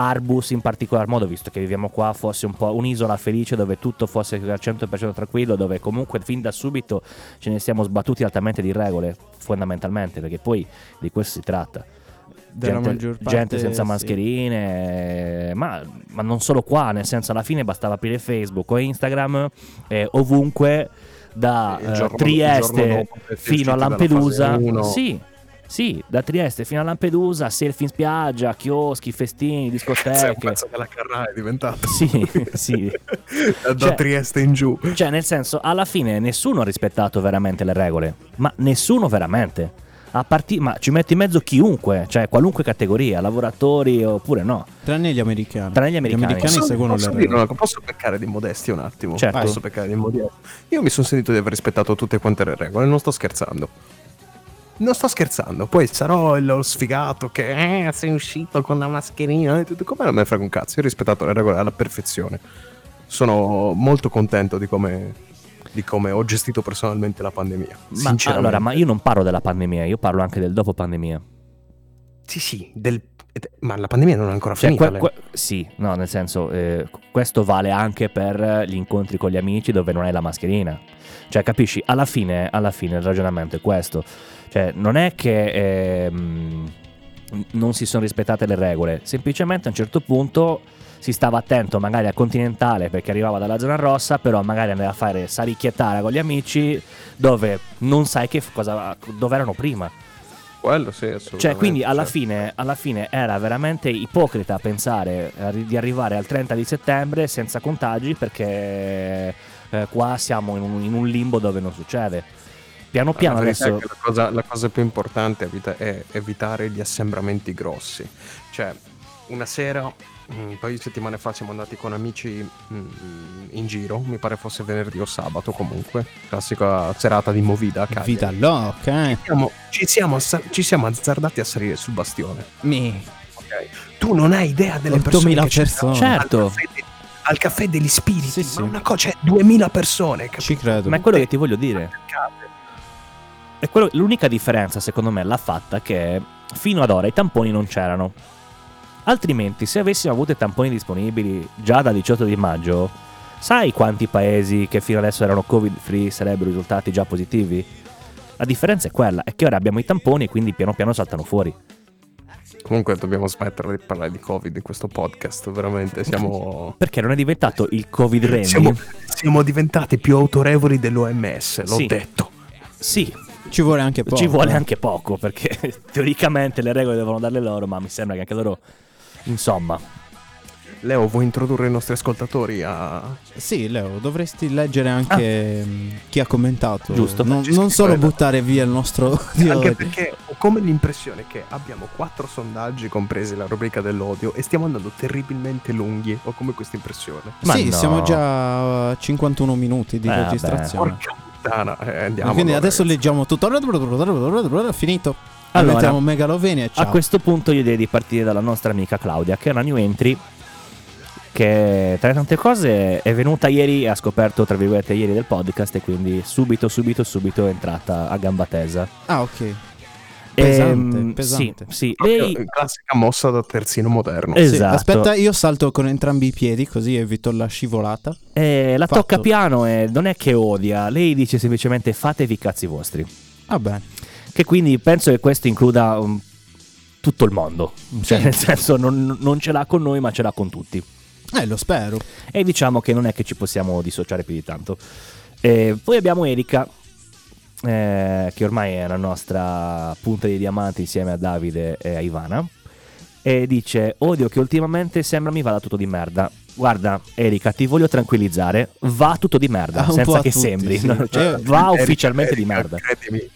Speaker 1: Arbus in particolar modo, visto che viviamo qua, fosse un po' un'isola felice dove tutto fosse al 100% tranquillo, dove comunque fin da subito ce ne siamo sbattuti altamente di regole, fondamentalmente, perché poi di questo si tratta
Speaker 3: Della
Speaker 1: gente,
Speaker 3: maggior parte,
Speaker 1: gente senza
Speaker 3: sì.
Speaker 1: mascherine, eh, ma, ma non solo qua, nel senso alla fine bastava aprire Facebook o Instagram, eh, ovunque, da
Speaker 2: Il
Speaker 1: eh,
Speaker 2: giorno- il giorno
Speaker 1: Trieste
Speaker 2: dopo che
Speaker 1: fino a
Speaker 2: sei usciti dalla
Speaker 1: Lampedusa.
Speaker 2: fase uno.
Speaker 1: Sì, sì, da Trieste fino a Lampedusa, selfie in spiaggia, chioschi, festini,
Speaker 2: Sei un
Speaker 1: discoteche.
Speaker 2: pezzo della carrà è diventato.
Speaker 1: Sì, sì.
Speaker 2: da
Speaker 1: Cioè-
Speaker 2: Trieste in giù.
Speaker 1: Cioè, nel senso, alla fine nessuno ha rispettato veramente le regole, ma nessuno veramente. A parti- ma ci mette in mezzo chiunque, cioè qualunque categoria, lavoratori oppure no.
Speaker 3: Tranne gli americani.
Speaker 1: Tranne gli americani.
Speaker 2: Posso,
Speaker 3: seguono
Speaker 2: posso
Speaker 3: le
Speaker 2: dire
Speaker 3: regole.
Speaker 2: una- posso peccare di modestia un attimo?
Speaker 1: Certo.
Speaker 2: Posso peccare di modestia? Io mi sono sentito di aver rispettato tutte quante le regole, non sto scherzando. Non sto scherzando, poi sarò lo sfigato che eh, sei uscito con la mascherina e tutto. Come non me ne frega un cazzo? Io ho rispettato le regole alla perfezione. Sono molto contento di come, di come ho gestito personalmente la pandemia.
Speaker 1: Ma
Speaker 2: sinceramente.
Speaker 1: allora, ma io non parlo della pandemia, io parlo anche del dopo pandemia.
Speaker 2: Sì, sì, del- ed- ma la pandemia non è ancora
Speaker 1: Cioè,
Speaker 2: finita.
Speaker 1: que-
Speaker 2: Leo.
Speaker 1: que- sì, no, nel senso, eh, questo vale anche per eh, gli incontri con gli amici dove non hai la mascherina. Cioè, capisci? Alla fine, alla fine il ragionamento è questo. Cioè, non è che ehm, non si sono rispettate le regole, semplicemente a un certo punto si stava attento magari al continentale perché arrivava dalla zona rossa, però magari andava a fare saricchiattara con gli amici dove non sai che f- cosa, dove erano prima.
Speaker 2: Quello sì, assolutamente.
Speaker 1: Cioè, quindi alla,
Speaker 2: certo.
Speaker 1: fine, alla fine era veramente ipocrita pensare eh, di arrivare al 30 di settembre senza contagi perché eh, qua siamo in un, in un limbo dove non succede. Piano piano
Speaker 2: La verità è
Speaker 1: adesso...
Speaker 2: che La cosa, la cosa più importante è, evita- è evitare gli assembramenti grossi. Cioè, una sera, mm, un paio di settimane fa, siamo andati con amici mm, in giro. Mi pare fosse venerdì o sabato, comunque. Classica serata di Movida. a Cagliari.
Speaker 3: Vita loca,
Speaker 2: Ci
Speaker 3: eh.
Speaker 2: siamo- ci, siamo assa- ci siamo azzardati a salire sul bastione.
Speaker 3: Mi.
Speaker 2: ok? Tu non hai idea delle persone.
Speaker 3: 8000
Speaker 2: che c'erano
Speaker 3: persone.
Speaker 2: al
Speaker 1: Certo.
Speaker 2: caffè de- Al caffè degli spiriti,
Speaker 3: Sì, sì.
Speaker 2: ma una cosa, cioè 2000 persone, capito?
Speaker 3: Ci credo.
Speaker 1: Ma è quello che ti voglio dire. È quello- l'unica differenza, secondo me, l'ha fatta che fino ad ora i tamponi non c'erano. Altrimenti, se avessimo avuto i tamponi disponibili già dal 18 di maggio, sai quanti paesi che fino adesso erano covid-free sarebbero risultati già positivi? La differenza è quella, è che ora abbiamo i tamponi e quindi piano piano saltano fuori.
Speaker 2: Comunque dobbiamo smetterla di parlare di Covid in questo podcast, veramente siamo...
Speaker 1: Perché non è diventato il covid rendy
Speaker 2: Siamo, siamo diventati più autorevoli dell'OMS, l'ho
Speaker 1: Sì.
Speaker 2: detto.
Speaker 1: Sì,
Speaker 3: Ci vuole anche poco.
Speaker 1: ci vuole
Speaker 3: eh.
Speaker 1: anche poco, perché teoricamente le regole devono darle loro, ma mi sembra che anche loro... Insomma,
Speaker 2: Leo, vuoi introdurre i nostri ascoltatori a...
Speaker 3: Sì, Leo, dovresti leggere anche mm, chi ha commentato.
Speaker 1: Ah. Giusto.
Speaker 3: Non,
Speaker 2: Ci
Speaker 3: non
Speaker 2: scrive,
Speaker 3: solo
Speaker 2: Leo.
Speaker 3: buttare via il nostro
Speaker 2: Anche
Speaker 3: odio.
Speaker 2: perché ho come l'impressione che abbiamo quattro sondaggi, compresi la rubrica dell'odio, e stiamo andando terribilmente lunghi, ho come questa impressione.
Speaker 1: Ma
Speaker 3: sì,
Speaker 1: no.
Speaker 3: siamo già a 51 minuti di
Speaker 1: Eh, vabbè.
Speaker 3: registrazione.
Speaker 2: Porca puttana, eh, andiamo.
Speaker 3: Quindi
Speaker 2: allora.
Speaker 3: adesso leggiamo tutto. Finito.
Speaker 1: Allora,
Speaker 3: Allora, mettiamo Megalovenia.
Speaker 1: A
Speaker 3: Ciao.
Speaker 1: questo punto io direi di partire dalla nostra amica Claudia, che è una new entry che tra le tante cose è venuta ieri e ha scoperto tra virgolette ieri del podcast e quindi subito subito subito è entrata a gamba tesa.
Speaker 3: Ah, ok. Pesante,
Speaker 1: Ehm,
Speaker 3: pesante.
Speaker 1: Sì, sì.
Speaker 2: Proprio
Speaker 1: Lei
Speaker 2: Classica mossa da terzino moderno.
Speaker 1: Eh,
Speaker 3: Sì,
Speaker 1: Esatto.
Speaker 3: aspetta, io salto con entrambi i piedi così evito la scivolata.
Speaker 1: eh, la
Speaker 3: Fatto.
Speaker 1: tocca piano e non è che odia, lei dice semplicemente fatevi i cazzi vostri.
Speaker 3: Va Ah, bene.
Speaker 1: Che quindi penso che questo includa um, tutto il mondo, cioè nel senso non- non ce l'ha con noi ma ce l'ha con tutti.
Speaker 3: Eh, lo spero.
Speaker 1: e diciamo che non è che ci possiamo dissociare più di tanto. Eh, poi abbiamo Erika, eh, che ormai è la nostra punta di diamanti insieme a Davide e a Ivana, e dice odio che ultimamente sembra mi vada tutto di merda. Guarda Erika, ti voglio tranquillizzare, va tutto di merda,
Speaker 3: Ah, un po'
Speaker 1: senza
Speaker 3: a
Speaker 1: che
Speaker 3: tutti,
Speaker 1: sembri,
Speaker 3: sì.
Speaker 1: no? Cioè,
Speaker 3: Eh,
Speaker 1: va
Speaker 2: Erika,
Speaker 1: ufficialmente di
Speaker 2: Erika,
Speaker 1: merda.
Speaker 2: Credimi.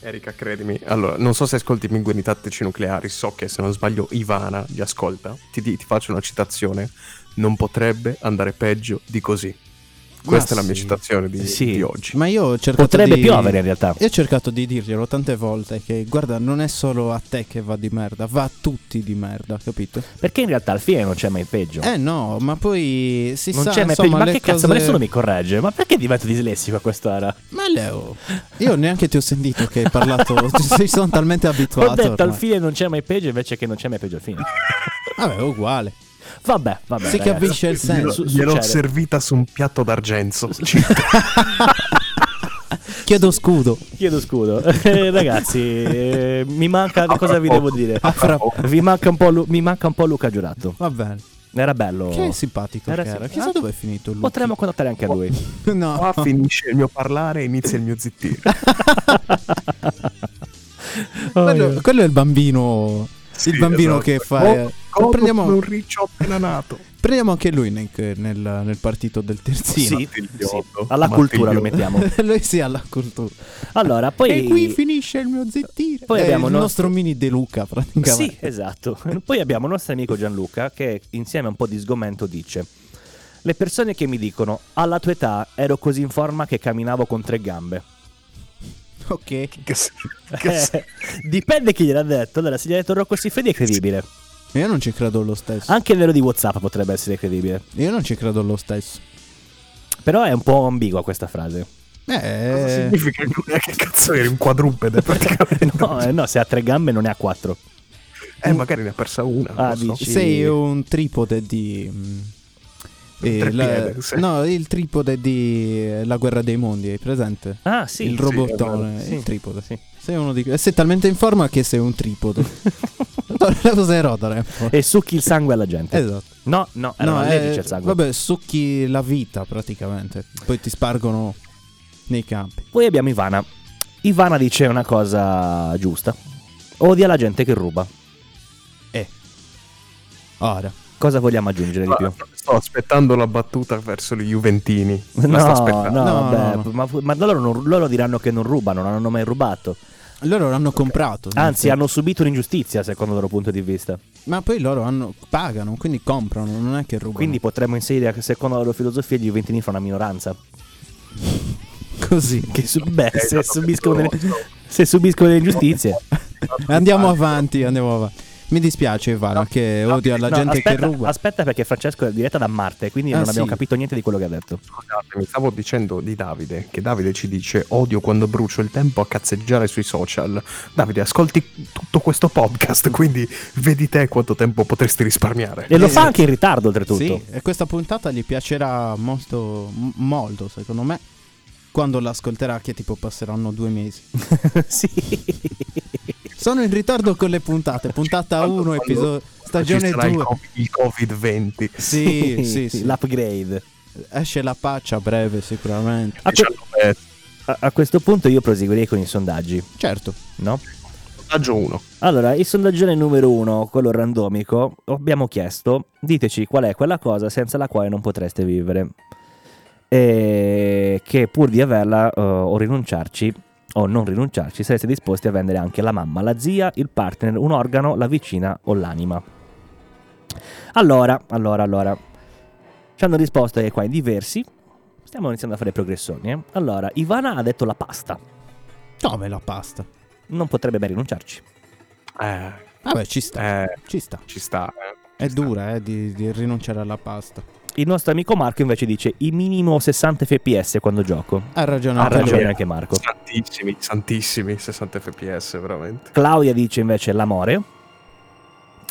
Speaker 2: Erika, credimi. Allora, non so se ascolti Pinguini Tattici Nucleari, so che se non sbaglio Ivana vi ascolta. Ti, di- ti faccio una citazione. Non potrebbe andare peggio di così. Questa è la mia
Speaker 3: sì.
Speaker 2: citazione di,
Speaker 1: Sì.
Speaker 2: di oggi.
Speaker 3: Ma io ho cercato
Speaker 1: Potrebbe
Speaker 3: di...
Speaker 1: piovere in realtà.
Speaker 3: Io ho cercato di dirglielo tante volte che guarda non è solo a te che va di merda, va a tutti di merda, capito?
Speaker 1: Perché in realtà al fine non c'è mai peggio.
Speaker 3: Eh no, ma poi si
Speaker 1: non
Speaker 3: sa
Speaker 1: c'è mai
Speaker 3: insomma
Speaker 1: peggio. Ma
Speaker 3: le
Speaker 1: che cazzo,
Speaker 3: cose...
Speaker 1: ma nessuno mi corregge. Ma perché divento dislessico a quest'ora?
Speaker 3: Ma Leo, io neanche ti ho sentito che hai parlato, ci sono talmente abituato.
Speaker 1: Ho detto al
Speaker 3: ormai.
Speaker 1: fine non c'è mai peggio invece che non c'è mai peggio al fine.
Speaker 3: Vabbè, uguale.
Speaker 1: Vabbè, vabbè.
Speaker 3: si
Speaker 1: ragazzi.
Speaker 3: capisce il
Speaker 2: Glielo-
Speaker 3: senso.
Speaker 1: su-
Speaker 2: Gliel'ho
Speaker 1: succede.
Speaker 2: servita su un piatto d'argenzo. Ci-
Speaker 3: Chiedo scudo.
Speaker 1: Chiedo scudo. Eh, Ragazzi, eh, mi manca. Cosa vi devo dire?
Speaker 3: A Ah, fra-
Speaker 1: Vi manca un po', Lu- mi manca un po' Luca Giurato.
Speaker 3: Va bene.
Speaker 1: Era bello.
Speaker 3: Che simpatico
Speaker 1: Era
Speaker 3: che era.
Speaker 1: simpatico.
Speaker 3: Chissà dove è finito lui.
Speaker 1: Potremmo contattare anche a lui.
Speaker 3: No.
Speaker 1: Oh,
Speaker 2: Qua finisce il mio parlare e inizia il mio zittire.
Speaker 1: Oh,
Speaker 3: Quello, quello è il bambino.
Speaker 2: Sì,
Speaker 3: il bambino
Speaker 2: esatto.
Speaker 3: che fa.
Speaker 2: Co-
Speaker 3: eh,
Speaker 2: comodo
Speaker 3: prendiamo,
Speaker 2: come un riccio appena nato.
Speaker 3: prendiamo anche lui nel, nel- nel partito del terzino.
Speaker 1: Sì, sì.
Speaker 2: Mattigliotto.
Speaker 1: Alla cultura lo
Speaker 2: Mattigliotto.
Speaker 1: mettiamo.
Speaker 3: lui si ha la cultura.
Speaker 1: Allora,
Speaker 3: E qui
Speaker 1: poi.
Speaker 3: finisce il mio zittire.
Speaker 1: Poi
Speaker 3: È
Speaker 1: abbiamo
Speaker 3: il
Speaker 1: no-
Speaker 3: nostro mini De Luca, praticamente.
Speaker 1: Sì, esatto. Poi abbiamo il nostro amico Gianluca che insieme a un po' di sgomento dice Le persone che mi dicono alla tua età ero così in forma che camminavo con tre gambe.
Speaker 3: Ok.
Speaker 2: Che se- che se-
Speaker 1: Eh, dipende chi gliel'ha detto. Allora, se gli ha detto Rocco Siffredi è credibile.
Speaker 3: Io non ci credo lo stesso.
Speaker 1: Anche il vero di WhatsApp potrebbe essere credibile.
Speaker 3: Io non ci credo lo stesso.
Speaker 1: Però è un po' ambigua questa frase.
Speaker 2: Cosa
Speaker 3: Eh.
Speaker 2: significa che, che cazzo eri un quadrupede praticamente?
Speaker 1: No, eh, no, se ha tre gambe non ne ha quattro.
Speaker 2: Eh, magari ne ha persa una.
Speaker 1: Ah,
Speaker 2: non so.
Speaker 1: dici.
Speaker 3: Sei un tripode di. mm, eh,
Speaker 2: Tre
Speaker 3: la-
Speaker 2: piede, sì.
Speaker 3: No, il tripode di eh, La guerra dei mondi, hai presente?
Speaker 1: Ah, sì.
Speaker 3: il robotone,
Speaker 1: sì.
Speaker 3: il tripode.
Speaker 1: Sì.
Speaker 3: Sei, uno di... sei talmente in forma che sei un tripode. La cosa è rotare.
Speaker 1: E succhi il sangue alla gente.
Speaker 3: Esatto.
Speaker 1: No, Esatto. no, eh, no, lei
Speaker 3: eh,
Speaker 1: dice il sangue.
Speaker 3: vabbè, succhi la vita praticamente. Poi ti spargono nei campi.
Speaker 1: Poi abbiamo Ivana. Ivana dice una cosa giusta. Odia la gente che ruba.
Speaker 3: Eh. Ora.
Speaker 1: Cosa vogliamo aggiungere di più?
Speaker 2: Ma Sto aspettando la battuta verso gli Juventini. La
Speaker 1: No,
Speaker 2: sto
Speaker 1: no,
Speaker 2: aspettando.
Speaker 3: No,
Speaker 1: vabbè,
Speaker 3: no, no.
Speaker 1: ma, ma loro, non- loro diranno che non rubano, non hanno mai rubato.
Speaker 3: Loro l'hanno comprato. nel
Speaker 1: Anzi,
Speaker 3: senso-
Speaker 1: hanno subito un'ingiustizia secondo il loro punto di vista.
Speaker 3: Ma poi loro hanno... pagano, quindi comprano, non è che rubano.
Speaker 1: Quindi potremmo inserire che secondo la loro filosofia gli Juventini fanno una minoranza.
Speaker 3: così.
Speaker 1: Che su- beh,
Speaker 2: Eh,
Speaker 1: se,
Speaker 2: dato che
Speaker 1: subiscono
Speaker 2: loro-
Speaker 1: delle, se subiscono delle ingiustizie.
Speaker 3: Andiamo avanti, andiamo avanti. Mi dispiace Ivana che
Speaker 1: No,
Speaker 3: odia la
Speaker 1: no,
Speaker 3: gente
Speaker 1: aspetta,
Speaker 3: che ruba.
Speaker 1: Aspetta perché Francesco è diretta da Marte, quindi
Speaker 3: Ah,
Speaker 1: non abbiamo
Speaker 3: sì.
Speaker 1: capito niente di quello che ha detto.
Speaker 2: Scusate, mi stavo dicendo di Davide, che Davide ci dice odio quando brucio il tempo a cazzeggiare sui social. Davide, ascolti tutto questo podcast, quindi vedi te quanto tempo potresti risparmiare.
Speaker 1: E lo
Speaker 3: Eh,
Speaker 1: fa anche in ritardo, oltretutto.
Speaker 3: Sì, e questa puntata gli piacerà molto, m- molto secondo me. Quando l'ascolterà, che tipo passeranno due mesi.
Speaker 1: sì.
Speaker 3: Sono in ritardo con le puntate. Puntata
Speaker 2: Quando-
Speaker 3: 1,
Speaker 2: quando
Speaker 3: episodio, stagione
Speaker 2: Ci sarà il
Speaker 3: 2.
Speaker 2: co- Il Covid-20.
Speaker 3: Sì, sì, sì.
Speaker 1: L'upgrade.
Speaker 3: Esce la paccia a breve, sicuramente.
Speaker 1: A, que-
Speaker 2: Diciannove-
Speaker 1: a- a questo punto io proseguirei con i sondaggi,
Speaker 3: Certo.
Speaker 1: no?
Speaker 2: Sondaggio 1.
Speaker 1: Allora, il sondaggione numero uno, quello randomico, abbiamo chiesto, diteci qual è quella cosa senza la quale non potreste vivere. E che pur di averla eh, o rinunciarci o non rinunciarci, sareste disposti a vendere anche la mamma, la zia, il partner, un organo, la vicina o l'anima. Allora, allora, allora. Ci hanno risposto che qua in diversi. Stiamo iniziando a fare progressioni. eh. Allora, Ivana ha detto la pasta.
Speaker 3: Come la pasta.
Speaker 1: Non potrebbe mai rinunciarci.
Speaker 2: Eh,
Speaker 3: Vabbè, ci sta.
Speaker 2: eh,
Speaker 3: Ci sta.
Speaker 2: ci sta. eh.
Speaker 3: È dura, eh, di, di rinunciare alla pasta.
Speaker 1: Il nostro amico Marco invece dice i minimo 60 fps quando gioco.
Speaker 3: Ha ragione.
Speaker 1: Ha
Speaker 3: anche lui.
Speaker 1: ragione anche Marco.
Speaker 2: Santissimi, santissimi 60 fps, veramente.
Speaker 1: Claudia dice invece l'amore.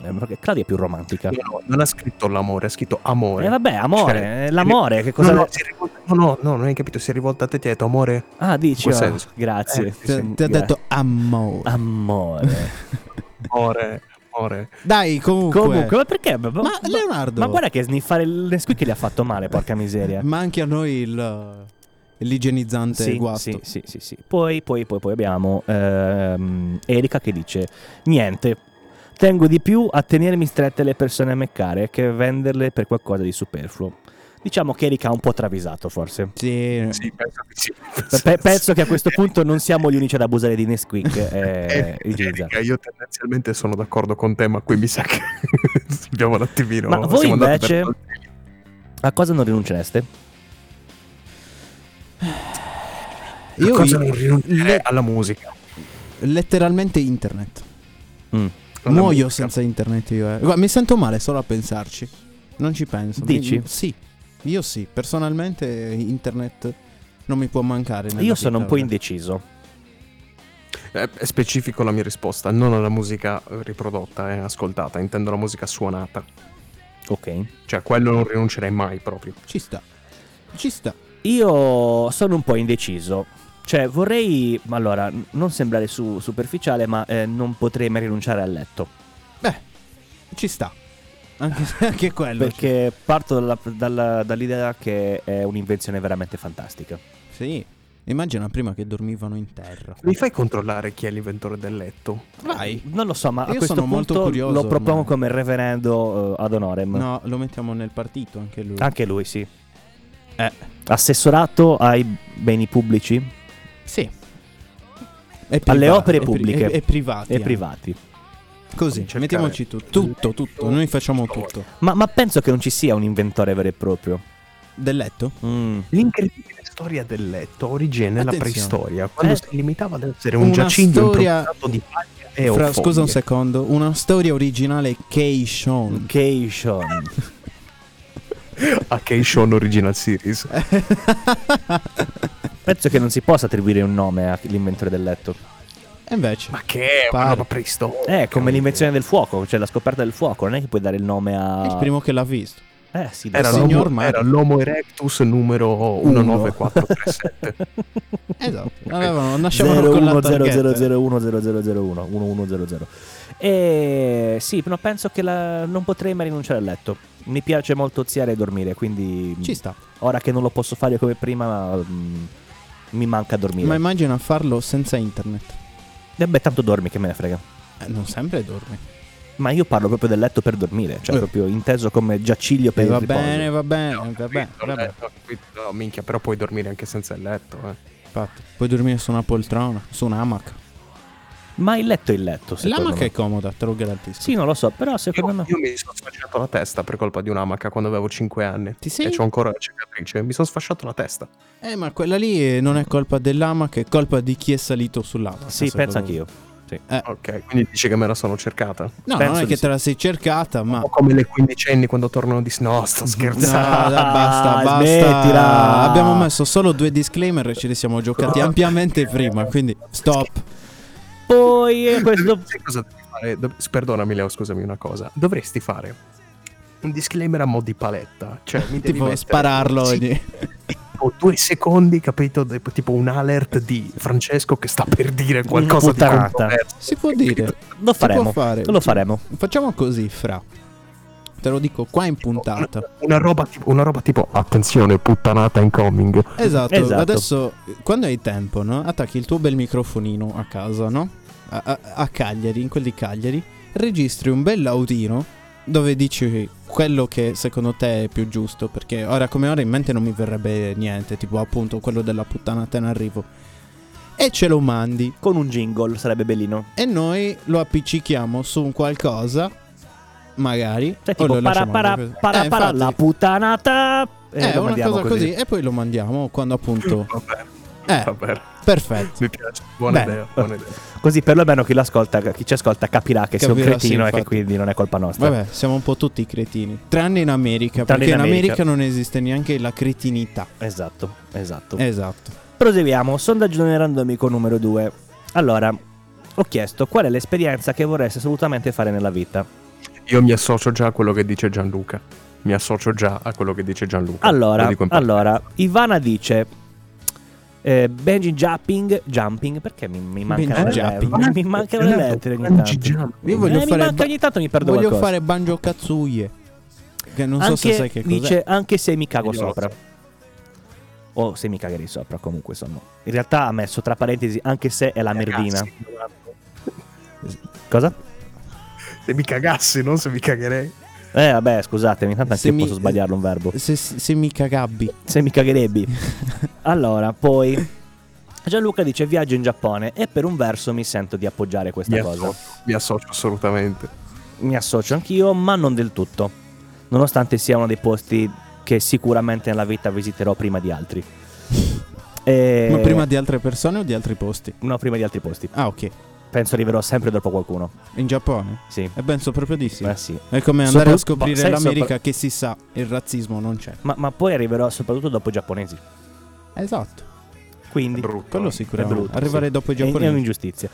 Speaker 1: Eh, perché Claudia è più romantica.
Speaker 2: No, non ha scritto l'amore, ha scritto amore.
Speaker 1: Eh vabbè, amore,
Speaker 2: Cioè,
Speaker 1: eh, l'amore, che cosa...
Speaker 2: No, no, si è rivolta- no, no, no, non hai capito, si è rivolta a te, ti ha detto amore.
Speaker 1: ah, dici,
Speaker 2: Questo
Speaker 1: oh,
Speaker 2: è-
Speaker 1: grazie.
Speaker 2: Eh,
Speaker 3: Ti-
Speaker 1: Sì,
Speaker 3: Ti ha
Speaker 1: gra-
Speaker 3: detto amore.
Speaker 1: Amore.
Speaker 2: Amore, amore.
Speaker 3: Eh. Dai, comunque.
Speaker 1: Comunque, ma perché? Ma,
Speaker 3: Ma Leonardo.
Speaker 1: ma guarda che sniffare il Nesquik gli ha fatto male, porca miseria.
Speaker 3: Ma anche a noi il, l'igienizzante
Speaker 1: Sì,
Speaker 3: guasto.
Speaker 1: sì, sì, sì, sì. Poi, poi, poi, poi abbiamo ehm, Erika che dice niente. Tengo di più a tenermi strette le persone a meccare che venderle per qualcosa di superfluo. Diciamo che Erika ha un po' travisato, forse.
Speaker 3: Sì.
Speaker 2: Sì, penso che sì.
Speaker 1: Eh. Pe- penso che a questo punto non siamo gli unici ad abusare di Nesquik e
Speaker 2: Eh,
Speaker 1: Giza.
Speaker 2: Erika, io tendenzialmente sono d'accordo con te, ma qui mi sa che abbiamo un attimino.
Speaker 1: Ma voi
Speaker 2: siamo andati per
Speaker 1: invece-
Speaker 2: altri lini.
Speaker 1: A cosa non rinuncereste?
Speaker 2: A
Speaker 3: Io
Speaker 2: cosa non rinuncerei?
Speaker 3: le-
Speaker 2: alla musica.
Speaker 3: letteralmente internet.
Speaker 1: Mm.
Speaker 2: Alla
Speaker 3: Muoio
Speaker 2: musica.
Speaker 3: senza internet io. eh. Guarda, mi sento male solo a pensarci. Non ci penso. Mi-
Speaker 1: Dici?
Speaker 3: sì. Io sì, personalmente eh, internet non mi può mancare. nella
Speaker 1: Io sono un
Speaker 3: vita,
Speaker 1: po'
Speaker 3: eh.
Speaker 1: indeciso.
Speaker 2: Eh, specifico la mia risposta, non alla musica riprodotta e ascoltata, intendo la musica suonata.
Speaker 1: Ok.
Speaker 2: Cioè, quello non rinuncerei mai proprio.
Speaker 3: Ci sta. Ci sta.
Speaker 1: Io sono un po' indeciso. Cioè, vorrei. ma Allora, n- non sembrare su- superficiale, ma eh, non potrei mai rinunciare al letto.
Speaker 3: Beh, ci sta. Anche, anche quello.
Speaker 1: Perché parto dalla- dalla- dall'idea che è un'invenzione veramente fantastica.
Speaker 3: Sì. Immagina prima che dormivano in terra.
Speaker 2: Mi fai controllare chi è l'inventore del letto?
Speaker 3: Vai.
Speaker 1: Non lo so, ma a
Speaker 3: Io
Speaker 1: questo
Speaker 3: sono
Speaker 1: punto
Speaker 3: molto curioso
Speaker 1: lo propongo
Speaker 3: ormai.
Speaker 1: come reverendo eh, ad honorem.
Speaker 3: No, lo mettiamo nel partito anche lui.
Speaker 1: Anche lui, sì.
Speaker 3: Eh.
Speaker 1: Assessorato ai beni pubblici
Speaker 3: Sì. E
Speaker 1: Alle
Speaker 3: priva-
Speaker 1: opere
Speaker 3: e pri-
Speaker 1: pubbliche.
Speaker 3: e, e privati.
Speaker 1: e
Speaker 3: anche.
Speaker 1: privati.
Speaker 3: Così,
Speaker 2: Cercare.
Speaker 3: mettiamoci tutto. Tutto, tutto. Noi facciamo tutto.
Speaker 1: Ma, ma penso che non ci sia un inventore vero e proprio.
Speaker 3: Del letto?
Speaker 1: Mm.
Speaker 2: L'incredibile storia del letto origina nella
Speaker 3: Attenzione.
Speaker 2: preistoria, quando
Speaker 1: Eh.
Speaker 2: si limitava ad essere un
Speaker 3: Una
Speaker 2: giacinto
Speaker 3: storia-
Speaker 2: improvvisato di paglia e
Speaker 3: Fra-
Speaker 2: o
Speaker 3: scusa
Speaker 2: foglie.
Speaker 3: un secondo, una storia originale
Speaker 1: Mm.
Speaker 3: Keishon.
Speaker 1: Cation.
Speaker 2: A Keishon Original Series.
Speaker 1: Penso che non si possa attribuire un nome all'inventore del letto.
Speaker 3: E invece,
Speaker 2: Ma che è
Speaker 3: Pare.
Speaker 2: una roba preistorica.
Speaker 1: Eh, come l'invenzione del fuoco, cioè la scoperta del fuoco, non è che puoi dare il nome a.
Speaker 3: il primo che l'ha visto.
Speaker 1: Eh, sì, dai.
Speaker 2: Era,
Speaker 3: Signor
Speaker 2: l'homo,
Speaker 3: Mario.
Speaker 2: era l'Homo Erectus numero 19437.
Speaker 3: Esatto. Avevano, nascevano con la targhetta.
Speaker 1: 0100010011100. E Eh, sì, no, penso che la- non potrei mai rinunciare al letto. Mi piace molto oziare e dormire, quindi
Speaker 3: Ci sta.
Speaker 1: ora che non lo posso fare come prima mm, mi manca dormire.
Speaker 3: Ma immagina farlo senza internet.
Speaker 1: E beh, tanto dormi che me ne frega.
Speaker 3: Eh, non sempre dormi.
Speaker 1: Ma io parlo proprio del letto per dormire, cioè
Speaker 3: Eh.
Speaker 1: proprio inteso come giaciglio per
Speaker 3: E
Speaker 1: il
Speaker 3: va
Speaker 1: riposo.
Speaker 3: bene, va bene,
Speaker 2: No,
Speaker 3: va
Speaker 2: capito,
Speaker 3: bene. va bene.
Speaker 2: letto, capito. No, minchia, però puoi dormire anche senza il letto. eh.
Speaker 3: Infatti, puoi dormire su una poltrona, su un'amaca.
Speaker 1: Ma il letto è il letto, secondo
Speaker 3: L'amaca
Speaker 1: me.
Speaker 3: è comoda, te lo garantisco.
Speaker 1: Sì, non lo so, però
Speaker 2: Io,
Speaker 1: secondo me
Speaker 2: io mi sono sfasciato la testa per colpa di un'amaca quando avevo 5 anni.
Speaker 3: Ti sei-
Speaker 2: E c'ho ancora la cicatrice. Mi sono sfasciato la testa.
Speaker 3: Eh, ma quella lì eh, non è colpa dell'amaca, è colpa di chi è salito sull'amaca.
Speaker 1: Sì,
Speaker 3: secondo
Speaker 1: penso
Speaker 3: me.
Speaker 1: anch'io. Sì.
Speaker 2: Ok, quindi dici che me la sono cercata.
Speaker 3: No,
Speaker 1: Penso
Speaker 3: non è
Speaker 1: di
Speaker 3: che
Speaker 1: sì.
Speaker 3: te la sei cercata, ma
Speaker 2: Un po' come le quindicenni quando tornano di... No, sto
Speaker 3: No,
Speaker 2: scherzando.
Speaker 3: dai, basta, basta.
Speaker 1: Smettila.
Speaker 3: Abbiamo messo solo due disclaimer e ce li siamo giocati ampiamente prima, quindi stop.
Speaker 1: Poi eh, questo
Speaker 2: Sai cosa devi fare? Dov- Perdonami Leo, scusami una cosa. Dovresti fare un disclaimer a mo' di paletta. Cioè, mi devi
Speaker 3: Tipo
Speaker 2: mettere-
Speaker 3: spararlo
Speaker 2: Sì,
Speaker 3: ogni...
Speaker 2: tipo due secondi, capito? De- Tipo un alert di Francesco che sta per dire qualcosa di
Speaker 1: puttanata.
Speaker 2: controverso.
Speaker 3: Si può dire.
Speaker 1: lo
Speaker 3: Si può
Speaker 1: faremo.
Speaker 3: fare.
Speaker 1: Lo faremo.
Speaker 3: Facciamo così, fra. Te lo dico qua in
Speaker 2: Una,
Speaker 3: puntata.
Speaker 2: una roba tipo, una roba tipo attenzione, puttanata incoming.
Speaker 3: Esatto,
Speaker 1: Esatto.
Speaker 3: adesso quando hai tempo, no? Attacchi il tuo bel microfonino a casa, no? A, a- a Cagliari, in quel di Cagliari, registri un bel audino dove dici quello che secondo te è più giusto, perché ora come ora in mente non mi verrebbe niente, tipo appunto quello della puttana te ne arrivo. E ce lo mandi
Speaker 1: Con un jingle sarebbe bellino.
Speaker 3: e noi lo appiccichiamo su un qualcosa, magari.
Speaker 1: Cioè,
Speaker 3: o
Speaker 1: tipo para
Speaker 3: lo lasciamo
Speaker 1: para
Speaker 3: così.
Speaker 1: para,
Speaker 3: Eh,
Speaker 1: para
Speaker 3: infatti,
Speaker 1: la puttanata. E
Speaker 3: è
Speaker 1: lo
Speaker 3: una
Speaker 1: mandiamo
Speaker 3: cosa
Speaker 1: così.
Speaker 3: così e poi lo mandiamo quando appunto...
Speaker 2: Vabbè,
Speaker 3: Eh,
Speaker 2: vabbè,
Speaker 3: perfetto.
Speaker 2: mi piace. Buona
Speaker 3: Bene.
Speaker 2: idea, buona idea.
Speaker 1: Così perlomeno chi, l'ascolta, chi ci ascolta capirà che sei un
Speaker 3: Capirà, sì,
Speaker 1: cretino e che
Speaker 3: infatti.
Speaker 1: quindi non è colpa nostra.
Speaker 3: Vabbè, siamo un po' tutti cretini. Tranne in America,
Speaker 1: Tranne
Speaker 3: perché
Speaker 1: in
Speaker 3: in
Speaker 1: America.
Speaker 3: America non esiste neanche la cretinità.
Speaker 1: Esatto, esatto.
Speaker 3: Esatto.
Speaker 1: Proseguiamo, sondaggio nel randomico numero 2. Allora, ho chiesto qual è l'esperienza che vorresti assolutamente fare nella vita.
Speaker 2: Io mi associo già a quello che dice Gianluca. Mi associo già a quello che dice Gianluca. Lo
Speaker 1: Allora,
Speaker 2: dico in parte.
Speaker 1: allora Ivana dice eh, Benji jumping, jumping, perché mi, mi mancano
Speaker 3: Bungee
Speaker 1: le
Speaker 3: jumping.
Speaker 1: lettere? Mi mancano le lettere ogni
Speaker 2: Bungee
Speaker 1: tanto.
Speaker 2: jumping.
Speaker 3: Io voglio
Speaker 1: Eh, mi
Speaker 3: fare.
Speaker 1: manca
Speaker 3: ba-
Speaker 1: ogni tanto mi perdo
Speaker 3: voglio
Speaker 1: qualcosa.
Speaker 3: fare banjo kazooie. Che non so se
Speaker 1: Anche-
Speaker 3: sai che cos'è.
Speaker 1: dice anche se mi cago
Speaker 2: Io lo
Speaker 1: sopra. O se mi cagherei sopra, comunque insomma. In realtà ha messo tra parentesi anche se è la merdina.
Speaker 2: Ragazzi,
Speaker 1: Cosa?
Speaker 2: Se mi cagassi, non se mi cagherei.
Speaker 1: Eh, vabbè, scusatemi, intanto anche
Speaker 3: Se
Speaker 1: io
Speaker 3: mi-
Speaker 1: posso sbagliarlo un verbo.
Speaker 3: Se, se mi cagabbi.
Speaker 1: Se mi cagherebbi. allora, poi. Gianluca dice viaggio in Giappone e per un verso mi sento di appoggiare questa
Speaker 2: Mi
Speaker 1: cosa.
Speaker 2: associo, mi associo assolutamente.
Speaker 1: Mi associo anch'io, ma non del tutto. Nonostante sia uno dei posti che sicuramente nella vita visiterò prima di altri. E-
Speaker 3: Ma prima di altre persone o di altri posti?
Speaker 1: No, prima di altri posti.
Speaker 3: Ah, ok.
Speaker 1: Penso arriverò sempre dopo qualcuno.
Speaker 3: In Giappone?
Speaker 1: Sì.
Speaker 3: E penso proprio di Eh, sì.
Speaker 1: Beh, Eh, sì.
Speaker 3: È come andare a
Speaker 1: Sopra-
Speaker 3: scoprire
Speaker 1: sai,
Speaker 3: l'America
Speaker 1: sopra-
Speaker 3: che si sa, il razzismo non c'è.
Speaker 1: Ma, ma poi arriverò soprattutto dopo i giapponesi.
Speaker 3: Esatto.
Speaker 1: Quindi.
Speaker 2: Brutto.
Speaker 3: Quello sicuramente.
Speaker 1: brutto,
Speaker 3: Arrivare
Speaker 1: sì.
Speaker 3: dopo i
Speaker 1: È, è
Speaker 3: giapponesi.
Speaker 1: un'ingiustizia.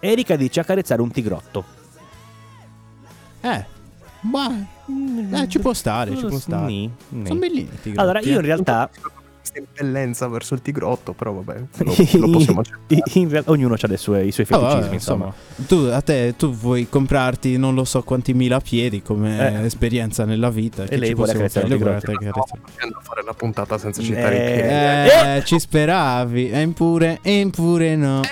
Speaker 1: Erika dice accarezzare un tigrotto.
Speaker 3: Eh. Ma eh, ci può stare, ci può stare.
Speaker 1: Ni, ni.
Speaker 3: Sono bellini. i tigretti,
Speaker 1: Allora, io in
Speaker 3: eh.
Speaker 1: realtà.
Speaker 2: Questa impellenza verso il tigrotto, però vabbè. Lo, lo possiamo accettare.
Speaker 1: in real- ognuno ha i suoi
Speaker 3: Ah,
Speaker 1: feticismi,
Speaker 3: vabbè,
Speaker 1: insomma.
Speaker 3: insomma, tu, a te, tu vuoi comprarti non lo so quanti mila piedi come
Speaker 1: Eh.
Speaker 3: esperienza nella vita. che
Speaker 1: lei
Speaker 3: ci
Speaker 1: vuole accarezzare
Speaker 3: possiamo fare?
Speaker 1: il
Speaker 3: Lei vuole
Speaker 1: tigretto.
Speaker 3: accarezzare.
Speaker 2: Stavamo facendo a fare la puntata senza citare
Speaker 1: Eh.
Speaker 2: i piedi.
Speaker 3: Eh, ci speravi, e impure, e impure no.
Speaker 1: Eh,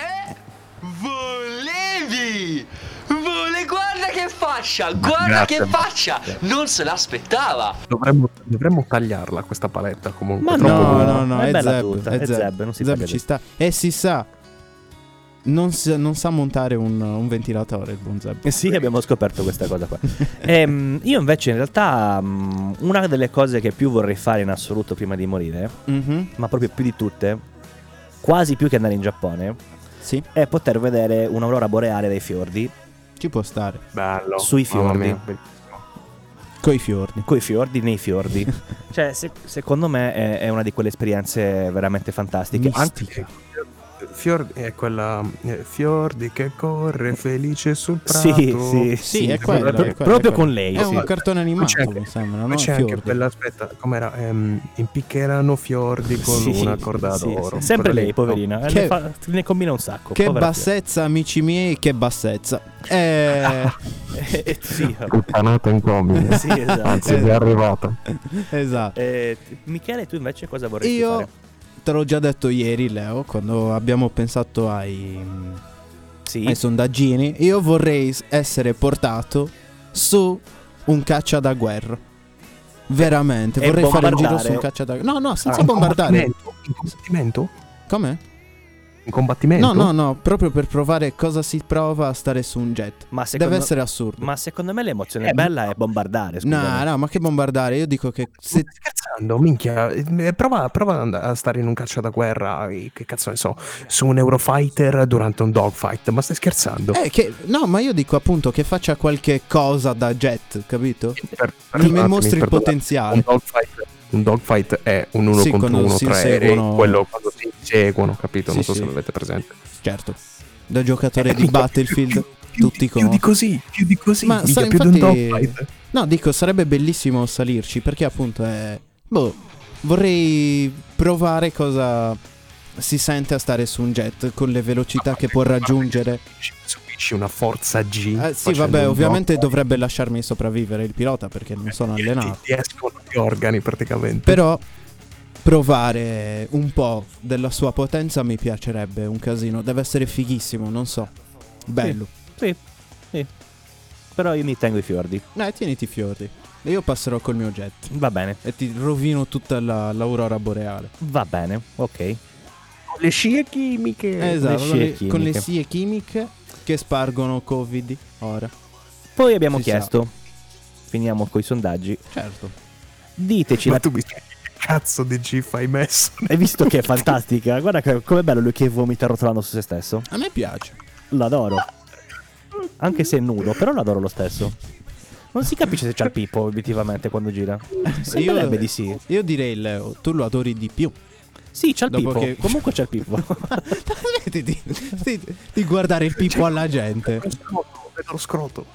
Speaker 5: Volevi! Vole, guarda che faccia! Guarda
Speaker 2: Grazie,
Speaker 5: che
Speaker 2: Marco.
Speaker 5: faccia! Non se l'aspettava!
Speaker 2: Dovremmo, dovremmo tagliarla questa paletta
Speaker 1: Ma
Speaker 2: comunque. Troppo
Speaker 3: No,
Speaker 1: Troppo
Speaker 3: no,
Speaker 1: buono.
Speaker 3: no,
Speaker 1: È
Speaker 3: è,
Speaker 1: bella
Speaker 3: Zeb,
Speaker 1: tutta,
Speaker 3: è
Speaker 1: è
Speaker 3: Zeb.
Speaker 1: Zeb, non si
Speaker 3: Zeb
Speaker 1: fa
Speaker 3: ci sta. E si sa, non sa, non sa montare un, un ventilatore il buon Zeb.
Speaker 1: Eh Sì, abbiamo scoperto questa cosa qua. Ehm, io invece in realtà mm, una delle cose che più vorrei fare in assoluto prima di morire,
Speaker 3: Mhm,
Speaker 1: ma proprio più di tutte, quasi più che andare in Giappone,
Speaker 3: Sì,
Speaker 1: è poter vedere un'aurora boreale dai fiordi,
Speaker 3: ci può stare.
Speaker 2: Bello.
Speaker 1: Sui
Speaker 2: Mamma
Speaker 1: fiordi.
Speaker 2: mia, bellissimo.
Speaker 3: Coi fiordi.
Speaker 1: coi fiordi nei fiordi. cioè, se- secondo me è, è una di quelle esperienze veramente fantastiche. Anche
Speaker 3: Mistica.
Speaker 2: Fiordi è quella eh, Fiordi che corre felice sul prato.
Speaker 1: Sì, sì,
Speaker 3: Sì, è
Speaker 2: quella,
Speaker 3: quello.
Speaker 2: è
Speaker 1: proprio
Speaker 3: quella, quella.
Speaker 1: con lei,
Speaker 3: È
Speaker 1: sì.
Speaker 3: un cartone animato,
Speaker 2: C'è anche-
Speaker 3: mi sembra,
Speaker 2: Poi
Speaker 3: no?
Speaker 2: c'è
Speaker 3: Fiordi.
Speaker 2: anche quella, aspetta, com'era? Ehm, impiccheranno Fiordi con
Speaker 1: Sì,
Speaker 2: una corda
Speaker 1: sì,
Speaker 2: d'oro.
Speaker 1: sì. Sempre
Speaker 2: Quella
Speaker 1: lei,
Speaker 2: lì,
Speaker 1: poverina. eh,
Speaker 3: Oh, Che-
Speaker 1: Ne, fa- ne combina un sacco.
Speaker 3: Che
Speaker 1: povera
Speaker 3: bassezza, amici miei, che bassezza. Eh,
Speaker 1: fia. Eh, sì,
Speaker 2: no. Puttanata in comune.
Speaker 1: sì, esatto.
Speaker 2: è arrivata.
Speaker 3: esatto.
Speaker 1: Eh, t- Michele, tu invece cosa vorresti
Speaker 3: Io
Speaker 1: fare?
Speaker 3: te l'ho già detto ieri, Leo, quando abbiamo pensato ai,
Speaker 1: Sì.
Speaker 3: ai sondaggini. Io vorrei s- essere portato su un caccia da guerra. Veramente,
Speaker 1: E
Speaker 3: vorrei fare un giro
Speaker 1: bombardare.
Speaker 3: su un caccia da guerra. No, no, senza
Speaker 2: Ah,
Speaker 3: bombardare.
Speaker 2: In combattimento?
Speaker 3: Come?
Speaker 2: In combattimento?
Speaker 3: No, no, no, proprio per provare cosa si prova a stare su un jet.
Speaker 1: Ma secondo,
Speaker 3: Deve essere assurdo.
Speaker 1: ma secondo me l'emozione bella è bombardare.
Speaker 3: Eh, No,
Speaker 1: Scusami.
Speaker 3: no, ma che bombardare? Io dico che se
Speaker 2: Stai scherzando, minchia. Eh, Prova, prova ad and- a stare in un calcio da guerra, eh, che cazzo ne so, su un Eurofighter durante un dogfight. Ma stai scherzando?
Speaker 3: Eh, che, no, ma io dico appunto che faccia qualche cosa da jet, capito?
Speaker 2: Per-
Speaker 3: Che mi
Speaker 2: perdonatemi,
Speaker 3: mostri il
Speaker 2: perdonatemi.
Speaker 3: potenziale.
Speaker 2: Un dogfight, un dogfight è un uno
Speaker 3: Sì,
Speaker 2: contro
Speaker 3: quando
Speaker 2: uno
Speaker 3: si
Speaker 2: tra
Speaker 3: inseguono.
Speaker 2: aerei, quello quando si seguono, capito? non
Speaker 3: Sì,
Speaker 2: so se
Speaker 3: sì.
Speaker 2: l'avete presente.
Speaker 3: Certo, da
Speaker 2: Eh,
Speaker 3: giocatore di Battlefield
Speaker 2: Più
Speaker 3: tutti
Speaker 2: di
Speaker 3: conoscono.
Speaker 2: così, più di così,
Speaker 3: Ma
Speaker 2: minchia,
Speaker 3: sai,
Speaker 2: più di un
Speaker 3: infatti-
Speaker 2: dogfight.
Speaker 3: No, dico, sarebbe bellissimo salirci perché appunto è... Boh, vorrei provare cosa si sente a stare su un jet con le velocità che può raggiungere.
Speaker 2: Ci Subisci una forza G.
Speaker 3: Eh, sì,
Speaker 2: facendo un
Speaker 3: vabbè, ovviamente
Speaker 2: dogfight.
Speaker 3: dovrebbe lasciarmi sopravvivere il pilota perché non sono
Speaker 2: Ti-
Speaker 3: allenato.
Speaker 2: Ti, ti escono gli organi praticamente.
Speaker 3: Però provare un po' della sua potenza mi piacerebbe un casino. Deve essere fighissimo, non so. Bello.
Speaker 1: Sì, sì. Però io mi tengo i fiordi.
Speaker 3: Eh, tieniti i fiordi. Io passerò col mio jet
Speaker 1: Va bene,
Speaker 3: e ti rovino tutta la- l'aurora boreale.
Speaker 1: va bene, ok.
Speaker 2: le scie chimiche.
Speaker 3: esatto,
Speaker 1: Eh, scie
Speaker 3: con le, con le
Speaker 1: chimiche.
Speaker 3: scie chimiche che spargono covid ora.
Speaker 1: Poi abbiamo
Speaker 3: Si
Speaker 1: chiesto, finiamo con i sondaggi,
Speaker 3: Certo.
Speaker 1: diteci
Speaker 2: Ma
Speaker 1: la...
Speaker 2: tu mi che cazzo di GIF hai messo?
Speaker 1: Hai visto che è fantastica? Guarda che, com'è bello lui che vomita rotolando su se stesso.
Speaker 3: A me piace.
Speaker 1: L'adoro. Anche se è nudo, però l'adoro lo stesso. Non si capisce se c'ha il pippo obiettivamente quando gira. Sembrerebbe di sì.
Speaker 3: Io direi Leo, tu lo adori di più.
Speaker 1: Sì, c'ha il
Speaker 3: Dopo
Speaker 1: pippo.
Speaker 3: che-
Speaker 1: Comunque c'ha il pippo.
Speaker 3: Smetti di, di- di guardare il
Speaker 1: Cioè,
Speaker 3: pipo alla gente.
Speaker 2: Vedo lo scroto.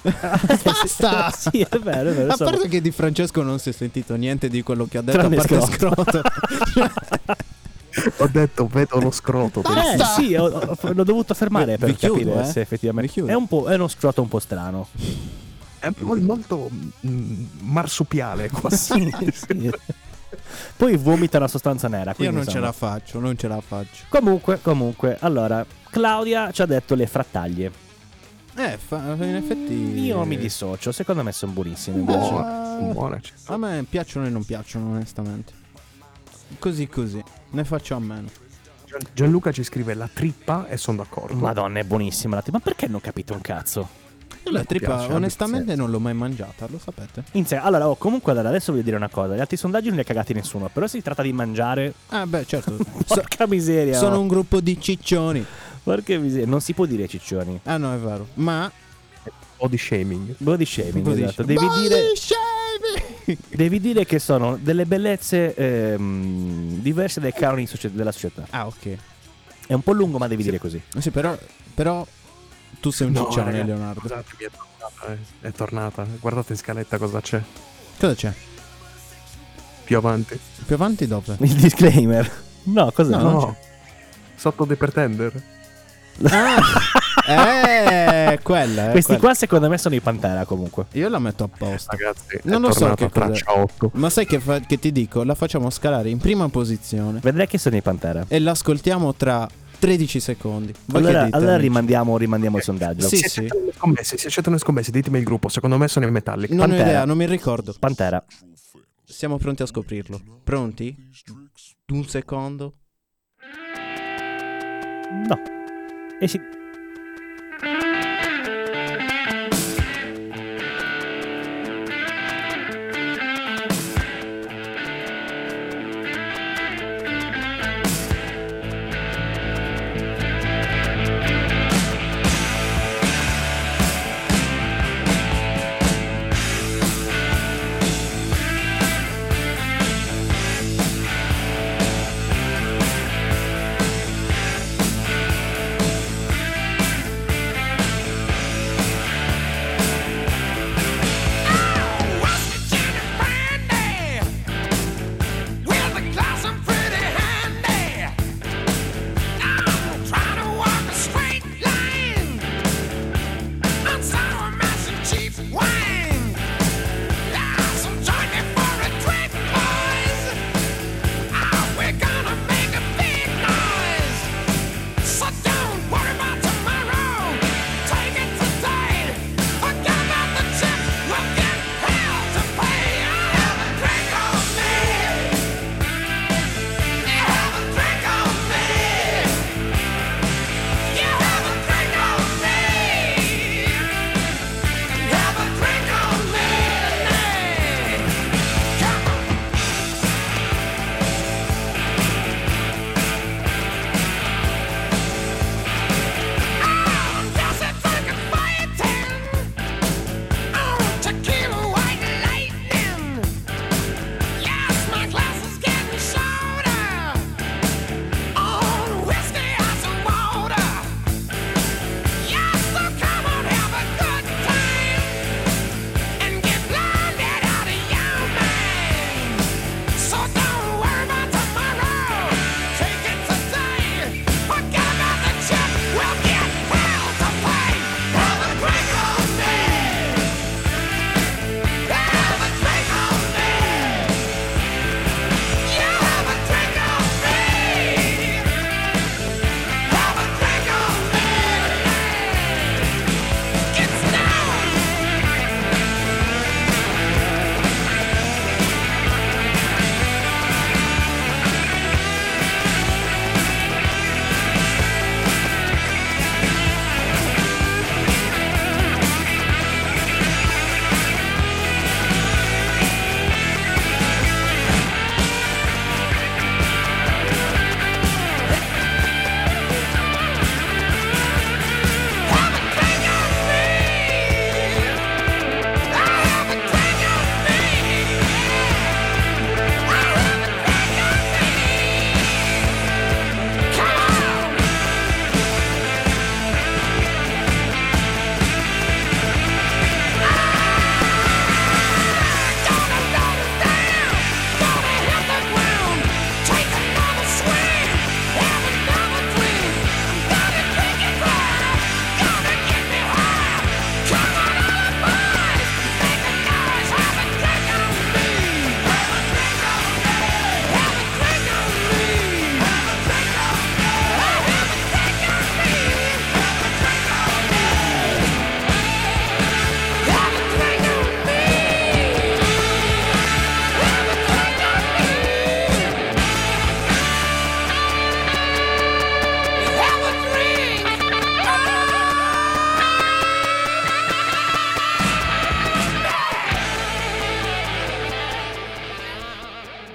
Speaker 3: Basta!
Speaker 1: sì, è vero, è vero.
Speaker 3: A
Speaker 1: insomma.
Speaker 3: parte che di Francesco non si è sentito niente di quello che ha detto
Speaker 1: Tranne
Speaker 3: a parte
Speaker 1: scroto.
Speaker 3: scroto.
Speaker 2: Ho detto vedo lo scroto.
Speaker 1: Eh,
Speaker 3: Basta!
Speaker 1: sì, ho- ho- l'ho dovuto fermare
Speaker 3: Vi-
Speaker 1: per
Speaker 3: vi chiudo,
Speaker 1: capire
Speaker 3: eh.
Speaker 1: se
Speaker 3: Vi
Speaker 1: effettivamente
Speaker 3: chiudo.
Speaker 1: è, un po', è uno scroto un po' strano.
Speaker 2: È mol- molto mm, marsupiale quasi.
Speaker 1: Poi vomita una sostanza nera.
Speaker 3: Io
Speaker 1: quindi,
Speaker 3: non ce
Speaker 1: insomma.
Speaker 3: la faccio, non ce la faccio.
Speaker 1: Comunque, comunque, allora, Claudia ci ha detto le frattaglie.
Speaker 3: Eh, fa- in effetti.
Speaker 1: Io mi dissocio, secondo me sono buonissimi. invece.
Speaker 2: Buona, buona, cioè.
Speaker 3: A me piacciono e non piacciono, onestamente. Così così, ne faccio a meno.
Speaker 2: Gian- Gianluca ci scrive la trippa e sono d'accordo.
Speaker 1: Madonna, è buonissima la trippa. Ma perché non ho capito un cazzo?
Speaker 3: La trippa,
Speaker 2: piace,
Speaker 3: onestamente, non l'ho mai mangiata, lo sapete.
Speaker 1: In sé, allora, oh, comunque, allora, adesso voglio dire una cosa. Gli altri sondaggi non li ha cagati nessuno. Però si tratta di mangiare.
Speaker 3: Ah, beh, certo. So-
Speaker 1: Porca miseria.
Speaker 3: sono un gruppo di ciccioni.
Speaker 1: Porca miseria. Non si può dire ciccioni.
Speaker 3: Ah, no, è vero. Ma.
Speaker 2: Body shaming.
Speaker 1: Body shaming.
Speaker 3: Body
Speaker 1: esatto.
Speaker 3: sh-
Speaker 1: Devi
Speaker 3: Body
Speaker 1: dire.
Speaker 3: shaming!
Speaker 1: Devi dire che sono delle bellezze ehm, diverse dai canoni socie- della società.
Speaker 3: Ah, ok.
Speaker 1: È un po' lungo, ma devi dire così.
Speaker 3: Sì, però. però tu sei un ciccione,
Speaker 2: raga,
Speaker 3: Cioè, Leonardo.
Speaker 1: esatto.
Speaker 2: Scusate, mi è tornata. eh. È tornata. Guardate in scaletta cosa c'è.
Speaker 3: Cosa c'è?
Speaker 2: Più avanti.
Speaker 3: Più avanti dove?
Speaker 1: Il disclaimer. No, cos'è?
Speaker 3: No.
Speaker 1: Non
Speaker 2: Sotto dei pretender.
Speaker 3: eh,
Speaker 1: c'è.
Speaker 3: quella. eh,
Speaker 1: Ah. Questi
Speaker 3: quella.
Speaker 1: qua, secondo me, sono i Pantera comunque.
Speaker 3: Io la metto apposta.
Speaker 2: Ragazzi,
Speaker 3: Non
Speaker 2: è
Speaker 3: lo so
Speaker 2: tornata
Speaker 3: che cos'è.
Speaker 2: traccia 8.
Speaker 3: Ma sai che, fa- che ti dico? La facciamo scalare in prima posizione
Speaker 1: Vedrai che sono i Pantera.
Speaker 3: e l'ascoltiamo tra 13 secondi. Voi che
Speaker 1: Allora,
Speaker 3: dite,
Speaker 1: allora
Speaker 3: amici? Eh,
Speaker 1: rimandiamo, rimandiamo il sondaggio.
Speaker 3: Sì,
Speaker 2: se
Speaker 3: sì.
Speaker 2: accettano le scommesse, se accettano le scommesse, ditemi il gruppo. Secondo me sono i metalli.
Speaker 3: Non ho
Speaker 1: Pantera.
Speaker 3: idea, non mi ricordo.
Speaker 1: Pantera.
Speaker 3: Siamo pronti a scoprirlo. Pronti? Un secondo.
Speaker 1: No. Eh E si...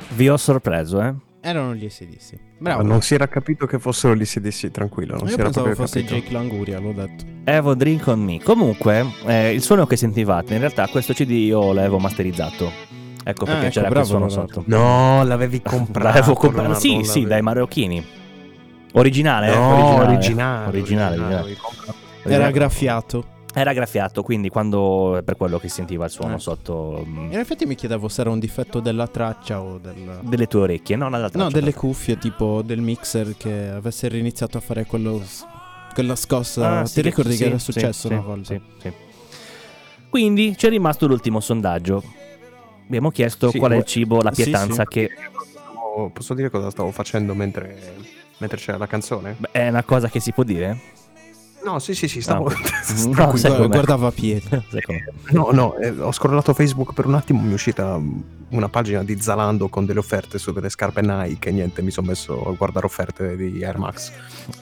Speaker 1: Vi ho sorpreso, eh.
Speaker 3: Erano gli ACDC. Bravo.
Speaker 2: Non si era capito che fossero gli CDC, tranquillo. Non
Speaker 3: Io
Speaker 2: si era
Speaker 3: pensavo
Speaker 2: proprio
Speaker 3: fosse
Speaker 2: capito.
Speaker 3: Jake Languria, l'ho detto.
Speaker 1: Evo Drink on Me. Comunque, eh, il suono che sentivate, in realtà questo CD io l'avevo masterizzato. Ecco perché
Speaker 3: ecco,
Speaker 1: c'era quel
Speaker 3: bravo,
Speaker 1: suono
Speaker 3: Leonardo.
Speaker 1: sotto.
Speaker 2: No, l'avevi comprato.
Speaker 1: L'avevo comprato.
Speaker 2: Leonardo,
Speaker 1: Sì, sì,
Speaker 2: l'avevi-
Speaker 1: dai Mario Chini. Originale, eh?
Speaker 2: No,
Speaker 1: originale. eh.
Speaker 2: originale.
Speaker 1: Originale, eh. originale.
Speaker 2: l'avevi comprato.
Speaker 3: Era graffiato.
Speaker 1: Era graffiato, quindi quando per quello che sentiva il suono
Speaker 3: Eh.
Speaker 1: sotto mm, mh,
Speaker 3: In effetti mi chiedevo se era un difetto della traccia o del...
Speaker 1: delle tue orecchie, no, la
Speaker 3: No, delle cuffie tipo del mixer che avesse riniziato a fare quello, s- quella scossa.
Speaker 1: Ah,
Speaker 3: Ti
Speaker 1: sì,
Speaker 3: ricordi
Speaker 1: sì,
Speaker 3: che era
Speaker 1: sì,
Speaker 3: successo
Speaker 1: sì,
Speaker 3: una volta?
Speaker 1: sì, sì. Quindi c'è rimasto l'ultimo sondaggio. Abbiamo chiesto
Speaker 2: Sì,
Speaker 1: qual è il
Speaker 2: vuoi-
Speaker 1: cibo, la
Speaker 3: sì,
Speaker 1: pietanza
Speaker 2: sì.
Speaker 1: che
Speaker 2: Stavo- Posso dire cosa stavo facendo mentre, mentre c'era la canzone?
Speaker 1: Beh, è una cosa che si può dire?
Speaker 2: No, sì, sì, sì, stavo...
Speaker 1: No.
Speaker 2: stavo-
Speaker 1: No, sai
Speaker 3: Guarda-
Speaker 1: com'è?
Speaker 3: guardava Pietro.
Speaker 1: Sai com'è?
Speaker 2: No, no, eh, ho scrollato Facebook per un attimo, mi è uscita mm, una pagina di Zalando con delle offerte su delle scarpe Nike e niente, mi sono messo a guardare offerte di Air Max.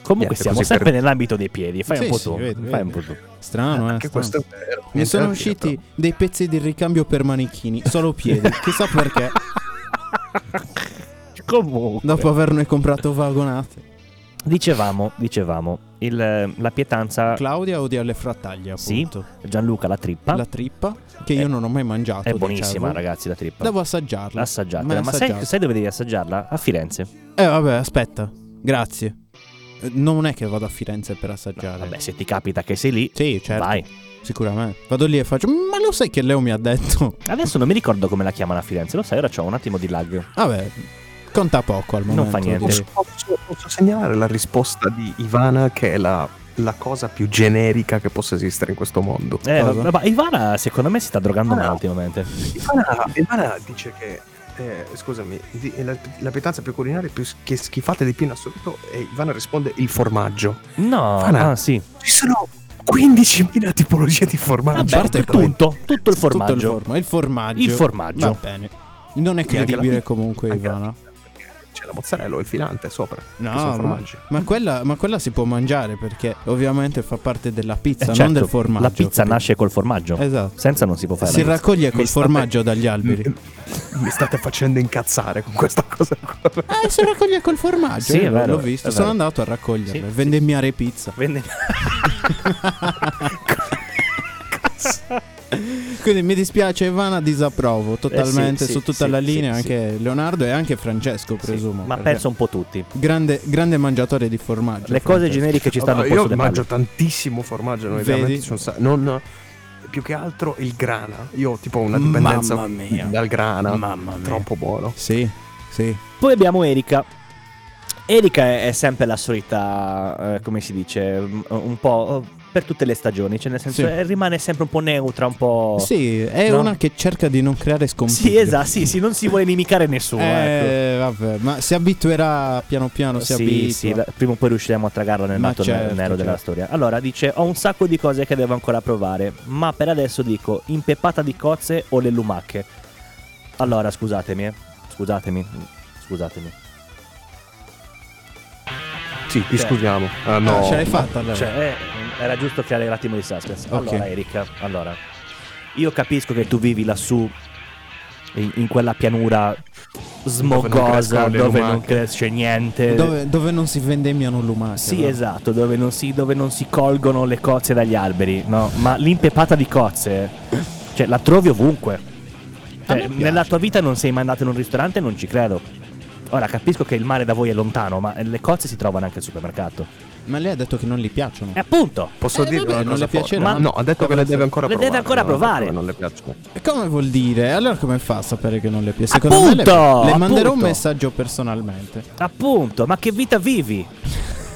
Speaker 1: Comunque
Speaker 2: Niente,
Speaker 1: siamo
Speaker 2: così
Speaker 1: sempre
Speaker 2: per-
Speaker 1: nell'ambito dei piedi, fai un
Speaker 3: Sì,
Speaker 1: po'
Speaker 3: sì,
Speaker 1: tu,
Speaker 3: vedo,
Speaker 1: fai un
Speaker 3: vedo.
Speaker 1: po' tu.
Speaker 3: Strano, eh.
Speaker 2: Anche
Speaker 3: strano.
Speaker 2: questo è vero.
Speaker 3: Ne
Speaker 2: niente
Speaker 3: sono
Speaker 2: da dire,
Speaker 3: usciti dei pezzi di ricambio per manichini, solo piedi, chissà perché,
Speaker 1: Comunque,
Speaker 3: dopo averne comprato vagonate.
Speaker 1: dicevamo, dicevamo, il- la pietanza
Speaker 3: Claudia odia le frattaglie,
Speaker 1: Sì.
Speaker 3: appunto.
Speaker 1: Gianluca la trippa
Speaker 3: La diciamo. trippa, che io
Speaker 1: È-
Speaker 3: non ho mai mangiato.
Speaker 1: è buonissima,
Speaker 3: dicevo.
Speaker 1: ragazzi, la trippa.
Speaker 3: Devo assaggiarla.
Speaker 1: Assaggiatela,
Speaker 3: Me
Speaker 1: ma,
Speaker 3: l'ha
Speaker 1: sai,
Speaker 3: assaggiata.
Speaker 1: sai dove devi assaggiarla? A Firenze.
Speaker 3: Eh, vabbè, aspetta, grazie. Eh, Non è che vado a Firenze per assaggiare.
Speaker 1: Vabbè, se ti capita che sei lì,
Speaker 3: Sì, certo.
Speaker 1: vai.
Speaker 3: Sicuramente. Vado lì e faccio. Ma lo sai che Leo mi ha detto?
Speaker 1: Adesso non mi ricordo come la chiamano a Firenze, lo sai, ora c'ho un attimo di lag.
Speaker 3: Vabbè, conta poco al momento.
Speaker 1: Non fa niente.
Speaker 3: direi.
Speaker 2: Posso, posso- posso segnalare la risposta di Ivana che è la, la cosa più generica che possa esistere in questo mondo?
Speaker 1: Eh,
Speaker 3: Cosa?
Speaker 1: ma- ma Ivana secondo me si sta drogando
Speaker 2: Ah,
Speaker 1: male
Speaker 2: no.
Speaker 1: ultimamente.
Speaker 2: Ivana, Ivana dice che, eh, scusami, di- la, la pietanza più culinaria più sch- che schifate di più in assoluto e Ivana risponde il formaggio.
Speaker 1: No,
Speaker 2: Ivana.
Speaker 1: ah sì.
Speaker 2: Ci sono 15.000 tipologie di formaggio.
Speaker 1: Vabbè,
Speaker 3: parte
Speaker 1: tutto,
Speaker 3: poi-
Speaker 1: tutto, tutto il formaggio.
Speaker 3: Tutto il, forma-
Speaker 1: Il
Speaker 3: il formaggio.
Speaker 1: formaggio.
Speaker 3: Va bene. Non è
Speaker 2: Sì, anche
Speaker 3: credibile
Speaker 2: la-
Speaker 3: comunque,
Speaker 2: Anche la
Speaker 3: Ivana.
Speaker 2: pizza, perché C'è la mozzarella o il filante sopra.
Speaker 3: No,
Speaker 2: che sono
Speaker 3: ma-
Speaker 2: formaggi.
Speaker 3: Ma quella, ma quella si può mangiare perché ovviamente fa parte della
Speaker 1: Eh,
Speaker 3: pizza, non
Speaker 1: certo,
Speaker 3: del formaggio.
Speaker 1: La pizza
Speaker 3: capito?
Speaker 1: nasce col formaggio.
Speaker 3: Esatto.
Speaker 1: Senza non si può fare.
Speaker 3: Si
Speaker 1: la pizza.
Speaker 3: raccoglie col
Speaker 2: Mi state-
Speaker 3: formaggio dagli alberi. mm,
Speaker 2: Mi state facendo incazzare con questa cosa qua.
Speaker 3: Eh, si raccoglie col formaggio.
Speaker 1: Sì, è
Speaker 3: io
Speaker 1: vero,
Speaker 3: l'ho
Speaker 1: è
Speaker 3: visto.
Speaker 1: vero.
Speaker 3: Sono andato a raccoglierle.
Speaker 1: Sì,
Speaker 3: vendemmiare pizza.
Speaker 1: Vende-
Speaker 3: Quindi mi dispiace, Ivana, disapprovo totalmente
Speaker 1: Eh sì,
Speaker 3: su
Speaker 1: sì,
Speaker 3: tutta
Speaker 1: sì,
Speaker 3: la linea.
Speaker 1: sì,
Speaker 3: anche Leonardo e anche Francesco, presumo.
Speaker 1: Ma
Speaker 3: perché
Speaker 1: penso un po' tutti.
Speaker 3: Grande, grande mangiatore di formaggio.
Speaker 1: Le cose
Speaker 3: Francesco.
Speaker 1: generiche ci stanno
Speaker 2: Allora,
Speaker 1: un po'
Speaker 2: io
Speaker 1: sulle
Speaker 2: mangio
Speaker 1: palle.
Speaker 2: tantissimo formaggio, noi
Speaker 3: Vedi?
Speaker 2: veramente ci sono sa- non più che altro il grana. Io ho tipo una dipendenza
Speaker 3: Mamma mia.
Speaker 2: dal grana,
Speaker 3: Mamma mia.
Speaker 2: troppo buono.
Speaker 3: Sì, sì.
Speaker 1: Poi abbiamo Erika. Erika è, è sempre la solita, eh, come si dice, m- un po' eh, per tutte le stagioni, cioè nel senso
Speaker 3: Sì.
Speaker 1: eh, rimane sempre un po' neutra, un po'...
Speaker 3: Sì, è
Speaker 1: Oh. No?
Speaker 3: una che cerca di non creare sconfitte.
Speaker 1: Sì, esatto, sì, sì, non si vuole inimicare nessuno. ecco.
Speaker 3: Eh, vabbè, ma si abituerà piano piano, si
Speaker 1: Sì,
Speaker 3: abitua.
Speaker 1: sì, la- prima o poi riusciremo a tragarla nel
Speaker 3: Ma
Speaker 1: matto
Speaker 3: certo,
Speaker 1: nero della
Speaker 3: certo.
Speaker 1: storia. Allora, dice: Ho un sacco di cose che devo ancora provare, ma per adesso dico impeppata di cozze o le lumache. Allora, scusatemi, eh. Scusatemi, scusatemi.
Speaker 2: Sì,
Speaker 3: Cioè,
Speaker 2: ti scusiamo. Ah,
Speaker 3: Ah,
Speaker 2: no.
Speaker 3: ce l'hai fatta allora.
Speaker 1: Cioè, eh, era giusto creare un attimo di suspense.
Speaker 3: Ok.
Speaker 1: Allora, Erika, allora, io capisco che tu vivi lassù in, in quella pianura smogosa
Speaker 2: crescono le
Speaker 1: dove
Speaker 2: lumache.
Speaker 1: non cresce niente.
Speaker 3: dove, dove non si vendemmiano lumache.
Speaker 1: eh, Sì,
Speaker 3: no?
Speaker 1: esatto, dove non, si, dove non si colgono le cozze dagli alberi, no? Ma l'impepata di cozze, cioè, la trovi ovunque. Cioè,
Speaker 3: A me piace.
Speaker 1: nella tua vita non sei mai andato in un ristorante, non ci credo. Ora, capisco che il mare da voi è lontano, ma le cozze si trovano anche al supermercato.
Speaker 3: Ma lei ha detto che non gli piacciono.
Speaker 1: E appunto,
Speaker 2: Posso
Speaker 3: Eh,
Speaker 2: dire
Speaker 3: vabbè,
Speaker 2: una
Speaker 3: non
Speaker 2: cosa
Speaker 3: le piacerà.
Speaker 2: forte?
Speaker 1: Ma-
Speaker 2: No, ha detto che le deve ancora
Speaker 1: Le deve
Speaker 2: provare.
Speaker 1: ancora
Speaker 2: no, ha detto
Speaker 1: provare.
Speaker 2: che Non le piacciono.
Speaker 3: E Come vuol dire? Allora come fa a sapere che non le piace? Secondo me
Speaker 1: Appunto,
Speaker 3: le, le manderò un
Speaker 1: appunto.
Speaker 3: messaggio personalmente.
Speaker 1: appunto, ma che vita vivi?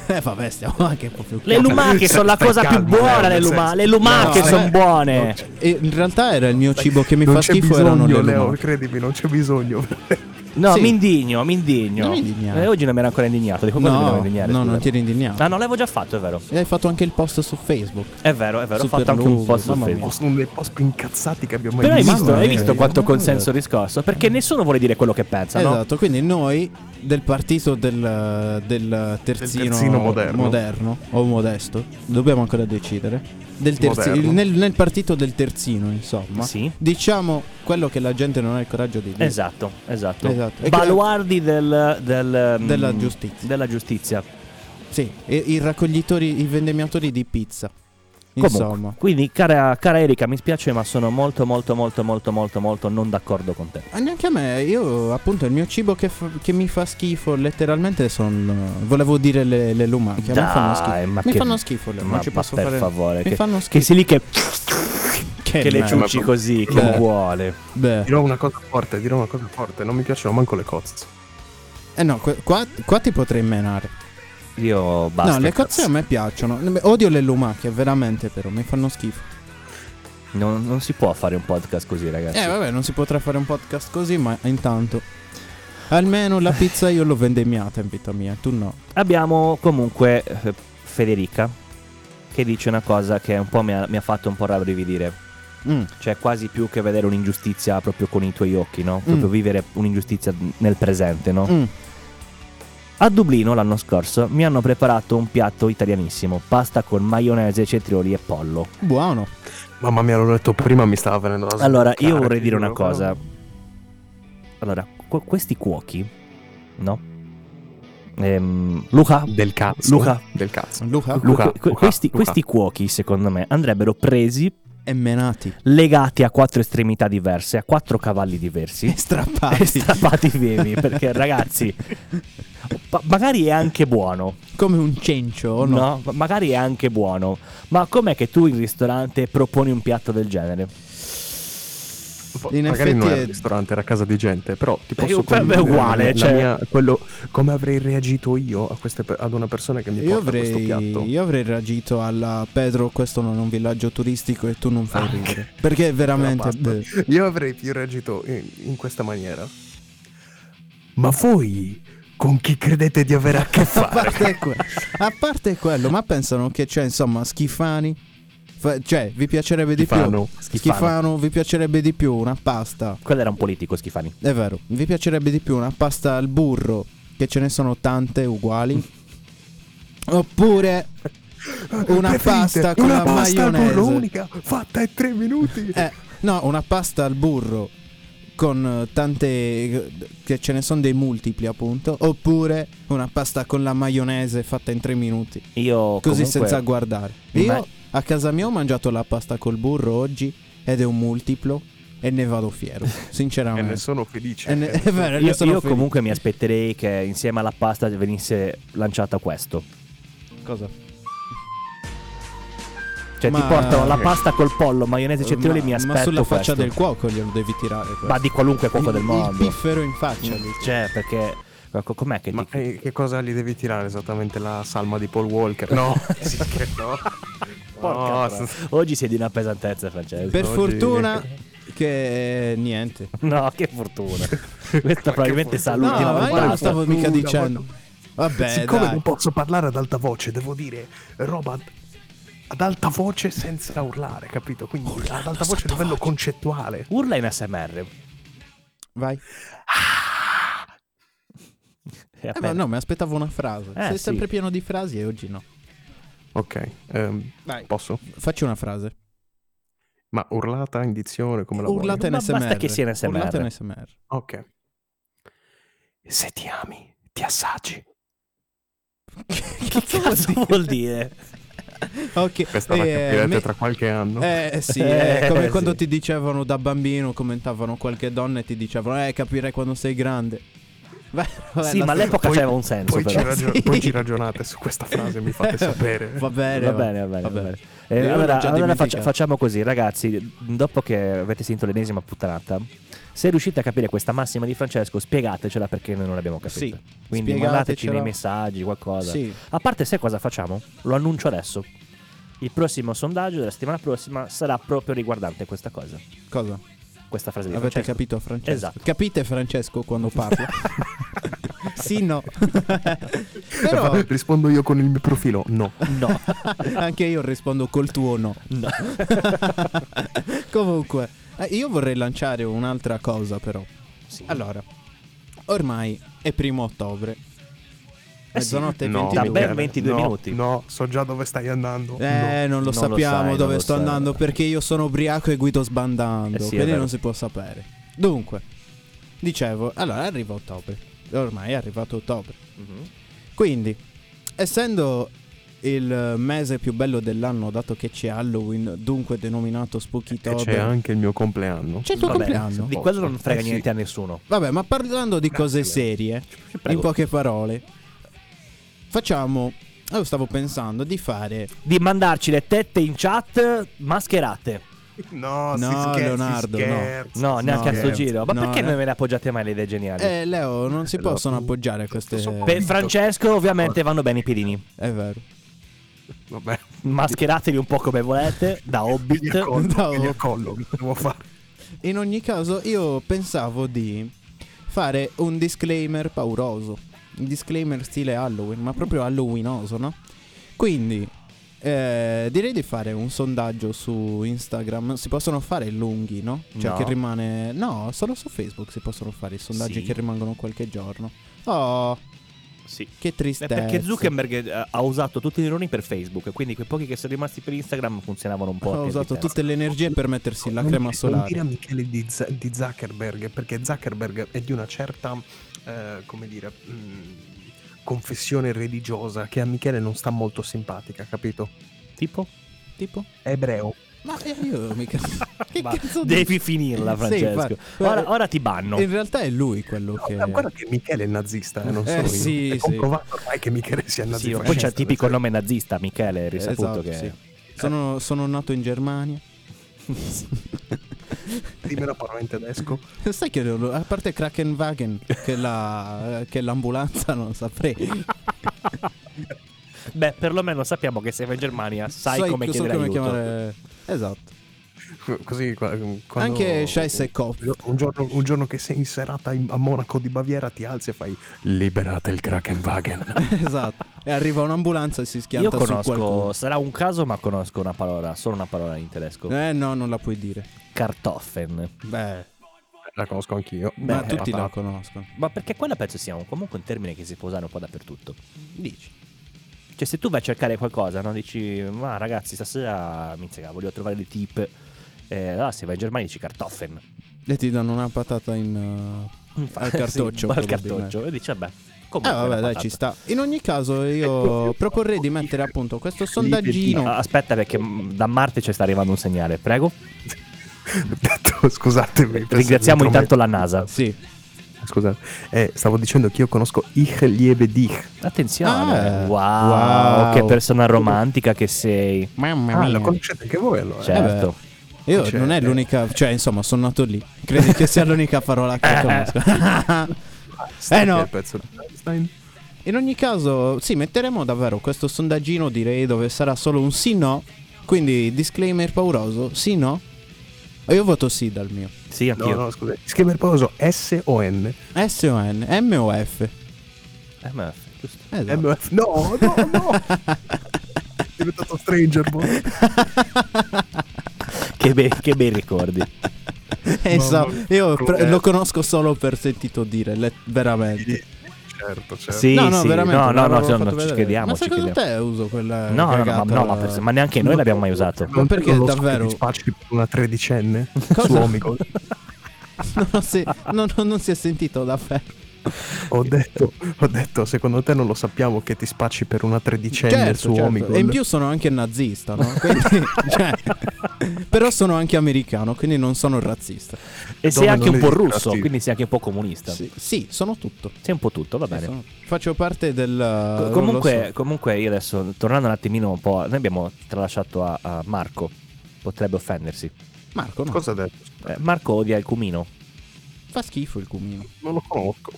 Speaker 3: Eh vabbè, stiamo anche un po' più
Speaker 1: Le lumache sono la
Speaker 2: Stai
Speaker 1: cosa più
Speaker 2: calmo,
Speaker 1: buona,
Speaker 2: Leo,
Speaker 1: le,
Speaker 2: nel
Speaker 1: luma-
Speaker 2: senso-
Speaker 1: le lumache
Speaker 3: eh, No,
Speaker 1: sono
Speaker 3: eh,
Speaker 1: buone.
Speaker 3: E in realtà era il mio cibo che mi
Speaker 2: non
Speaker 3: fa
Speaker 2: c'è
Speaker 3: schifo erano
Speaker 2: bisogno,
Speaker 3: le
Speaker 2: Leo,
Speaker 3: lumache.
Speaker 2: credimi, non c'è bisogno.
Speaker 1: No,
Speaker 3: Sì.
Speaker 1: mi indigno, mi indigno.
Speaker 3: Non mi indignare.
Speaker 1: Eh, oggi non mi ero ancora indignato, di quando mi devo
Speaker 3: No,
Speaker 1: indignare?
Speaker 3: no, non
Speaker 1: scusa.
Speaker 3: ti eri indignato.
Speaker 1: Ah, no, l'avevo già fatto, è vero.
Speaker 3: E hai fatto anche il post su Facebook.
Speaker 1: È vero, è vero, ho
Speaker 3: Super
Speaker 1: fatto anche un
Speaker 3: lungo,
Speaker 1: post su
Speaker 3: mamma mia.
Speaker 1: Facebook.
Speaker 2: Sono dei post più incazzati che abbiamo mai
Speaker 1: Però hai
Speaker 2: visto. Eh,
Speaker 1: visto,
Speaker 3: Mamma
Speaker 1: hai
Speaker 3: mia, Eh,
Speaker 1: visto quanto
Speaker 3: mamma mia.
Speaker 1: consenso riscosso? Perché nessuno vuole dire quello che pensa, no?
Speaker 3: Esatto, quindi noi del partito del, del terzino,
Speaker 2: terzino moderno.
Speaker 3: moderno o modesto dobbiamo ancora decidere. del terzi-
Speaker 2: Moderno.
Speaker 3: nel, nel partito del terzino, insomma.
Speaker 1: Sì.
Speaker 3: Diciamo quello che la gente non ha il coraggio di dire.
Speaker 1: Esatto, esatto.
Speaker 3: Esatto. E
Speaker 1: Baluardi del, del, mm,
Speaker 3: Della giustizia.
Speaker 1: della giustizia.
Speaker 3: Sì, e- i raccoglitori, i vendemmiatori di pizza.
Speaker 1: Comunque,
Speaker 3: Insomma.
Speaker 1: quindi cara, cara Erika, mi spiace ma sono molto molto molto molto molto molto non d'accordo con te.
Speaker 3: Ah, Neanche a me, io appunto il mio cibo che, fa- che mi fa schifo letteralmente sono... Volevo dire le, le lumache, a me fanno schifo.
Speaker 1: Dai, ma
Speaker 3: mi
Speaker 1: che-
Speaker 3: fanno schifo le
Speaker 1: ma-
Speaker 3: lumache,
Speaker 1: ma
Speaker 3: posso
Speaker 1: per
Speaker 3: fare...
Speaker 1: favore,
Speaker 3: mi fanno
Speaker 1: Che
Speaker 3: schifo. Eh,
Speaker 1: sei lì che,
Speaker 3: Che
Speaker 1: che le
Speaker 3: merda.
Speaker 1: ciucci così, che
Speaker 3: Beh.
Speaker 1: vuole.
Speaker 3: Beh.
Speaker 2: Dirò una cosa forte, dirò una cosa forte, non mi piacciono manco le cozze.
Speaker 3: Eh no, que- qua, qua ti potrei menare.
Speaker 1: Io basta.
Speaker 3: no, le
Speaker 1: cazzo.
Speaker 3: cozze a me piacciono. Odio le lumache, veramente però, mi fanno schifo.
Speaker 1: Non, non si può fare un podcast così, ragazzi.
Speaker 3: Eh vabbè, non si potrà fare un podcast così, ma intanto... Almeno la pizza io l'ho vendemmiata in vita mia, tu no.
Speaker 1: Abbiamo comunque eh, Federica che dice una cosa che un po' mi ha, mi ha fatto un po' rabbrividire.
Speaker 3: Mm.
Speaker 1: Cioè, quasi più che vedere un'ingiustizia proprio con i tuoi occhi, no? Proprio
Speaker 3: Mm.
Speaker 1: vivere un'ingiustizia nel presente, no?
Speaker 3: Mm.
Speaker 1: A Dublino l'anno scorso mi hanno preparato un piatto italianissimo, pasta con maionese, cetrioli e pollo.
Speaker 3: Buono.
Speaker 2: Mamma mia, l'ho letto prima, mi stava venendo da
Speaker 1: Allora, io
Speaker 2: sboccare,
Speaker 1: vorrei dire una
Speaker 2: giuro, però-
Speaker 1: cosa. Allora, qu- questi cuochi, no? Ehm, Luca,
Speaker 2: Del cazzo.
Speaker 1: Luca.
Speaker 2: Del cazzo.
Speaker 3: Luca?
Speaker 2: Lu- Luca,
Speaker 1: que- que-
Speaker 2: Luca,
Speaker 1: questi,
Speaker 2: Luca.
Speaker 1: questi cuochi, secondo me, andrebbero presi,
Speaker 3: E menati.
Speaker 1: legati a quattro estremità diverse, a quattro cavalli diversi.
Speaker 3: E strappati.
Speaker 1: E strappati vivi, perché ragazzi, ma- magari è anche buono,
Speaker 3: Come un cencio, o no?
Speaker 1: no? Ma- Magari è anche buono, ma com'è che tu in ristorante proponi un piatto del genere?
Speaker 3: In
Speaker 2: Magari non
Speaker 3: effetti
Speaker 2: era
Speaker 3: è-
Speaker 2: al ristorante, era a casa di gente, però ti
Speaker 1: Perché
Speaker 2: posso
Speaker 1: per me Eh, è
Speaker 2: condividere
Speaker 1: uguale,
Speaker 2: la
Speaker 1: cioè-
Speaker 2: mia- quello- come avrei reagito io a queste pe- ad una persona che mi
Speaker 3: Io
Speaker 2: porta questo piatto.
Speaker 3: avrei, io avrei reagito alla Pedro, questo non è un villaggio turistico e tu non fai
Speaker 1: Ah.
Speaker 2: Anche.
Speaker 3: ridere. Perché è veramente...
Speaker 2: Basta.
Speaker 3: beh,
Speaker 2: Io avrei più reagito in, in questa maniera. Ma voi con chi credete di avere a che
Speaker 3: a,
Speaker 2: fare?
Speaker 3: parte que- a parte quello, ma pensano che c'è insomma Schifani... Fa- cioè, vi piacerebbe di
Speaker 2: Schifano.
Speaker 3: più...
Speaker 1: Schifano.
Speaker 3: Schifano, vi piacerebbe di più una pasta...
Speaker 1: Quello era un politico, Schifani.
Speaker 3: È vero, vi piacerebbe di più una pasta al burro, che ce ne sono tante uguali? Oppure una
Speaker 2: Preferite
Speaker 3: pasta con
Speaker 2: una
Speaker 3: la
Speaker 2: pasta al
Speaker 3: maionese?
Speaker 2: burro unica fatta in tre minuti.
Speaker 3: Eh, no, una pasta al burro con eh, tante che ce ne sono dei multipli, appunto, oppure una pasta con la maionese fatta in tre minuti,
Speaker 1: Io
Speaker 3: così
Speaker 1: comunque-
Speaker 3: senza guardare.
Speaker 1: Ma-
Speaker 3: Io a casa mia ho mangiato la pasta col burro oggi ed è un multiplo e ne vado fiero,
Speaker 2: e ne
Speaker 3: sinceramente.
Speaker 2: sono felice. Eh,
Speaker 3: E ne- è vero, ne
Speaker 1: Io,
Speaker 3: sono
Speaker 1: io
Speaker 3: felice.
Speaker 1: comunque mi aspetterei che insieme alla pasta venisse lanciata questo.
Speaker 3: cosa?
Speaker 1: Cioè, ti
Speaker 3: Ma-
Speaker 1: portano la pasta col pollo, maionese, cetrioli e
Speaker 3: Ma-
Speaker 1: mi aspetto
Speaker 3: Ma sulla
Speaker 1: questo.
Speaker 3: faccia del cuoco glielo devi tirare. questo.
Speaker 1: Ma di qualunque cuoco
Speaker 3: Il-
Speaker 1: del
Speaker 3: Il
Speaker 1: mondo.
Speaker 3: piffero in faccia. lì.
Speaker 1: Cioè, perché... co- Com'è che
Speaker 2: Ma
Speaker 1: ti...
Speaker 2: eh, che cosa gli devi tirare esattamente? La salma di Paul Walker? No, sì che no.
Speaker 1: Porca
Speaker 2: No,
Speaker 1: tra-
Speaker 2: s-
Speaker 1: Oggi sei di una pesantezza, Francesco.
Speaker 3: Per
Speaker 2: Oggi-
Speaker 3: fortuna che eh, niente.
Speaker 1: No, che fortuna. Questa probabilmente sarà
Speaker 2: fortuna.
Speaker 1: l'ultima
Speaker 3: no, ma io
Speaker 1: puntata.
Speaker 3: non stavo mica
Speaker 2: Una
Speaker 3: dicendo. Vabbè,
Speaker 2: Siccome
Speaker 3: dai.
Speaker 2: non posso parlare ad alta voce, devo dire roba ad- ad alta voce senza urlare, capito? Quindi ad alta voce a livello concettuale.
Speaker 1: Urla in
Speaker 3: Eh,
Speaker 1: SMR.
Speaker 3: Vai.
Speaker 2: Ah!
Speaker 3: Eh, ma no, mi aspettavo una frase.
Speaker 1: Eh,
Speaker 3: Sei
Speaker 1: sì.
Speaker 3: sempre pieno di frasi e oggi no.
Speaker 2: Ok, ehm,
Speaker 3: Vai.
Speaker 2: posso?
Speaker 3: Facci una frase.
Speaker 2: Ma urlata, indizione, come la
Speaker 3: Urlate in
Speaker 1: Ma
Speaker 3: SMR.
Speaker 1: basta che sia in SMR.
Speaker 3: Urlate in SMR.
Speaker 2: vuoi? Ok. Se ti ami, ti assaggi.
Speaker 1: Che cazzo vuol dire?
Speaker 3: Ok.
Speaker 2: Questa la
Speaker 3: eh,
Speaker 2: capirete
Speaker 3: me-
Speaker 2: tra qualche anno.
Speaker 3: Eh sì,
Speaker 1: Eh,
Speaker 3: è come quando
Speaker 1: sì.
Speaker 3: ti dicevano da bambino, commentavano qualche donna e ti dicevano, eh capirei quando sei grande. Vai, vabbè,
Speaker 1: Sì,
Speaker 3: la
Speaker 1: ma
Speaker 3: stessa-
Speaker 1: all'epoca
Speaker 2: Poi-
Speaker 1: c'aveva un senso,
Speaker 2: poi, ci
Speaker 1: però.
Speaker 2: ragio- poi ci ragionate su questa frase, mi fate sapere.
Speaker 3: Va bene,
Speaker 1: Va bene, va bene. va bene. Eh,
Speaker 3: Io l'ho
Speaker 1: allora
Speaker 3: già
Speaker 1: allora
Speaker 3: dimenticato.
Speaker 1: faccia- facciamo così, ragazzi. Dopo che avete sentito l'ennesima puttanata, se riuscite a capire questa massima di Francesco, spiegatecela perché noi non l'abbiamo capita.
Speaker 3: Sì,
Speaker 1: Quindi
Speaker 3: spiegatecela.
Speaker 1: mandateci dei messaggi, qualcosa.
Speaker 3: Sì.
Speaker 1: A parte, sai cosa facciamo? Lo annuncio adesso. Il prossimo sondaggio della settimana prossima sarà proprio riguardante questa cosa.
Speaker 3: Cosa?
Speaker 1: Questa frase di
Speaker 3: Avete
Speaker 1: Francesco.
Speaker 3: capito Francesco?
Speaker 1: Esatto.
Speaker 3: Capite Francesco quando parla? sì, no. Però
Speaker 2: Rispondo io con il mio profilo, no.
Speaker 1: No.
Speaker 3: anche io rispondo col tuo no.
Speaker 1: No.
Speaker 3: Comunque, eh, io vorrei lanciare un'altra cosa però.
Speaker 1: Sì.
Speaker 3: Allora, ormai è primo ottobre.
Speaker 1: Eh
Speaker 3: Mezzanotte e
Speaker 2: No,
Speaker 1: Da
Speaker 3: 22.
Speaker 1: ben
Speaker 2: Michele,
Speaker 1: 22
Speaker 2: no,
Speaker 1: minuti.
Speaker 2: No, so già dove stai andando.
Speaker 3: Eh,
Speaker 2: No.
Speaker 3: non lo
Speaker 1: Non lo
Speaker 3: sappiamo
Speaker 1: sai, non
Speaker 3: dove
Speaker 1: lo
Speaker 3: sto
Speaker 1: sai.
Speaker 3: andando perché io sono ubriaco e guido sbandando.
Speaker 1: Eh sì, è
Speaker 3: quindi
Speaker 1: vero.
Speaker 3: non si può sapere. Dunque, dicevo, allora arriva ottobre. Ormai è arrivato ottobre.
Speaker 1: Mhm.
Speaker 3: Quindi, essendo il mese più bello dell'anno, dato che c'è Halloween, dunque denominato Spooky
Speaker 2: E
Speaker 3: Tober.
Speaker 2: c'è anche il mio compleanno.
Speaker 3: C'è il tuo
Speaker 1: Vabbè,
Speaker 3: compleanno.
Speaker 1: Di quello non frega
Speaker 2: Eh sì.
Speaker 1: niente a nessuno.
Speaker 3: Vabbè, ma parlando di cose
Speaker 2: Grazie.
Speaker 3: serie,
Speaker 1: Prego.
Speaker 3: in poche parole, facciamo. Io stavo pensando di fare.
Speaker 1: Di mandarci le tette in chat mascherate.
Speaker 2: No, si
Speaker 3: No,
Speaker 2: scherza, si
Speaker 3: Leonardo, no.
Speaker 2: scherza,
Speaker 1: No,
Speaker 2: si
Speaker 1: neanche a sto
Speaker 2: scherza.
Speaker 1: giro. Ma
Speaker 3: No,
Speaker 1: perché
Speaker 3: no.
Speaker 1: non ve ne appoggiate mai le idee geniali?
Speaker 3: Eh, Leo, non si
Speaker 2: Leo,
Speaker 3: possono
Speaker 2: tu-
Speaker 3: appoggiare queste.
Speaker 1: per Francesco, ovviamente, vanno bene i piedini.
Speaker 3: È vero.
Speaker 2: Vabbè.
Speaker 1: Mascherateli un po' come volete, da
Speaker 2: Gli
Speaker 1: Hobbit.
Speaker 2: accollo,
Speaker 3: No.
Speaker 2: gli accollo, che devo fare?
Speaker 3: In ogni caso, io pensavo di fare un disclaimer pauroso. Un disclaimer stile Halloween, ma proprio Halloweenoso, no? Quindi, eh, direi di fare un sondaggio su Instagram. Si possono fare lunghi, no? Cioè,
Speaker 1: No.
Speaker 3: che rimane. No, solo su Facebook si possono fare i sondaggi
Speaker 1: Sì.
Speaker 3: che rimangono qualche giorno. Oh,
Speaker 1: Sì.
Speaker 3: che
Speaker 1: Eh,
Speaker 3: tristezza.
Speaker 1: perché Zuckerberg eh, ha usato tutti i neuroni per Facebook, quindi quei pochi che sono rimasti per Instagram funzionavano un po'.
Speaker 3: Ha
Speaker 1: a
Speaker 3: usato
Speaker 1: testa.
Speaker 3: tutte le energie per mettersi la
Speaker 2: Non
Speaker 3: crema
Speaker 2: dire- Non dire a
Speaker 3: solare.
Speaker 2: Michele di, Z- di Zuckerberg, perché Zuckerberg è di una certa, eh, come dire, mh, confessione religiosa che a Michele non sta molto simpatica, capito?
Speaker 1: Tipo?
Speaker 3: Tipo?
Speaker 2: È ebreo.
Speaker 3: Ma eh, io mica. che
Speaker 1: Ma
Speaker 3: cazzo dici?
Speaker 1: devi finirla,
Speaker 3: Sì,
Speaker 1: Francesco.
Speaker 3: infatti.
Speaker 1: ora, ora ti banno.
Speaker 3: In realtà è lui quello che.
Speaker 2: No, Guarda che Michele è nazista, eh, non
Speaker 3: Eh,
Speaker 2: sono io.
Speaker 3: sì,
Speaker 2: è
Speaker 3: sì.
Speaker 2: comprovato ormai che Michele sia
Speaker 1: Sì, Eh,
Speaker 2: nazista. Cioè,
Speaker 1: ma poi c'è il tipico nome nazista, Michele, hai risaputo
Speaker 3: Esatto,
Speaker 1: che...
Speaker 3: sì. sono, sono nato in Germania.
Speaker 2: Dimmelo però in tedesco.
Speaker 3: Sai che lo- a parte Krakenwagen, che, la, che l'ambulanza non saprei.
Speaker 1: Beh, perlomeno sappiamo che se vai in Germania sai come
Speaker 3: so
Speaker 1: chiedere
Speaker 3: come
Speaker 1: aiuto.
Speaker 3: chiamare. Esatto.
Speaker 2: Così qua- mm, quando-
Speaker 3: Anche cioè, Scheiss e Kopp.
Speaker 2: Un giorno, un giorno che sei in serata in- a Monaco di Baviera ti alzi e fai liberate il Krakenwagen.
Speaker 3: esatto. E arriva un'ambulanza e si schianta
Speaker 1: Io
Speaker 3: su qualcuno.
Speaker 1: conosco, sarà un caso, ma conosco una parola, solo una parola in tedesco.
Speaker 3: Eh no, non la puoi dire.
Speaker 1: Kartoffeln.
Speaker 3: Beh,
Speaker 2: La conosco anch'io.
Speaker 3: ma
Speaker 1: Beh,
Speaker 3: tutti la
Speaker 2: papà.
Speaker 3: conoscono.
Speaker 1: Ma perché quella penso sia un- comunque un termine che si può usare un po' dappertutto.
Speaker 3: Dici.
Speaker 1: Cioè, se tu vai a cercare qualcosa, no? Dici, ma ragazzi, stasera minchia, voglio trovare le tip. Eh, allora, se vai in Germania dici Kartoffeln.
Speaker 3: E ti danno una patata in. uh, al cartoccio.
Speaker 1: Al
Speaker 3: probabilmente.
Speaker 1: cartoccio. E dici, vabbè.
Speaker 3: Eh
Speaker 1: Comunque,
Speaker 3: vabbè
Speaker 1: una
Speaker 3: dai
Speaker 1: patata.
Speaker 3: ci sta In ogni caso io proporrei di mettere a punto questo
Speaker 1: Ah,
Speaker 3: sondaggino
Speaker 1: Aspetta, perché mm, da Marte ci sta arrivando un segnale, prego.
Speaker 2: Detto- scusatemi. per
Speaker 1: Ringraziamo
Speaker 2: essere
Speaker 1: intanto la NASA.
Speaker 3: Sì
Speaker 2: intromesso. Scusate. Eh, stavo dicendo che io conosco Ich liebe dich.
Speaker 1: Attenzione.
Speaker 3: Ah,
Speaker 1: wow,
Speaker 3: wow. Eh
Speaker 1: che persona romantica che sei.
Speaker 3: Mamma
Speaker 2: Ah, lo conoscete anche voi allora?
Speaker 1: Cioè, Certo.
Speaker 3: Io
Speaker 2: Cioè,
Speaker 3: non è
Speaker 2: eh.
Speaker 3: l'unica Cioè insomma sono nato lì Credi che sia l'unica parola che conosco
Speaker 2: Sai
Speaker 3: eh, no.
Speaker 2: che è Ah, il pezzo di Einstein?
Speaker 3: In ogni caso sì metteremo davvero questo sondaggino Direi dove sarà solo un sì no Quindi disclaimer pauroso Sì no E Io voto sì dal mio
Speaker 1: Sì,
Speaker 2: No,
Speaker 1: anch'io.
Speaker 2: no, scusate. Scrive pauso S-O-N.
Speaker 3: S o N M o F
Speaker 1: Eh, ma- giusto.
Speaker 3: Esatto.
Speaker 2: M-F. No, no, no. è diventato Stranger Boy.
Speaker 1: Che, be- che bei ricordi.
Speaker 3: Eh, so,
Speaker 2: Mamma mia,
Speaker 3: Io pre-
Speaker 2: eh.
Speaker 3: lo conosco solo per sentito dire le- Veramente
Speaker 2: Certo, certo.
Speaker 1: Sì,
Speaker 3: no, no,
Speaker 1: sì.
Speaker 3: veramente.
Speaker 1: no,
Speaker 3: me
Speaker 1: no, no,
Speaker 3: l'avevo
Speaker 1: no,
Speaker 3: fatto
Speaker 1: ci
Speaker 3: vedere.
Speaker 1: crediamo.
Speaker 3: Ma
Speaker 1: Ci
Speaker 3: secondo
Speaker 1: crediamo.
Speaker 3: te uso quella.
Speaker 1: No, no, no, ma,
Speaker 3: cagata-
Speaker 1: no, ma, per- ma neanche noi l'abbiamo mai usato.
Speaker 3: Ma perché
Speaker 2: lo so che
Speaker 3: davvero-
Speaker 2: ti spacci per una tredicenne su Omicol.
Speaker 3: non, si, non, non- non si è sentito da fe.
Speaker 2: Ho detto, ho detto, secondo te non lo sappiamo che ti spacci per una tredicenne su Omicol?
Speaker 3: Certo, E in più sono anche nazista, no? Quindi, cioè, però sono anche americano, quindi non sono razzista.
Speaker 1: E sei
Speaker 2: Dove
Speaker 1: anche
Speaker 2: non
Speaker 1: un po'
Speaker 2: esiste
Speaker 1: russo,
Speaker 2: razzismo.
Speaker 1: quindi sei anche un po' comunista.
Speaker 3: Sì, sì, sono tutto.
Speaker 1: Sei un po' tutto, va bene.
Speaker 3: Sono- faccio parte del.
Speaker 1: Co-
Speaker 3: non
Speaker 1: comunque,
Speaker 3: lo
Speaker 1: comunque io adesso, tornando un attimino un po', noi abbiamo tralasciato a, a Marco. Potrebbe offendersi.
Speaker 3: so. Marco, no,
Speaker 2: Cosa ha detto?
Speaker 1: Eh, Marco odia il cumino.
Speaker 3: fa schifo il cumino.
Speaker 2: Non lo conosco.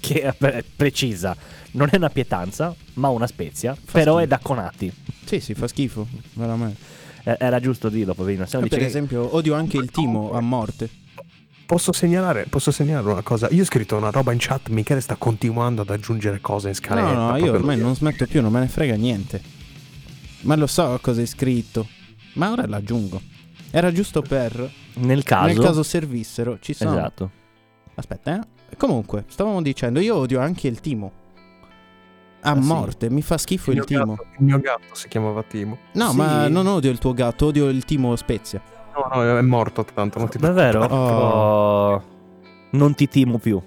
Speaker 1: Che è pre- precisa, non è una pietanza, ma una spezia. però
Speaker 3: schifo.
Speaker 1: è da conati.
Speaker 3: Sì, sì, fa schifo, veramente.
Speaker 1: Eh, era giusto dirlo, poverino. Se no
Speaker 3: per
Speaker 1: dice che-
Speaker 3: esempio, odio anche il Timo a morte.
Speaker 2: Posso segnalare, posso segnalare una cosa? Io ho scritto una roba in chat, Michele sta continuando ad aggiungere cose in scaletta.
Speaker 3: No, no, io
Speaker 2: proprio
Speaker 3: ormai
Speaker 2: lo-
Speaker 3: non smetto più, non me ne frega niente. Ma lo so cosa hai scritto. Ma ora l'aggiungo. Era giusto per.
Speaker 1: nel caso.
Speaker 3: Nel caso servissero, ci sono.
Speaker 1: Esatto.
Speaker 3: Aspetta, eh. Comunque, stavamo dicendo, io odio anche il Timo. A
Speaker 1: Ah,
Speaker 2: sì.
Speaker 3: morte, mi fa schifo il,
Speaker 2: mio
Speaker 3: Timo.
Speaker 2: gatto- il mio gatto si chiamava Timo.
Speaker 3: No,
Speaker 1: Sì.
Speaker 3: ma non odio il tuo gatto, odio il Timo Spezia.
Speaker 2: No, no, è morto tanto. Non ti
Speaker 1: Davvero?
Speaker 3: Oh.
Speaker 1: Oh. Non ti timo più.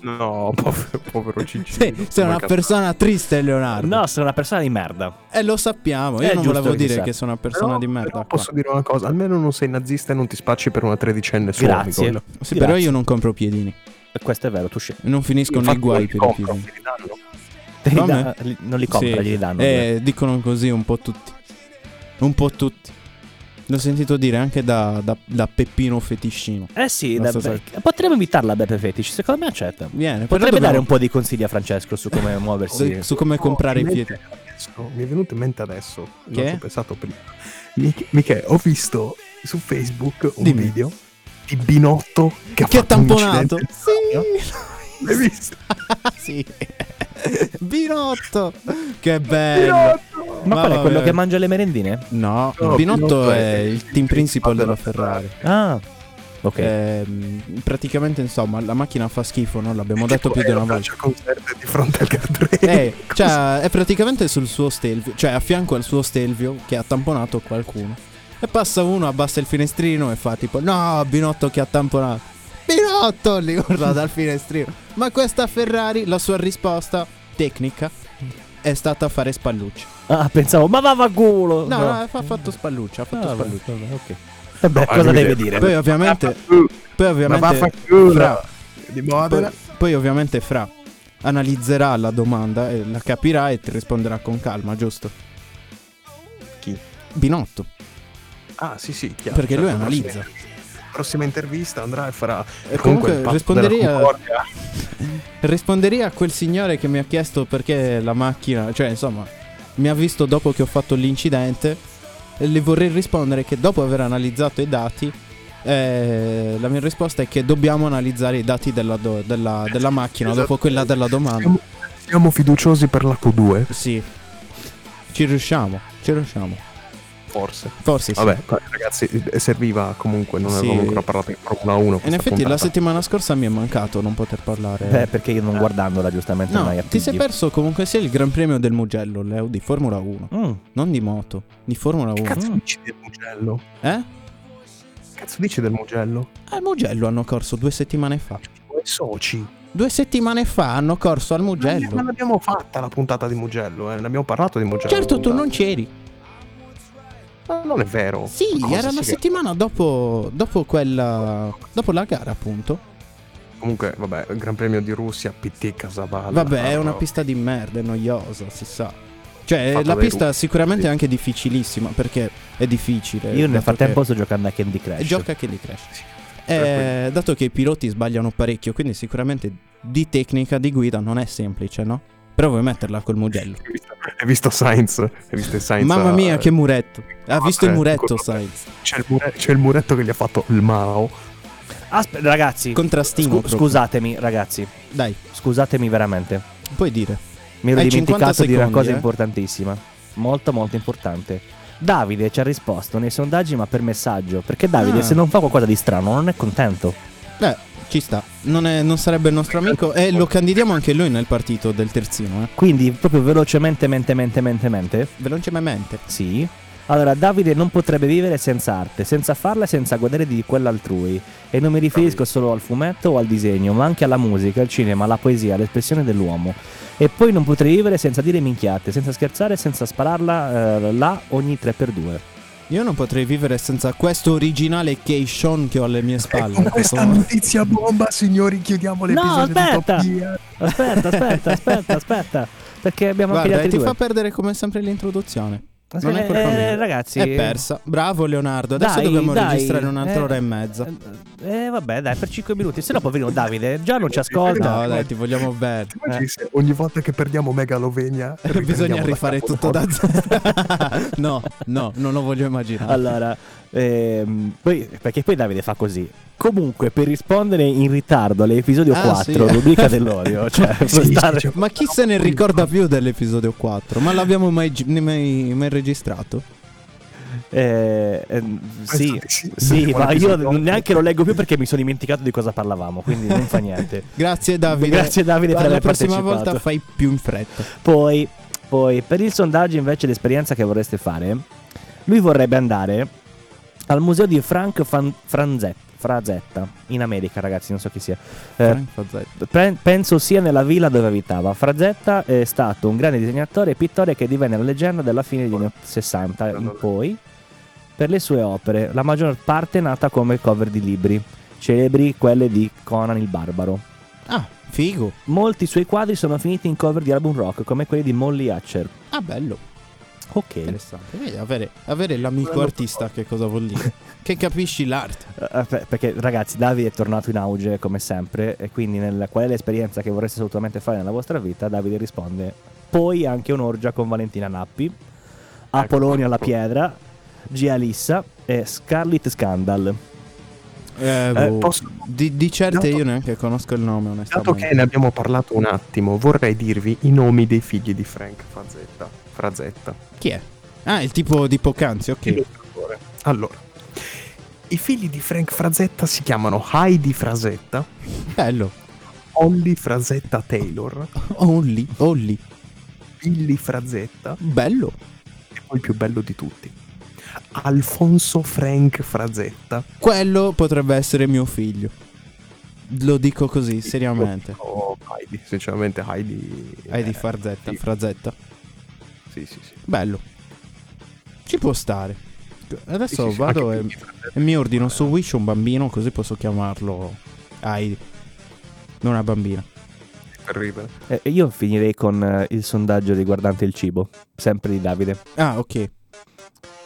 Speaker 2: No, povero, povero Cicino.
Speaker 3: Sei, sei una
Speaker 2: Come cazzo-
Speaker 3: persona triste, Leonardo.
Speaker 1: No, sei una persona di merda.
Speaker 3: E lo sappiamo, io
Speaker 1: È
Speaker 3: non
Speaker 1: giusto
Speaker 3: volevo
Speaker 1: che si
Speaker 3: dire
Speaker 1: sa.
Speaker 3: che sono una
Speaker 2: Però-
Speaker 3: persona di merda.
Speaker 2: però
Speaker 3: qua.
Speaker 2: Posso dire una cosa? Almeno non sei nazista e non ti spacci per una tredicenne su
Speaker 1: Grazie.
Speaker 2: Omicron.
Speaker 3: Sì, però io non compro piedini.
Speaker 1: Questo è vero, tu scegli.
Speaker 3: Non finisco nei
Speaker 2: Infatti,
Speaker 3: guai
Speaker 2: non li
Speaker 3: per i
Speaker 2: compro,
Speaker 3: piedini.
Speaker 2: ti ridanno.
Speaker 1: Te li
Speaker 3: Come?
Speaker 1: dà- li- non li compra,
Speaker 3: Sì.
Speaker 1: glieli danno.
Speaker 3: Eh, dicono così un po' tutti. Un po' tutti. L'ho sentito dire anche da, da- da Peppino Fetiscino.
Speaker 1: Eh sì,
Speaker 3: non
Speaker 1: da-
Speaker 3: so se-
Speaker 1: beh, potremmo invitarla a Beppe Fetici, secondo me accetta.
Speaker 3: Viene, però
Speaker 1: Potrebbe
Speaker 3: dobbiamo-
Speaker 1: dare un po' di consigli a Francesco su come muoversi.
Speaker 3: su, su come comprare i
Speaker 2: No, mi è
Speaker 3: piedi.
Speaker 2: venuto adesso- Mi è venuto in mente adesso.
Speaker 3: Che?
Speaker 2: Non ci ho pensato prima. Mich- Michele, ho visto su Facebook un
Speaker 3: Dimmi.
Speaker 2: video di Binotto che ha
Speaker 3: Che ha
Speaker 2: fatto un
Speaker 3: tamponato.
Speaker 2: incidente.
Speaker 3: Sì.
Speaker 2: L'hai visto?
Speaker 3: sì. Binotto. Che bello.
Speaker 2: Binotto!
Speaker 1: Ma qual è
Speaker 3: vabbè.
Speaker 1: quello che mangia le merendine?
Speaker 3: No,
Speaker 2: No,
Speaker 3: Binotto
Speaker 2: Binotto
Speaker 3: è
Speaker 2: è-
Speaker 3: il team principal della Ferrari.
Speaker 1: Ah, ok.
Speaker 3: Ehm, praticamente, insomma, la macchina fa schifo, no? L'abbiamo detto
Speaker 2: Tipo,
Speaker 3: più
Speaker 2: eh,
Speaker 3: di una
Speaker 2: la
Speaker 3: volta.
Speaker 2: faccia concerta di fronte al cartello.
Speaker 3: Eh, cioè, è praticamente sul suo stelvio, cioè a fianco al suo stelvio che ha tamponato qualcuno. E passa uno, abbassa il finestrino e fa tipo: No, Binotto che ha tamponato. Binotto! Li urla dal finestrino. Ma questa Ferrari, la sua risposta tecnica è stata fare spallucce.
Speaker 1: Ah, pensavo, ma va a culo!
Speaker 3: No, no, ha fatto spallucce, ha
Speaker 1: Ah,
Speaker 3: fatto spallucce.
Speaker 1: vabbè, ok. Vabbè,
Speaker 2: No,
Speaker 1: cosa
Speaker 2: lui
Speaker 1: deve
Speaker 2: deve-
Speaker 1: dire?
Speaker 3: Poi ovviamente, poi
Speaker 2: Ma
Speaker 3: ovviamente,
Speaker 2: vaffanculo.
Speaker 3: fra-
Speaker 2: Di Modena.
Speaker 3: poi, poi ovviamente Fra analizzerà la domanda, e la capirà e ti risponderà con calma, giusto?
Speaker 2: Chi?
Speaker 3: Binotto.
Speaker 2: Ah, sì, sì, chiaro.
Speaker 3: Perché lui
Speaker 2: Certo,
Speaker 3: analizza.
Speaker 2: prossima- Prossima intervista andrà e farà.
Speaker 3: E
Speaker 2: comunque,
Speaker 3: Eh, comunque
Speaker 2: il patto
Speaker 3: risponderei
Speaker 2: della
Speaker 3: a-
Speaker 2: Concordia.
Speaker 3: Risponderei a quel signore che mi ha chiesto perché la macchina, cioè insomma, mi ha visto dopo che ho fatto l'incidente e le vorrei rispondere che dopo aver analizzato i dati, eh, la mia risposta è che dobbiamo analizzare i dati della, do- della- della macchina dopo
Speaker 2: Esatto.
Speaker 3: quella della domanda.
Speaker 2: Siamo, siamo fiduciosi per la Q2,
Speaker 3: Sì, ci riusciamo, ci riusciamo.
Speaker 2: forse.
Speaker 3: Forse sì.
Speaker 2: Vabbè, qua, ragazzi, eh, serviva comunque, non
Speaker 3: Sì.
Speaker 2: avevamo ancora parlato di Formula 1.
Speaker 3: In effetti la settimana scorsa mi è mancato non poter parlare.
Speaker 1: Eh, perché io non guardandola, giustamente,
Speaker 3: Ah. no,
Speaker 1: mai
Speaker 3: ti sei
Speaker 1: appiglio.
Speaker 3: perso comunque sia il Gran Premio del Mugello, Leo, di Formula 1.
Speaker 1: Mm.
Speaker 3: Non di moto, di Formula
Speaker 2: Che
Speaker 3: 1.
Speaker 2: cazzo dici del Mugello?
Speaker 3: Eh?
Speaker 2: Che cazzo dici del Mugello?
Speaker 3: Al Mugello hanno corso due settimane fa.
Speaker 2: Come soci.
Speaker 3: Due settimane fa hanno corso al
Speaker 2: Non
Speaker 3: Mugello.
Speaker 2: l'abbiamo fatta la puntata di Mugello, eh. Ne abbiamo parlato di Mugello.
Speaker 3: Certo, tu
Speaker 2: la
Speaker 3: non c'eri.
Speaker 2: puntata. No, non è vero.
Speaker 3: Sì,
Speaker 2: Oh, Cosa
Speaker 3: era
Speaker 2: si
Speaker 3: la
Speaker 2: vede?
Speaker 3: settimana dopo, dopo quella. Dopo la gara, appunto.
Speaker 2: Comunque, vabbè, Gran Premio di Russia, PT Casaballa.
Speaker 3: Vabbè, è una
Speaker 2: pista
Speaker 3: pista di merda, è noiosa, si sa. Cioè,
Speaker 2: Fatto
Speaker 3: la
Speaker 2: dai
Speaker 3: pista
Speaker 2: russi,
Speaker 3: sicuramente è
Speaker 2: sì.
Speaker 3: anche difficilissima perché è difficile.
Speaker 1: Io nel
Speaker 3: dato
Speaker 1: frattempo sto giocando a Candy
Speaker 3: che-
Speaker 1: Crush.
Speaker 3: Gioca che li cresce.
Speaker 2: Sì,
Speaker 3: Eh, dato che i piloti sbagliano parecchio, quindi sicuramente di tecnica di guida non è semplice, no? Però vuoi metterla col Mugello.
Speaker 2: Hai visto- Hai visto Sainz? Hai visto Sainz?
Speaker 3: Mamma mia,
Speaker 2: eh,
Speaker 3: che muretto! Ha visto il
Speaker 2: eh,
Speaker 3: muretto,
Speaker 2: col-
Speaker 3: Sainz.
Speaker 2: C'è il, mure- c'è il muretto che gli ha fatto il Mao.
Speaker 1: Aspetta, ragazzi.
Speaker 3: Contrastino.
Speaker 1: scu-
Speaker 3: proprio.
Speaker 1: scusatemi, ragazzi.
Speaker 3: Dai,
Speaker 1: Scusatemi veramente.
Speaker 3: puoi dire.
Speaker 1: Mi ero
Speaker 3: Hai 50
Speaker 1: dimenticato di dire una
Speaker 3: Eh, secondi,
Speaker 1: cosa
Speaker 3: eh.
Speaker 1: importantissima. Molto, molto importante. Davide ci ha risposto nei sondaggi, ma per messaggio. Perché Davide,
Speaker 3: Ah.
Speaker 1: se non fa qualcosa di strano, non è contento.
Speaker 3: Beh, ci sta. Non, è- non sarebbe il nostro amico. E lo candidiamo anche lui nel partito del terzino, eh.
Speaker 1: Quindi, proprio velocemente, mente, mente, mente, mente.
Speaker 3: Velocemente.
Speaker 1: Sì. Allora, Davide non potrebbe vivere senza arte, senza farla e senza godere di quella altrui. E non mi riferisco solo al fumetto o al disegno, ma anche alla musica, al cinema, alla poesia, all'espressione dell'uomo. E poi non potrei vivere senza dire minchiate, senza scherzare, senza spararla eh, là ogni 3x2.
Speaker 3: Io non potrei vivere senza questo originale Keishon che ho alle
Speaker 1: Eh,
Speaker 3: mie
Speaker 2: E
Speaker 3: spalle.
Speaker 2: con questa
Speaker 3: Insomma,
Speaker 2: notizia bomba, signori, chiudiamo l'episodio
Speaker 1: aspetta!
Speaker 2: di Top Gear.
Speaker 1: Aspetta, aspetta, aspetta, aspetta. Perché abbiamo anche
Speaker 3: Guarda, e
Speaker 1: gli altri
Speaker 3: ti
Speaker 1: due.
Speaker 3: fa perdere come sempre l'introduzione. non è
Speaker 1: Eh,
Speaker 3: colpa mia.
Speaker 1: ragazzi,
Speaker 3: È persa. Bravo Leonardo. Adesso
Speaker 1: Dai,
Speaker 3: dobbiamo
Speaker 1: dai.
Speaker 3: registrare un'altra
Speaker 1: Eh,
Speaker 3: ora e mezza.
Speaker 1: Eh, eh, vabbè, dai, per 5 minuti. Se no, poverino Davide, già non ci ascolta.
Speaker 3: No, dai, ti vogliamo bene.
Speaker 2: Ti immagini se Ogni volta che perdiamo Megalovenia, riprendiamo
Speaker 3: Bisogna
Speaker 2: da
Speaker 3: rifare
Speaker 2: capo
Speaker 3: tutto da zero. no, no, non lo voglio immaginare.
Speaker 1: Allora, ehm, poi- perché poi Davide fa così. Comunque, per rispondere in ritardo all'episodio
Speaker 3: Ah,
Speaker 1: 4,
Speaker 3: sì.
Speaker 1: rubrica dell'odio, cioè, per
Speaker 2: Sì, sì,
Speaker 1: stare-
Speaker 2: cioè,
Speaker 3: Ma chi se ne ricorda più dell'episodio 4? Ma l'abbiamo mai, gi- ne- mai- mai registrato?
Speaker 1: Eh, ehm, sì,
Speaker 2: Sì,
Speaker 1: sì, ma
Speaker 2: buon
Speaker 1: io
Speaker 2: episodio.
Speaker 1: neanche lo leggo più perché mi sono dimenticato di cosa parlavamo, quindi non fa niente.
Speaker 3: Grazie Davide.
Speaker 1: Grazie, Davide, per
Speaker 3: La
Speaker 1: aver
Speaker 3: prossima
Speaker 1: partecipato. Eh.
Speaker 3: volta fai più in fretta.
Speaker 1: Poi, poi, per il sondaggio invece l'esperienza che vorreste fare, lui vorrebbe andare al museo di Frank Fan- Franze- Frazetta, in America ragazzi, non so chi sia. Eh,
Speaker 3: Frank Fazzetti.
Speaker 1: Pre- penso sia nella villa dove abitava. Frazetta è stato un grande disegnatore e pittore che divenne la leggenda della fine degli anni 60 in poi per le sue opere, la maggior parte nata come cover di libri, celebri quelle di Conan il Barbaro.
Speaker 3: Ah, figo.
Speaker 1: Molti suoi quadri sono finiti in cover di album rock, come quelli di Molly Hatcher.
Speaker 3: Ah, bello.
Speaker 1: Ok.
Speaker 3: Interessante. Vedi, avere, avere l'amico artista che cosa vuol dire? che capisci l'arte.
Speaker 1: Eh, per- perché ragazzi Davide è tornato in auge come sempre e quindi nel, qual è l'esperienza che vorreste assolutamente fare nella vostra vita Davide risponde poi anche un'orgia con Valentina Nappi Apolonio alla Piedra Gia Lissa e Scarlet Scandal
Speaker 3: Eh,
Speaker 2: Eh,
Speaker 3: boh.
Speaker 2: posso-
Speaker 3: di, di certe
Speaker 2: Dato-
Speaker 3: io neanche conosco il nome,
Speaker 2: Dato
Speaker 3: onestamente.
Speaker 2: che ne abbiamo parlato un attimo, vorrei dirvi i nomi dei figli di Frank Frazetta. Frazetta.
Speaker 3: Chi è? Ah, il tipo di poc'anzi, ok.
Speaker 2: Illustratore. Allora, i figli di Frank Frazetta si chiamano Heidi Frazetta,
Speaker 3: Bello.
Speaker 2: Olly Frazetta Taylor,
Speaker 3: Olli, Olli.
Speaker 2: Billy Frazetta
Speaker 3: Bello.
Speaker 2: e poi il più bello di tutti, Alfonso Frank Frazetta.
Speaker 3: Quello potrebbe essere mio figlio. Lo dico così, seriamente.
Speaker 2: Oh, Heidi, sinceramente Heidi...
Speaker 3: Hai di
Speaker 2: eh,
Speaker 3: farzetta,
Speaker 2: sì.
Speaker 3: frazzetta.
Speaker 2: Sì, sì, sì.
Speaker 3: Bello. Ci può stare. Adesso
Speaker 2: Sì, sì, sì,
Speaker 3: vado
Speaker 2: anche
Speaker 3: e,
Speaker 2: Billy Frazetta.
Speaker 3: e mi ordino su Wish un bambino, così posso chiamarlo Heidi. Non una bambina.
Speaker 2: Per ridere.
Speaker 1: Eh, e io finirei con eh, il sondaggio riguardante il cibo sempre di Davide
Speaker 3: Ah, ok.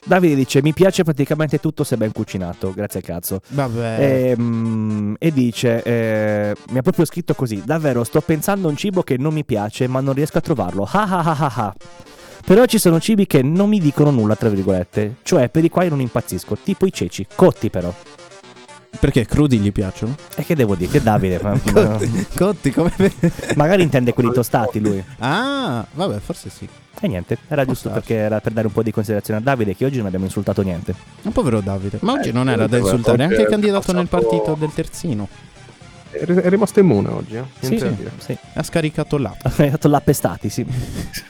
Speaker 1: Davide dice mi piace praticamente tutto se ben cucinato grazie al cazzo
Speaker 2: Eh.
Speaker 3: Vabbè.
Speaker 1: E, mm, e dice: eh, Mi ha proprio scritto così: Davvero, sto pensando a un cibo che non mi piace, ma non riesco a trovarlo. Ha ha ha ha ha. Però ci sono cibi che non mi dicono nulla, tra virgolette, cioè per i quali non impazzisco, tipo i ceci, cotti però.
Speaker 3: Perché crudi gli piacciono?
Speaker 1: E che devo dire? Che Davide, ma-
Speaker 3: Cotti, cotti come...
Speaker 1: magari intende quelli tostati lui.
Speaker 3: ah, vabbè, forse sì.
Speaker 1: E niente, era giusto
Speaker 3: darsi.
Speaker 1: perché era per dare un po' di considerazione a Davide che oggi non abbiamo insultato niente.
Speaker 3: Un povero Davide. Ma oggi non era da
Speaker 2: vabbè,
Speaker 3: insultare,
Speaker 2: oggi
Speaker 3: anche
Speaker 2: è
Speaker 3: candidato nel
Speaker 2: Eh, passato-
Speaker 3: partito del terzino.
Speaker 2: È è rimasto immune oggi, eh? Niente
Speaker 1: Sì,
Speaker 2: da
Speaker 1: sì,
Speaker 2: dire.
Speaker 1: sì.
Speaker 3: Ha scaricato l'app.
Speaker 1: Hai fatto l'appestati, sì.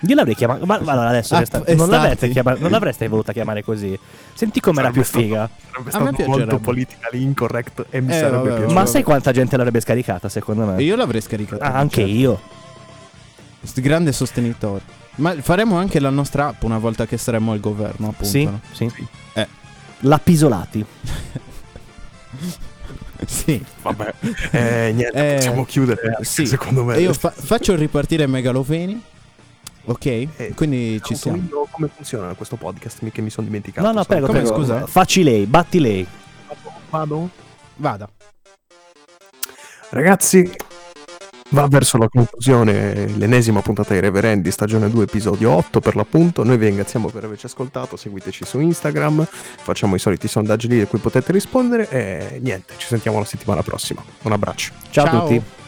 Speaker 1: Io l'avrei chiamata. Ma, ma allora adesso
Speaker 3: Ah,
Speaker 1: resta-
Speaker 3: estati.
Speaker 1: non, l'avreste chiama- non l'avreste voluta chiamare così. Senti com'era più
Speaker 2: Sarebbe stato-
Speaker 1: figa.
Speaker 2: Sarebbe
Speaker 3: A me
Speaker 2: stato molto
Speaker 3: piacerebbe.
Speaker 2: politically incorrect e mi
Speaker 3: Eh,
Speaker 2: sarebbe
Speaker 3: vabbè,
Speaker 2: piaciuto.
Speaker 1: Ma sai quanta gente l'avrebbe scaricata, secondo me?
Speaker 3: E Eh, io l'avrei scaricato.
Speaker 1: Ah, anche
Speaker 3: certo.
Speaker 1: io.
Speaker 3: St- Grande sostenitore. Ma faremo anche la nostra app una volta che saremo al governo, appunto.
Speaker 1: Sì,
Speaker 3: no?
Speaker 1: sì.
Speaker 3: Eh.
Speaker 1: L'appisolati.
Speaker 3: sì.
Speaker 2: Vabbè, eh, niente,
Speaker 3: Eh,
Speaker 2: possiamo chiudere. eh,
Speaker 3: sì.
Speaker 2: Secondo me.
Speaker 3: E io fa- faccio ripartire Megalofeni. Ok? Quindi ci
Speaker 2: Auto
Speaker 3: siamo.
Speaker 2: Window, diciamo Come funziona questo podcast? Mi- Che mi sono dimenticato.
Speaker 1: No, no,
Speaker 2: Sono-
Speaker 1: prego,
Speaker 3: Come,
Speaker 1: prego.
Speaker 3: scusa?
Speaker 1: Facci lei, batti lei.
Speaker 2: Vado?
Speaker 3: Vada.
Speaker 2: Ragazzi, va verso la conclusione l'ennesima puntata di Reverendi, stagione 2, episodio 8 per l'appunto. Noi vi ringraziamo per averci ascoltato, seguiteci su Instagram, facciamo i soliti sondaggi lì a cui potete rispondere e niente, ci sentiamo la settimana prossima. Un abbraccio.
Speaker 1: Ciao a tutti.